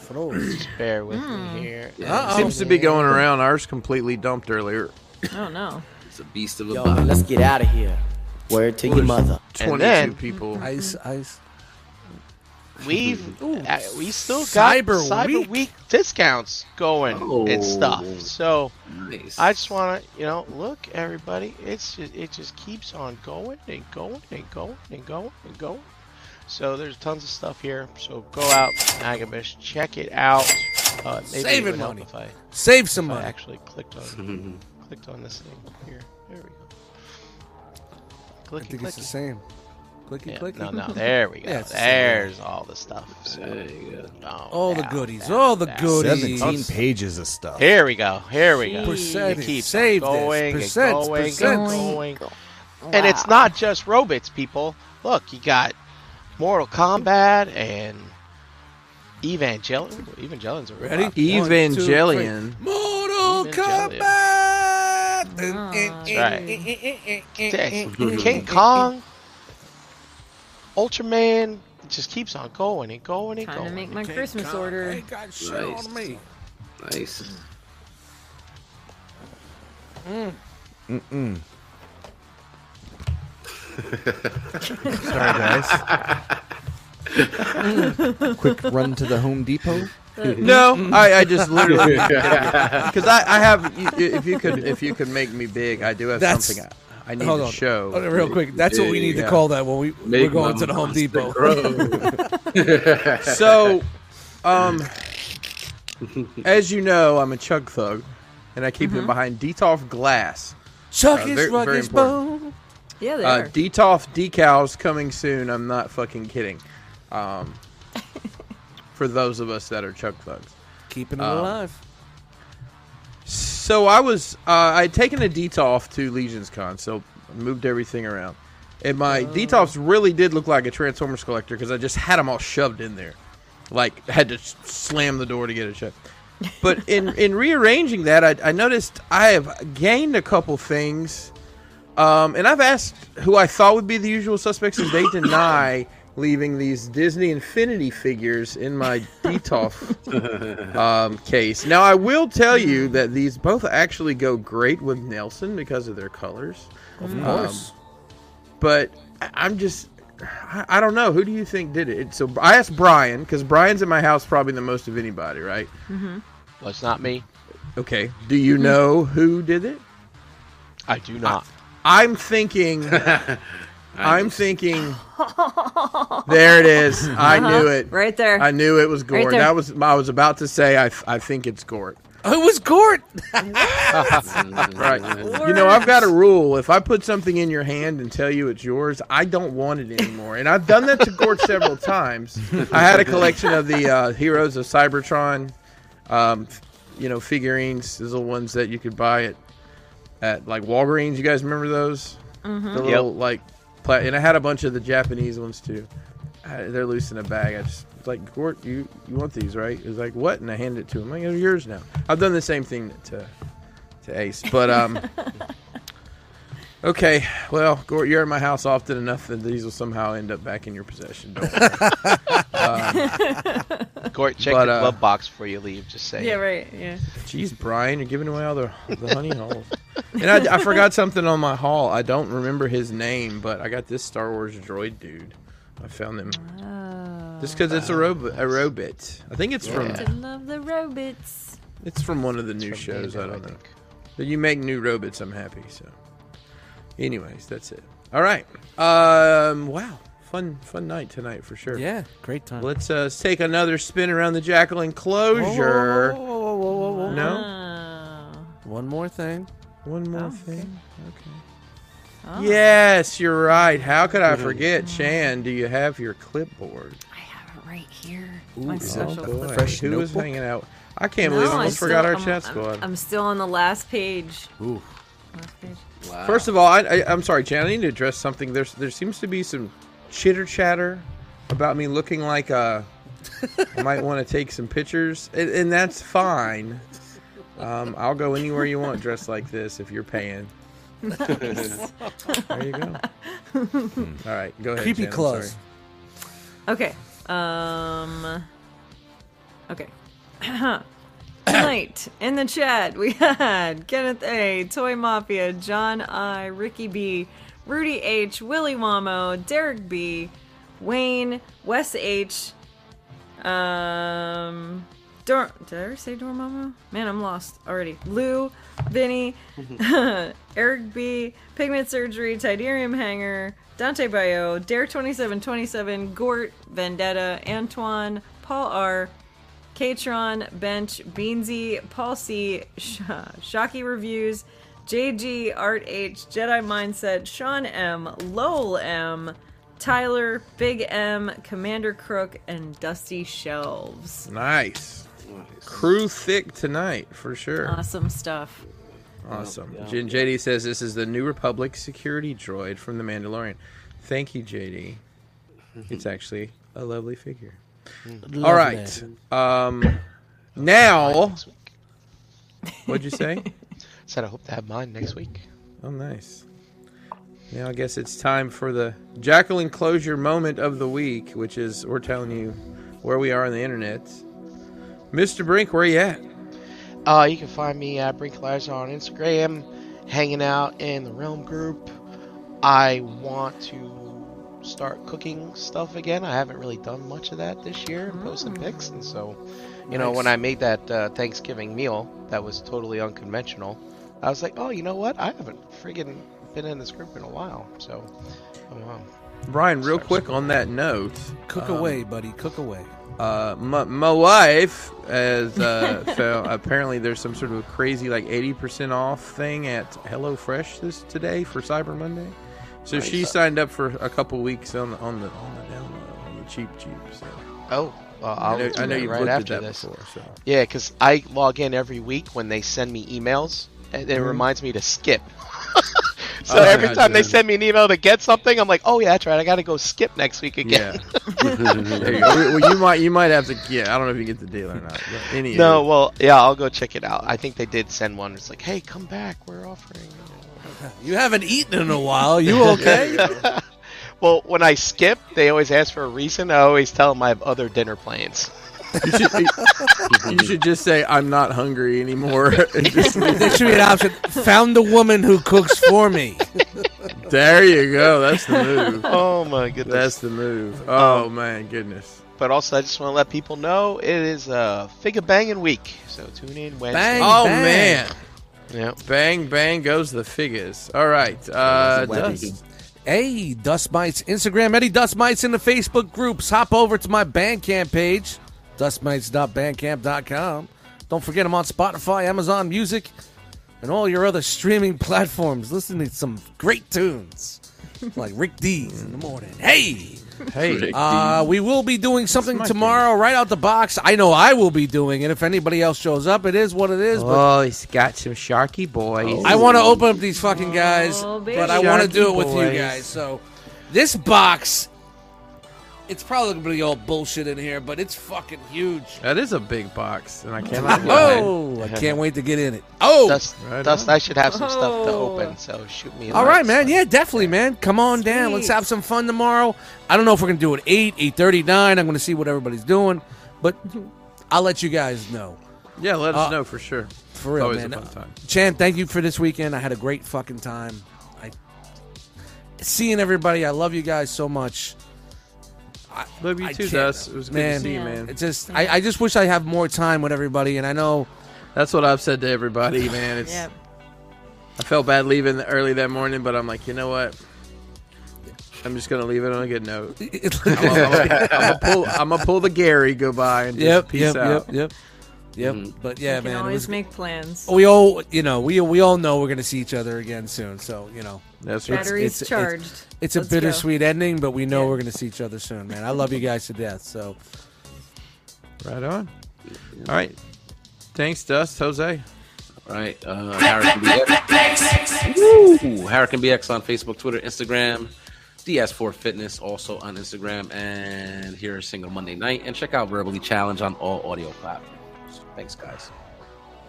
Speaker 5: Froze. Bear with
Speaker 1: Hmm.
Speaker 5: me here.
Speaker 4: Seems to be going around. Ours completely dumped earlier.
Speaker 3: Oh no.
Speaker 1: (laughs) It's a beast of a
Speaker 16: Yo,
Speaker 1: body.
Speaker 16: let's get out of here. Word to your mother.
Speaker 5: And then-
Speaker 6: Ice, ice. (laughs)
Speaker 5: We've uh, we still got
Speaker 6: Cyber
Speaker 5: Cyber
Speaker 6: Week.
Speaker 5: Week, discounts going and stuff.
Speaker 6: Oh,
Speaker 5: So
Speaker 1: nice.
Speaker 5: I just want to, you know, look everybody. It's just it just keeps on going and going and going and going and going. So there's tons of stuff here. So go out, Agamish, check it out. Uh, maybe it
Speaker 6: Saving
Speaker 5: would help
Speaker 6: money.
Speaker 5: If I,
Speaker 6: Save some
Speaker 5: if I
Speaker 6: money.
Speaker 5: actually clicked on clicked on this thing here. There we go.
Speaker 6: I think it's the same. Clicky,
Speaker 5: Yeah,
Speaker 6: clicky.
Speaker 5: No,
Speaker 6: (laughs)
Speaker 5: no, there we go.
Speaker 6: Yeah, it's the same.
Speaker 5: There's all the stuff. So, Oh,
Speaker 6: All the
Speaker 5: yeah,
Speaker 6: goodies,
Speaker 5: yeah,
Speaker 6: all the
Speaker 5: yeah.
Speaker 6: goodies.
Speaker 5: Let's-
Speaker 2: pages of stuff.
Speaker 5: Here we go. Here we go.
Speaker 6: Percentage.
Speaker 5: It keeps
Speaker 6: Save this.
Speaker 5: going and
Speaker 6: Percents,
Speaker 5: going and
Speaker 6: percents.
Speaker 5: going.
Speaker 6: Wow.
Speaker 5: And it's not just robots, people. Look, you got Mortal Kombat and Evangelion. Evangelion's a
Speaker 4: Ready?
Speaker 5: robot.
Speaker 4: Evangelion.
Speaker 6: Mortal
Speaker 5: Evangelion.
Speaker 4: eh,
Speaker 3: Ah,
Speaker 6: That's
Speaker 5: right.
Speaker 6: Eh,
Speaker 5: Dang. King Kong,
Speaker 6: eh.
Speaker 5: Ultraman. It just keeps on going and going and
Speaker 3: Time
Speaker 5: going.
Speaker 3: to make my Christmas order.
Speaker 1: Nice. (laughs)
Speaker 5: (laughs)
Speaker 1: Nice.
Speaker 3: Mm.
Speaker 2: Mm-mm.
Speaker 4: Sorry,
Speaker 10: Quick run to the Home Depot.
Speaker 4: No, I, I just literally because I, I have. you- If you could, if you could make me big, I do have
Speaker 6: That's-
Speaker 4: something I, I need
Speaker 6: hold
Speaker 4: to
Speaker 6: on.
Speaker 4: show.
Speaker 6: Hold on, real quick. That's what we need to
Speaker 4: Yeah.
Speaker 6: call that when we we're going to the Home Depot.
Speaker 4: so, um, as you know, I'm a chug thug, and I keep them behind Detolf glass.
Speaker 6: Chuck
Speaker 4: Uh,
Speaker 6: is
Speaker 4: very- very
Speaker 6: rugged
Speaker 4: important.
Speaker 6: bone.
Speaker 3: Yeah, they
Speaker 4: Uh,
Speaker 3: are.
Speaker 4: Detolf decals coming soon. I'm not fucking kidding. Um, for those of us that are Chuck thugs,
Speaker 6: keeping
Speaker 4: it
Speaker 6: alive.
Speaker 4: So I was, uh, I had taken a Detolf to Legion's Con, so I moved everything around, and my Detolfs really did look like a Transformers collector because I just had them all shoved in there, like had to s- slam the door to get it shut. But in in rearranging that, I, I noticed I have gained a couple things. Um, and I've asked who I thought would be the usual suspects, and they deny leaving these Disney Infinity figures in my Detolf um, case. Now, I will tell you that these both actually go great with Nelson because of their colors.
Speaker 6: Of
Speaker 4: Um,
Speaker 6: course.
Speaker 4: but I- I'm just. I I don't know. Who do you think did it? So I asked Brian because Brian's at my house probably the most of anybody, right?
Speaker 5: Mm-hmm. Well, it's not me.
Speaker 4: Okay. Do you
Speaker 3: Mm-hmm.
Speaker 4: know who did it?
Speaker 5: I do not.
Speaker 4: I'm
Speaker 3: (laughs)
Speaker 4: thinking. I'm thinking. There it is. I
Speaker 3: Uh-huh.
Speaker 4: knew it.
Speaker 3: Right there.
Speaker 4: I knew it was Gort.
Speaker 3: Right there.
Speaker 4: that was. I was about to say. I. I think it's Gort.
Speaker 6: Oh, It was Gort.
Speaker 4: right. You know, I've got a rule. If I put something in your hand and tell you it's yours, I don't want it anymore. And I've done that to Gort several times. I had a collection of the uh, Heroes of Cybertron, um, f- you know, figurines. Those are the ones that you could buy at at like Walgreens. You guys remember those?
Speaker 6: Mhm.
Speaker 4: The
Speaker 6: Yep.
Speaker 4: little like, pla- and I had a bunch of the Japanese ones too. I, they're loose in a bag. I just like, "Gort, you you want these, right?" He's like, "What?" And I handed it to him. I'm like, "They're yours now." I've done the same thing to to Ace, but um. Okay, well, Gort, you're at my house often enough that these will somehow end up back in your possession. Don't worry. um,
Speaker 5: Gort, check
Speaker 4: but,
Speaker 5: the
Speaker 4: uh,
Speaker 5: glove box before you leave. Just say.
Speaker 3: Yeah, right. Yeah.
Speaker 4: Jeez, Brian, you're giving away all the, the honey holes. And I, I forgot something on my haul. I don't remember his name, but I got this Star Wars droid dude. I found him.
Speaker 3: Oh.
Speaker 4: Just because it's a robot, a robot. I think it's
Speaker 3: To
Speaker 4: from
Speaker 3: love the robots.
Speaker 4: it's from one of the new shows. I don't know. But you make new robots, I'm happy. So, anyways, that's it. All right. Um. Wow. Fun. Fun night tonight for sure.
Speaker 6: Yeah, great time.
Speaker 4: Let's uh, let's take another spin around the jackal enclosure.
Speaker 6: Whoa, whoa, whoa, whoa, whoa, whoa, whoa.
Speaker 4: No.
Speaker 6: One more thing.
Speaker 4: One more thing.
Speaker 3: Oh.
Speaker 4: Yes, you're right. How could I forget,
Speaker 3: Mm.
Speaker 4: Shan? Do you have your clipboard?
Speaker 3: Right here.
Speaker 4: Ooh,
Speaker 3: My
Speaker 4: oh
Speaker 3: special
Speaker 4: boy.
Speaker 3: clip.
Speaker 6: Fresh
Speaker 4: Who was
Speaker 6: notebook?
Speaker 4: hanging out? I can't
Speaker 3: No,
Speaker 4: believe I
Speaker 3: I'm
Speaker 4: almost
Speaker 3: still-
Speaker 4: forgot our
Speaker 3: I'm-
Speaker 4: chat
Speaker 3: I'm-
Speaker 4: squad.
Speaker 3: I'm still on the last page.
Speaker 6: Ooh.
Speaker 3: Last page.
Speaker 4: First of all, I, I, I'm sorry, Chan. I need to address something. There's there seems to be some chitter chatter about me looking like uh, I might want to take some pictures, and, and that's fine. Um, I'll go anywhere you want dressed like this if you're paying.
Speaker 3: Nice.
Speaker 4: there you go. All right, go ahead.
Speaker 6: Creepy
Speaker 4: Shannon,
Speaker 6: claws.
Speaker 4: sorry.
Speaker 3: Okay. Um. Okay. (coughs) Tonight in the chat we (laughs) had Kenneth A, Toy Mafia, John I, Ricky B, Rudy H, Willy Wamo, Derek B, Wayne, Wes H. Um. Dor- Did I ever say Dormammu? Man, I'm lost already. Lou, Vinny, Eric B, Pigment Surgery, Tidarium Hanger, Dante Bio, Dare 2727, Gort, Vendetta, Antoine, Paul R, Katron, Bench, Beansy, Paul C, Sh- Shocky Reviews, JG, Art H, Jedi Mindset, Sean M, Lowell M, Tyler, Big M, Commander Crook, and Dusty Shelves.
Speaker 4: Nice. Crew thick tonight for sure.
Speaker 3: Awesome stuff.
Speaker 4: Awesome.
Speaker 3: Yeah.
Speaker 4: Jin JD says this is the New Republic security droid from The Mandalorian. Thank you, JD. It's actually a lovely figure.
Speaker 6: Love
Speaker 4: All right. Um, now, what'd you say?
Speaker 5: Said I hope to have mine next week.
Speaker 4: Oh, nice. Now I guess it's time for the Jacqueline closure moment of the week, which is we're telling you where we are on the internet. Mr. Brink, where you at?
Speaker 5: Uh, you can find me at Brink Lazar on Instagram, hanging out in the Realm group. I want to start cooking stuff again. I haven't really done much of that this year, and posting
Speaker 6: Hmm.
Speaker 5: pics. And so, you know, when
Speaker 4: Nice.
Speaker 5: I made that uh, Thanksgiving meal that was totally unconventional, I was like, oh, you know what? I haven't friggin' been in this group in a while. So, I'm, um,
Speaker 4: Brian, real quick on that note.
Speaker 6: Cook
Speaker 4: um,
Speaker 6: away, buddy. Cook away.
Speaker 4: Uh, my, my wife as uh, (laughs) so apparently there's some sort of crazy like 80% off thing at HelloFresh this today for Cyber Monday. So
Speaker 5: Nice.
Speaker 4: she signed up for a couple weeks on the on the on the down low, on the cheap cheap. So.
Speaker 5: oh, well, I'll
Speaker 4: I know,
Speaker 5: do
Speaker 4: I know
Speaker 5: that
Speaker 4: you've
Speaker 5: right
Speaker 4: looked at
Speaker 5: after
Speaker 4: that
Speaker 5: this.
Speaker 4: before.
Speaker 5: (laughs)
Speaker 4: So.
Speaker 5: Yeah, because I log in every week when they send me emails, and it
Speaker 4: Mhm.
Speaker 5: reminds me to skip. (laughs) so
Speaker 4: Oh,
Speaker 5: every
Speaker 4: God,
Speaker 5: time they
Speaker 4: dude.
Speaker 5: send me an email to get something, I'm like, oh yeah, that's right, I got to go skip next
Speaker 4: (laughs)
Speaker 5: week again. (laughs)
Speaker 4: There you go. well, you might you might have to yeah. I don't know if you get the deal or not. But any
Speaker 5: no, well, yeah, I'll go check it out. I think they did send one. It's like, hey, come back, we're offering. (laughs)
Speaker 6: You haven't eaten in a while. You
Speaker 4: (laughs)
Speaker 6: okay?
Speaker 5: Well, when I skip, they always ask for a reason. I always tell them I have other
Speaker 4: (laughs)
Speaker 5: dinner plans.
Speaker 4: you should, you should just say I'm not hungry anymore. (laughs) And just leave
Speaker 6: there should be an option. Found a woman who cooks for me.
Speaker 4: it. There you go. That's the move.
Speaker 5: Oh my goodness.
Speaker 4: That's the move. Oh man, goodness.
Speaker 5: But also, I just want to let people know it is uh, Figure Banging Week. So tune in Wednesday.
Speaker 6: Bang,
Speaker 4: oh
Speaker 6: bang.
Speaker 4: man.
Speaker 5: Yeah.
Speaker 4: Bang bang goes the figures. All right. Uh,
Speaker 6: Webbing.
Speaker 4: Dust.
Speaker 6: Hey, Dust Mites, Instagram, Eddie Dust Mites in the Facebook groups. Hop over to my Bandcamp page, dustmites.bandcamp.com. Don't forget I'm on Spotify, Amazon Music, and all your other streaming platforms. Listen to some great tunes like Rick D's in the morning. Hey!
Speaker 4: Hey.
Speaker 6: Uh, we will be doing something tomorrow right out the box. I know I will be doing it. If anybody else shows up, it is what it is. But
Speaker 15: Oh, he's got some Sharky boys.
Speaker 4: Oh.
Speaker 6: I want to open up these fucking guys,
Speaker 3: Oh, baby.
Speaker 6: but I want to
Speaker 15: Sharky
Speaker 6: do it with you
Speaker 15: boys.
Speaker 6: guys. So this box It's probably gonna be all bullshit in here, but it's fucking huge.
Speaker 4: That is a big box, and I
Speaker 6: (laughs)
Speaker 4: cannot.
Speaker 6: oh, I can't wait to get in it. Oh,
Speaker 5: Dust, Dust I should have some stuff to open, so shoot me. a
Speaker 6: All right,
Speaker 5: light.
Speaker 6: man. Yeah, definitely, man. Come on down. Let's have some fun tomorrow. I don't know if we're gonna do it eight, eight thirty, nine. I'm gonna see what everybody's doing, but I'll let you guys know.
Speaker 4: Yeah, let us
Speaker 6: Uh,
Speaker 4: know for sure.
Speaker 6: For real,
Speaker 4: it's always
Speaker 6: man.
Speaker 4: a fun time.
Speaker 6: Chan, thank you for this weekend. I had a great fucking time. I seeing everybody. I love you guys so much. I,
Speaker 4: Love you
Speaker 6: I
Speaker 4: too,
Speaker 6: can't-
Speaker 4: Dus. It was good to see you, man.
Speaker 6: It just, I, I just wish I have more time with everybody, and I know (laughs)
Speaker 4: that's what I've said to everybody, man. It's I felt bad leaving early that morning, but I'm like, you know what? I'm just gonna leave it on a good
Speaker 6: (laughs)
Speaker 4: note. I'm gonna pull, I'ma pull the Gary goodbye and just
Speaker 6: Yep,
Speaker 4: peace
Speaker 6: yep,
Speaker 4: out.
Speaker 6: yep, yep, yep. But yeah,
Speaker 3: you can
Speaker 6: man, it
Speaker 3: always
Speaker 6: was- Oh,
Speaker 3: make plans.
Speaker 6: we all, you know, we we all know we're gonna see each other again soon. So you know,
Speaker 4: that's
Speaker 3: right. Batteries charged.
Speaker 6: It's, a
Speaker 3: Let's go.
Speaker 6: bittersweet ending, but we know we're gonna see each other soon, man. I love you guys to death.
Speaker 4: (laughs)
Speaker 6: So
Speaker 4: Right on. All right. Thanks, Dust, Jose.
Speaker 1: All right. Uh, Hurricane BX. Woo! Hurricane BX on Facebook, Twitter, Instagram. DS4 Fitness also on Instagram and here a single Monday night. And check out Verbally Challenge on all audio platforms. Thanks, guys.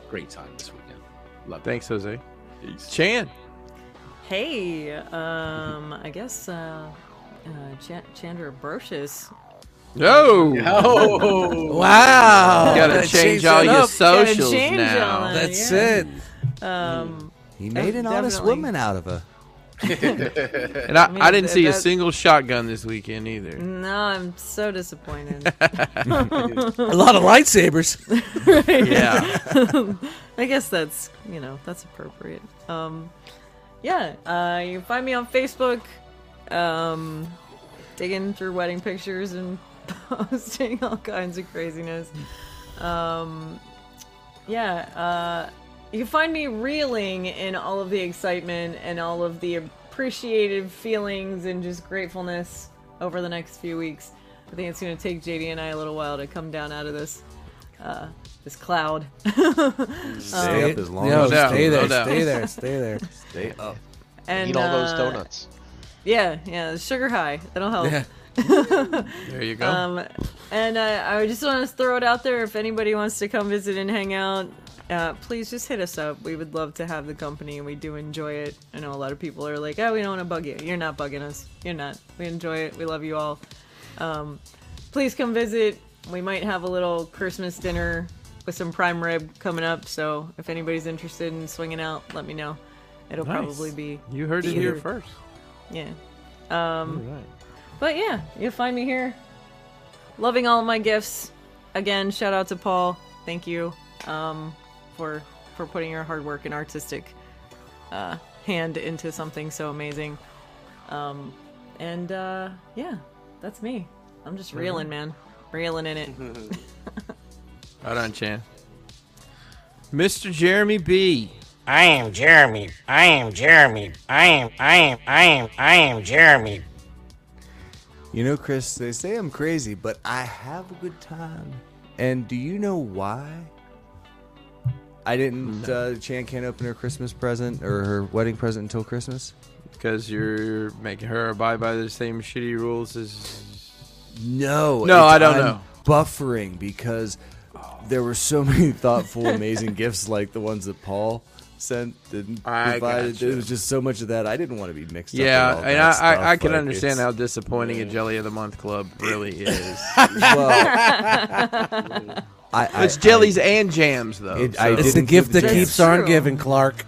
Speaker 1: Great time this weekend. Love
Speaker 4: Thanks, Jose. Chan.
Speaker 3: Hey, um, I guess uh, uh, Ch- Chandra Brochus.
Speaker 4: No. Oh,
Speaker 3: No.
Speaker 4: Wow. You
Speaker 3: Gotta
Speaker 4: gotta change
Speaker 3: Oh, change
Speaker 4: all
Speaker 3: it
Speaker 4: your
Speaker 3: up. Gotta
Speaker 4: socials
Speaker 3: change all
Speaker 4: now.
Speaker 3: that, That's yeah. it. Um,
Speaker 10: (laughs) He made an honest
Speaker 3: definitely.
Speaker 10: woman out of her.
Speaker 4: And I, I,
Speaker 3: I mean,
Speaker 4: didn't see a
Speaker 3: that-
Speaker 4: single shotgun this weekend
Speaker 3: (laughs)
Speaker 4: either.
Speaker 3: No, I'm so disappointed. (laughs)
Speaker 4: A
Speaker 6: lot of lightsabers.
Speaker 3: Right.
Speaker 4: Yeah.
Speaker 3: I guess that's you know that's appropriate. Um, yeah, uh, you can find me on Facebook, um, digging through wedding pictures and (laughs) posting all kinds of craziness. Um, yeah, uh, you can find me reeling in all of the excitement and all of the appreciative feelings and just gratefulness over the next few weeks. I think it's going to take JD and I a little while to come down out of this uh, this cloud. (laughs)
Speaker 10: Stay
Speaker 3: Um,
Speaker 10: up as long
Speaker 6: No,
Speaker 10: as you
Speaker 6: stay
Speaker 10: can.
Speaker 6: there, stay there, stay there.
Speaker 10: Stay up.
Speaker 3: and,
Speaker 5: Eat all those
Speaker 3: uh,
Speaker 5: donuts.
Speaker 3: Yeah, yeah, the sugar high. That'll help.
Speaker 5: Yeah.
Speaker 4: there you go.
Speaker 3: Um, and uh, I just want to throw it out there if anybody wants to come visit and hang out, uh, please just hit us up. We would love to have the company and we do enjoy it. I know a lot of people are like, oh, we don't want to bug you. You're not bugging us. You're not. We enjoy it. We love you all. Um, please come visit. We might have a little Christmas dinner with some prime rib coming up. So if anybody's interested in swinging out, let me know. It'll
Speaker 4: Nice.
Speaker 3: probably be.
Speaker 4: You heard it
Speaker 3: be
Speaker 4: here
Speaker 3: either-
Speaker 4: first.
Speaker 3: Yeah. Um,
Speaker 4: All right.
Speaker 3: but yeah, you'll find me here. Loving all my gifts. Again, shout out to Paul. Thank you um, for for putting your hard work and artistic uh, hand into something so amazing. Um, and uh, yeah, that's me. I'm just reeling, man. Reeling in it.
Speaker 4: Right on, Chan. Mr. Jeremy B.
Speaker 7: I am Jeremy. I am Jeremy. I am. I am. I am. I am Jeremy.
Speaker 2: You know, Chris, they say I'm crazy, but I have a good time. And do you know why? I didn't. Uh, Chan can't open her Christmas present or her wedding present until Christmas.
Speaker 4: Because you're making her abide by the same shitty rules as.
Speaker 2: No,
Speaker 4: No,
Speaker 2: it's-
Speaker 4: I don't
Speaker 2: I'm
Speaker 4: know.
Speaker 2: Buffering because there were so (laughs) many thoughtful, (laughs) amazing gifts like the ones that Paul sent and
Speaker 4: I
Speaker 2: provided.
Speaker 4: gotcha.
Speaker 2: There was just so much of that. I didn't want to be mixed
Speaker 4: Yeah,
Speaker 2: up. in all
Speaker 4: and
Speaker 2: that
Speaker 4: I,
Speaker 2: stuff.
Speaker 4: I, I can
Speaker 2: Like,
Speaker 4: understand
Speaker 2: it's-
Speaker 4: how disappointing a Jelly of the Month club
Speaker 2: (laughs)
Speaker 4: really is. (laughs)
Speaker 2: Well- I- I-
Speaker 4: it's jellies and jams, though.
Speaker 2: It- I
Speaker 4: so- (laughs)
Speaker 6: it's the gift that keeps on giving, Clark.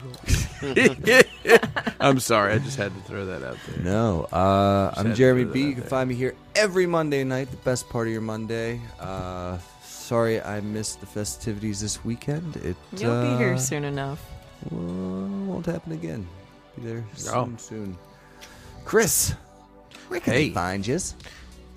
Speaker 4: I'm sorry, I just had to throw that out there.
Speaker 2: No, uh,
Speaker 4: had
Speaker 2: I'm
Speaker 4: to
Speaker 2: Jeremy
Speaker 4: throw
Speaker 2: B.
Speaker 4: that
Speaker 2: You can find me here every Monday night, the best part of your Monday. Uh, sorry I missed the festivities this weekend. It
Speaker 3: You'll be here
Speaker 2: uh,
Speaker 3: soon enough.
Speaker 2: won't won't happen again. Be there soon,
Speaker 4: Oh.
Speaker 2: soon. Chris, where can they
Speaker 4: Hey.
Speaker 2: find yous?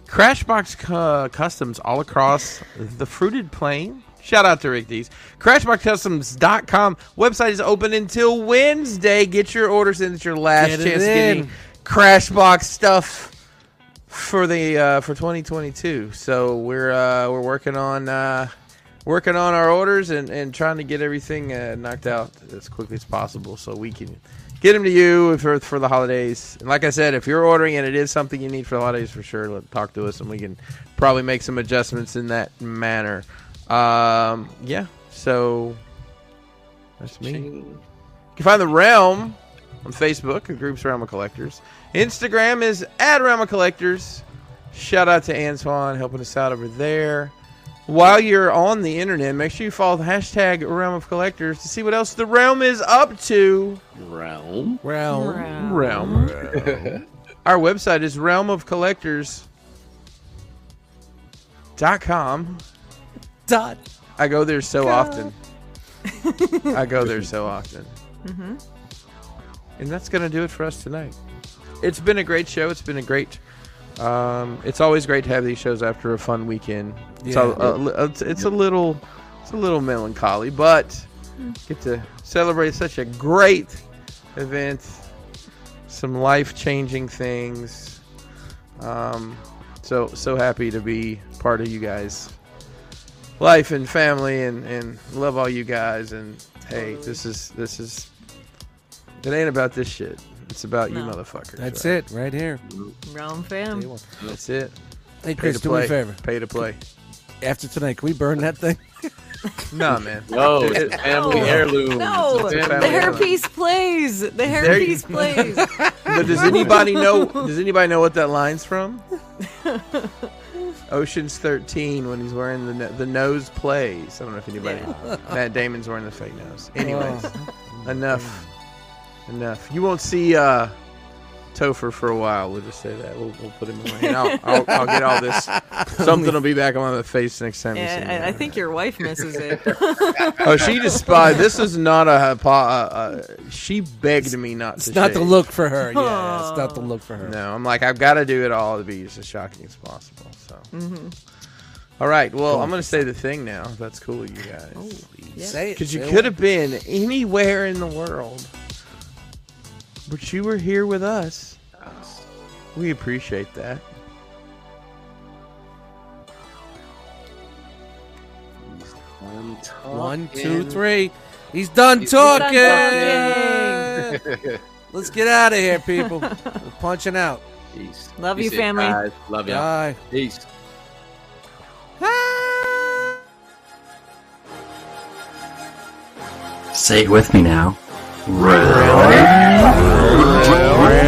Speaker 4: Crashbox cu- Customs all across the fruited plain. Shout out to Rick D's. CrashboxCustoms.com. Website is open until Wednesday. Get your orders in. It's your last
Speaker 6: Get it
Speaker 4: chance to get any
Speaker 6: in.
Speaker 4: Crashbox stuff for the uh, for 2022. So we're uh, we're working on uh, working on our orders and, and trying to get everything uh, knocked out as quickly as possible so we can Get them to you for for the holidays. And like I said, if you're ordering and it is something you need for the holidays for sure, let, talk to us and we can probably make some adjustments in that manner. Um, yeah. So that's me. You can find the realm on Facebook, the group's Realm of Collectors. Instagram is at Realm of Collectors. Shout out to Antoine helping us out over there. While you're on the internet, make sure you follow the hashtag Realm of Collectors to see what else the realm is up to.
Speaker 1: Realm.
Speaker 4: Realm. Realm. (laughs) Our website is realmofcollectors.com.
Speaker 6: Dot.
Speaker 4: I go there so often. I go there so often.
Speaker 3: Mm-hmm.
Speaker 4: And that's going to do it for us tonight. It's been a great show. It's been a great. Um, it's always great to have these shows after a fun weekend. It's,
Speaker 6: Yeah.
Speaker 4: a, a li- it's, it's a little, it's a little melancholy, but get to celebrate such a great event, some life-changing things. Um, so so happy to be part of you guys' life and family, and and love all you guys. And hey, this is this is. It ain't about this shit. It's about you,
Speaker 3: No.
Speaker 4: motherfuckers.
Speaker 6: That's
Speaker 4: right?
Speaker 6: it, right here.
Speaker 3: Realm fam.
Speaker 4: That's it.
Speaker 6: Hey,
Speaker 4: Pay
Speaker 6: Chris,
Speaker 4: to
Speaker 6: do me a
Speaker 4: play.
Speaker 6: favor.
Speaker 4: Pay to play.
Speaker 6: After tonight, can we burn that thing?
Speaker 4: Nah, man.
Speaker 1: (laughs) No,
Speaker 4: Dude,
Speaker 1: it's a family
Speaker 4: no.
Speaker 1: heirloom.
Speaker 3: No,
Speaker 4: It's a
Speaker 3: the
Speaker 4: family heirloom.
Speaker 3: hairpiece plays. The
Speaker 4: There you-
Speaker 3: hairpiece
Speaker 4: (laughs)
Speaker 3: plays.
Speaker 4: But does anybody know? Does anybody know what that line's from? Ocean's Thirteen when he's wearing the no- the nose plays. I don't know if anybody. Matt Damon's wearing the fake nose. (laughs)
Speaker 6: Oh,
Speaker 4: Anyways, enough, enough. You won't see uh, Topher for a while. We'll just say that. We'll, we'll put him away. And I'll, I'll, I'll get all this. Something will be back on my face next time. you see me.
Speaker 3: Yeah, I, I think your wife misses it.
Speaker 4: (laughs) Oh, she despised. This is not a hypo. Uh, uh, she begged me not to.
Speaker 6: (laughs) It's not the
Speaker 4: shave.
Speaker 6: look for her. Yeah, yeah, it's not the look for her.
Speaker 4: No, I'm like I've got to do it all to be as shocking as possible. So, Mm-hmm. all right. Well, I'm gonna say the thing now. if That's cool, with you guys.
Speaker 6: yeah. Say it,
Speaker 4: Because you
Speaker 6: say
Speaker 4: could
Speaker 6: it.
Speaker 4: have been anywhere in the world, but you were here with us.
Speaker 6: Oh.
Speaker 4: We appreciate that.
Speaker 6: One, two, three. He's done talking. (laughs) Let's get out of here,
Speaker 4: (laughs)
Speaker 6: people. We're punching out.
Speaker 1: Peace.
Speaker 3: Love
Speaker 1: Peace
Speaker 3: you,
Speaker 1: it,
Speaker 3: family.
Speaker 1: guys. Love you.
Speaker 6: Bye.
Speaker 1: Peace.
Speaker 16: Say it with me now.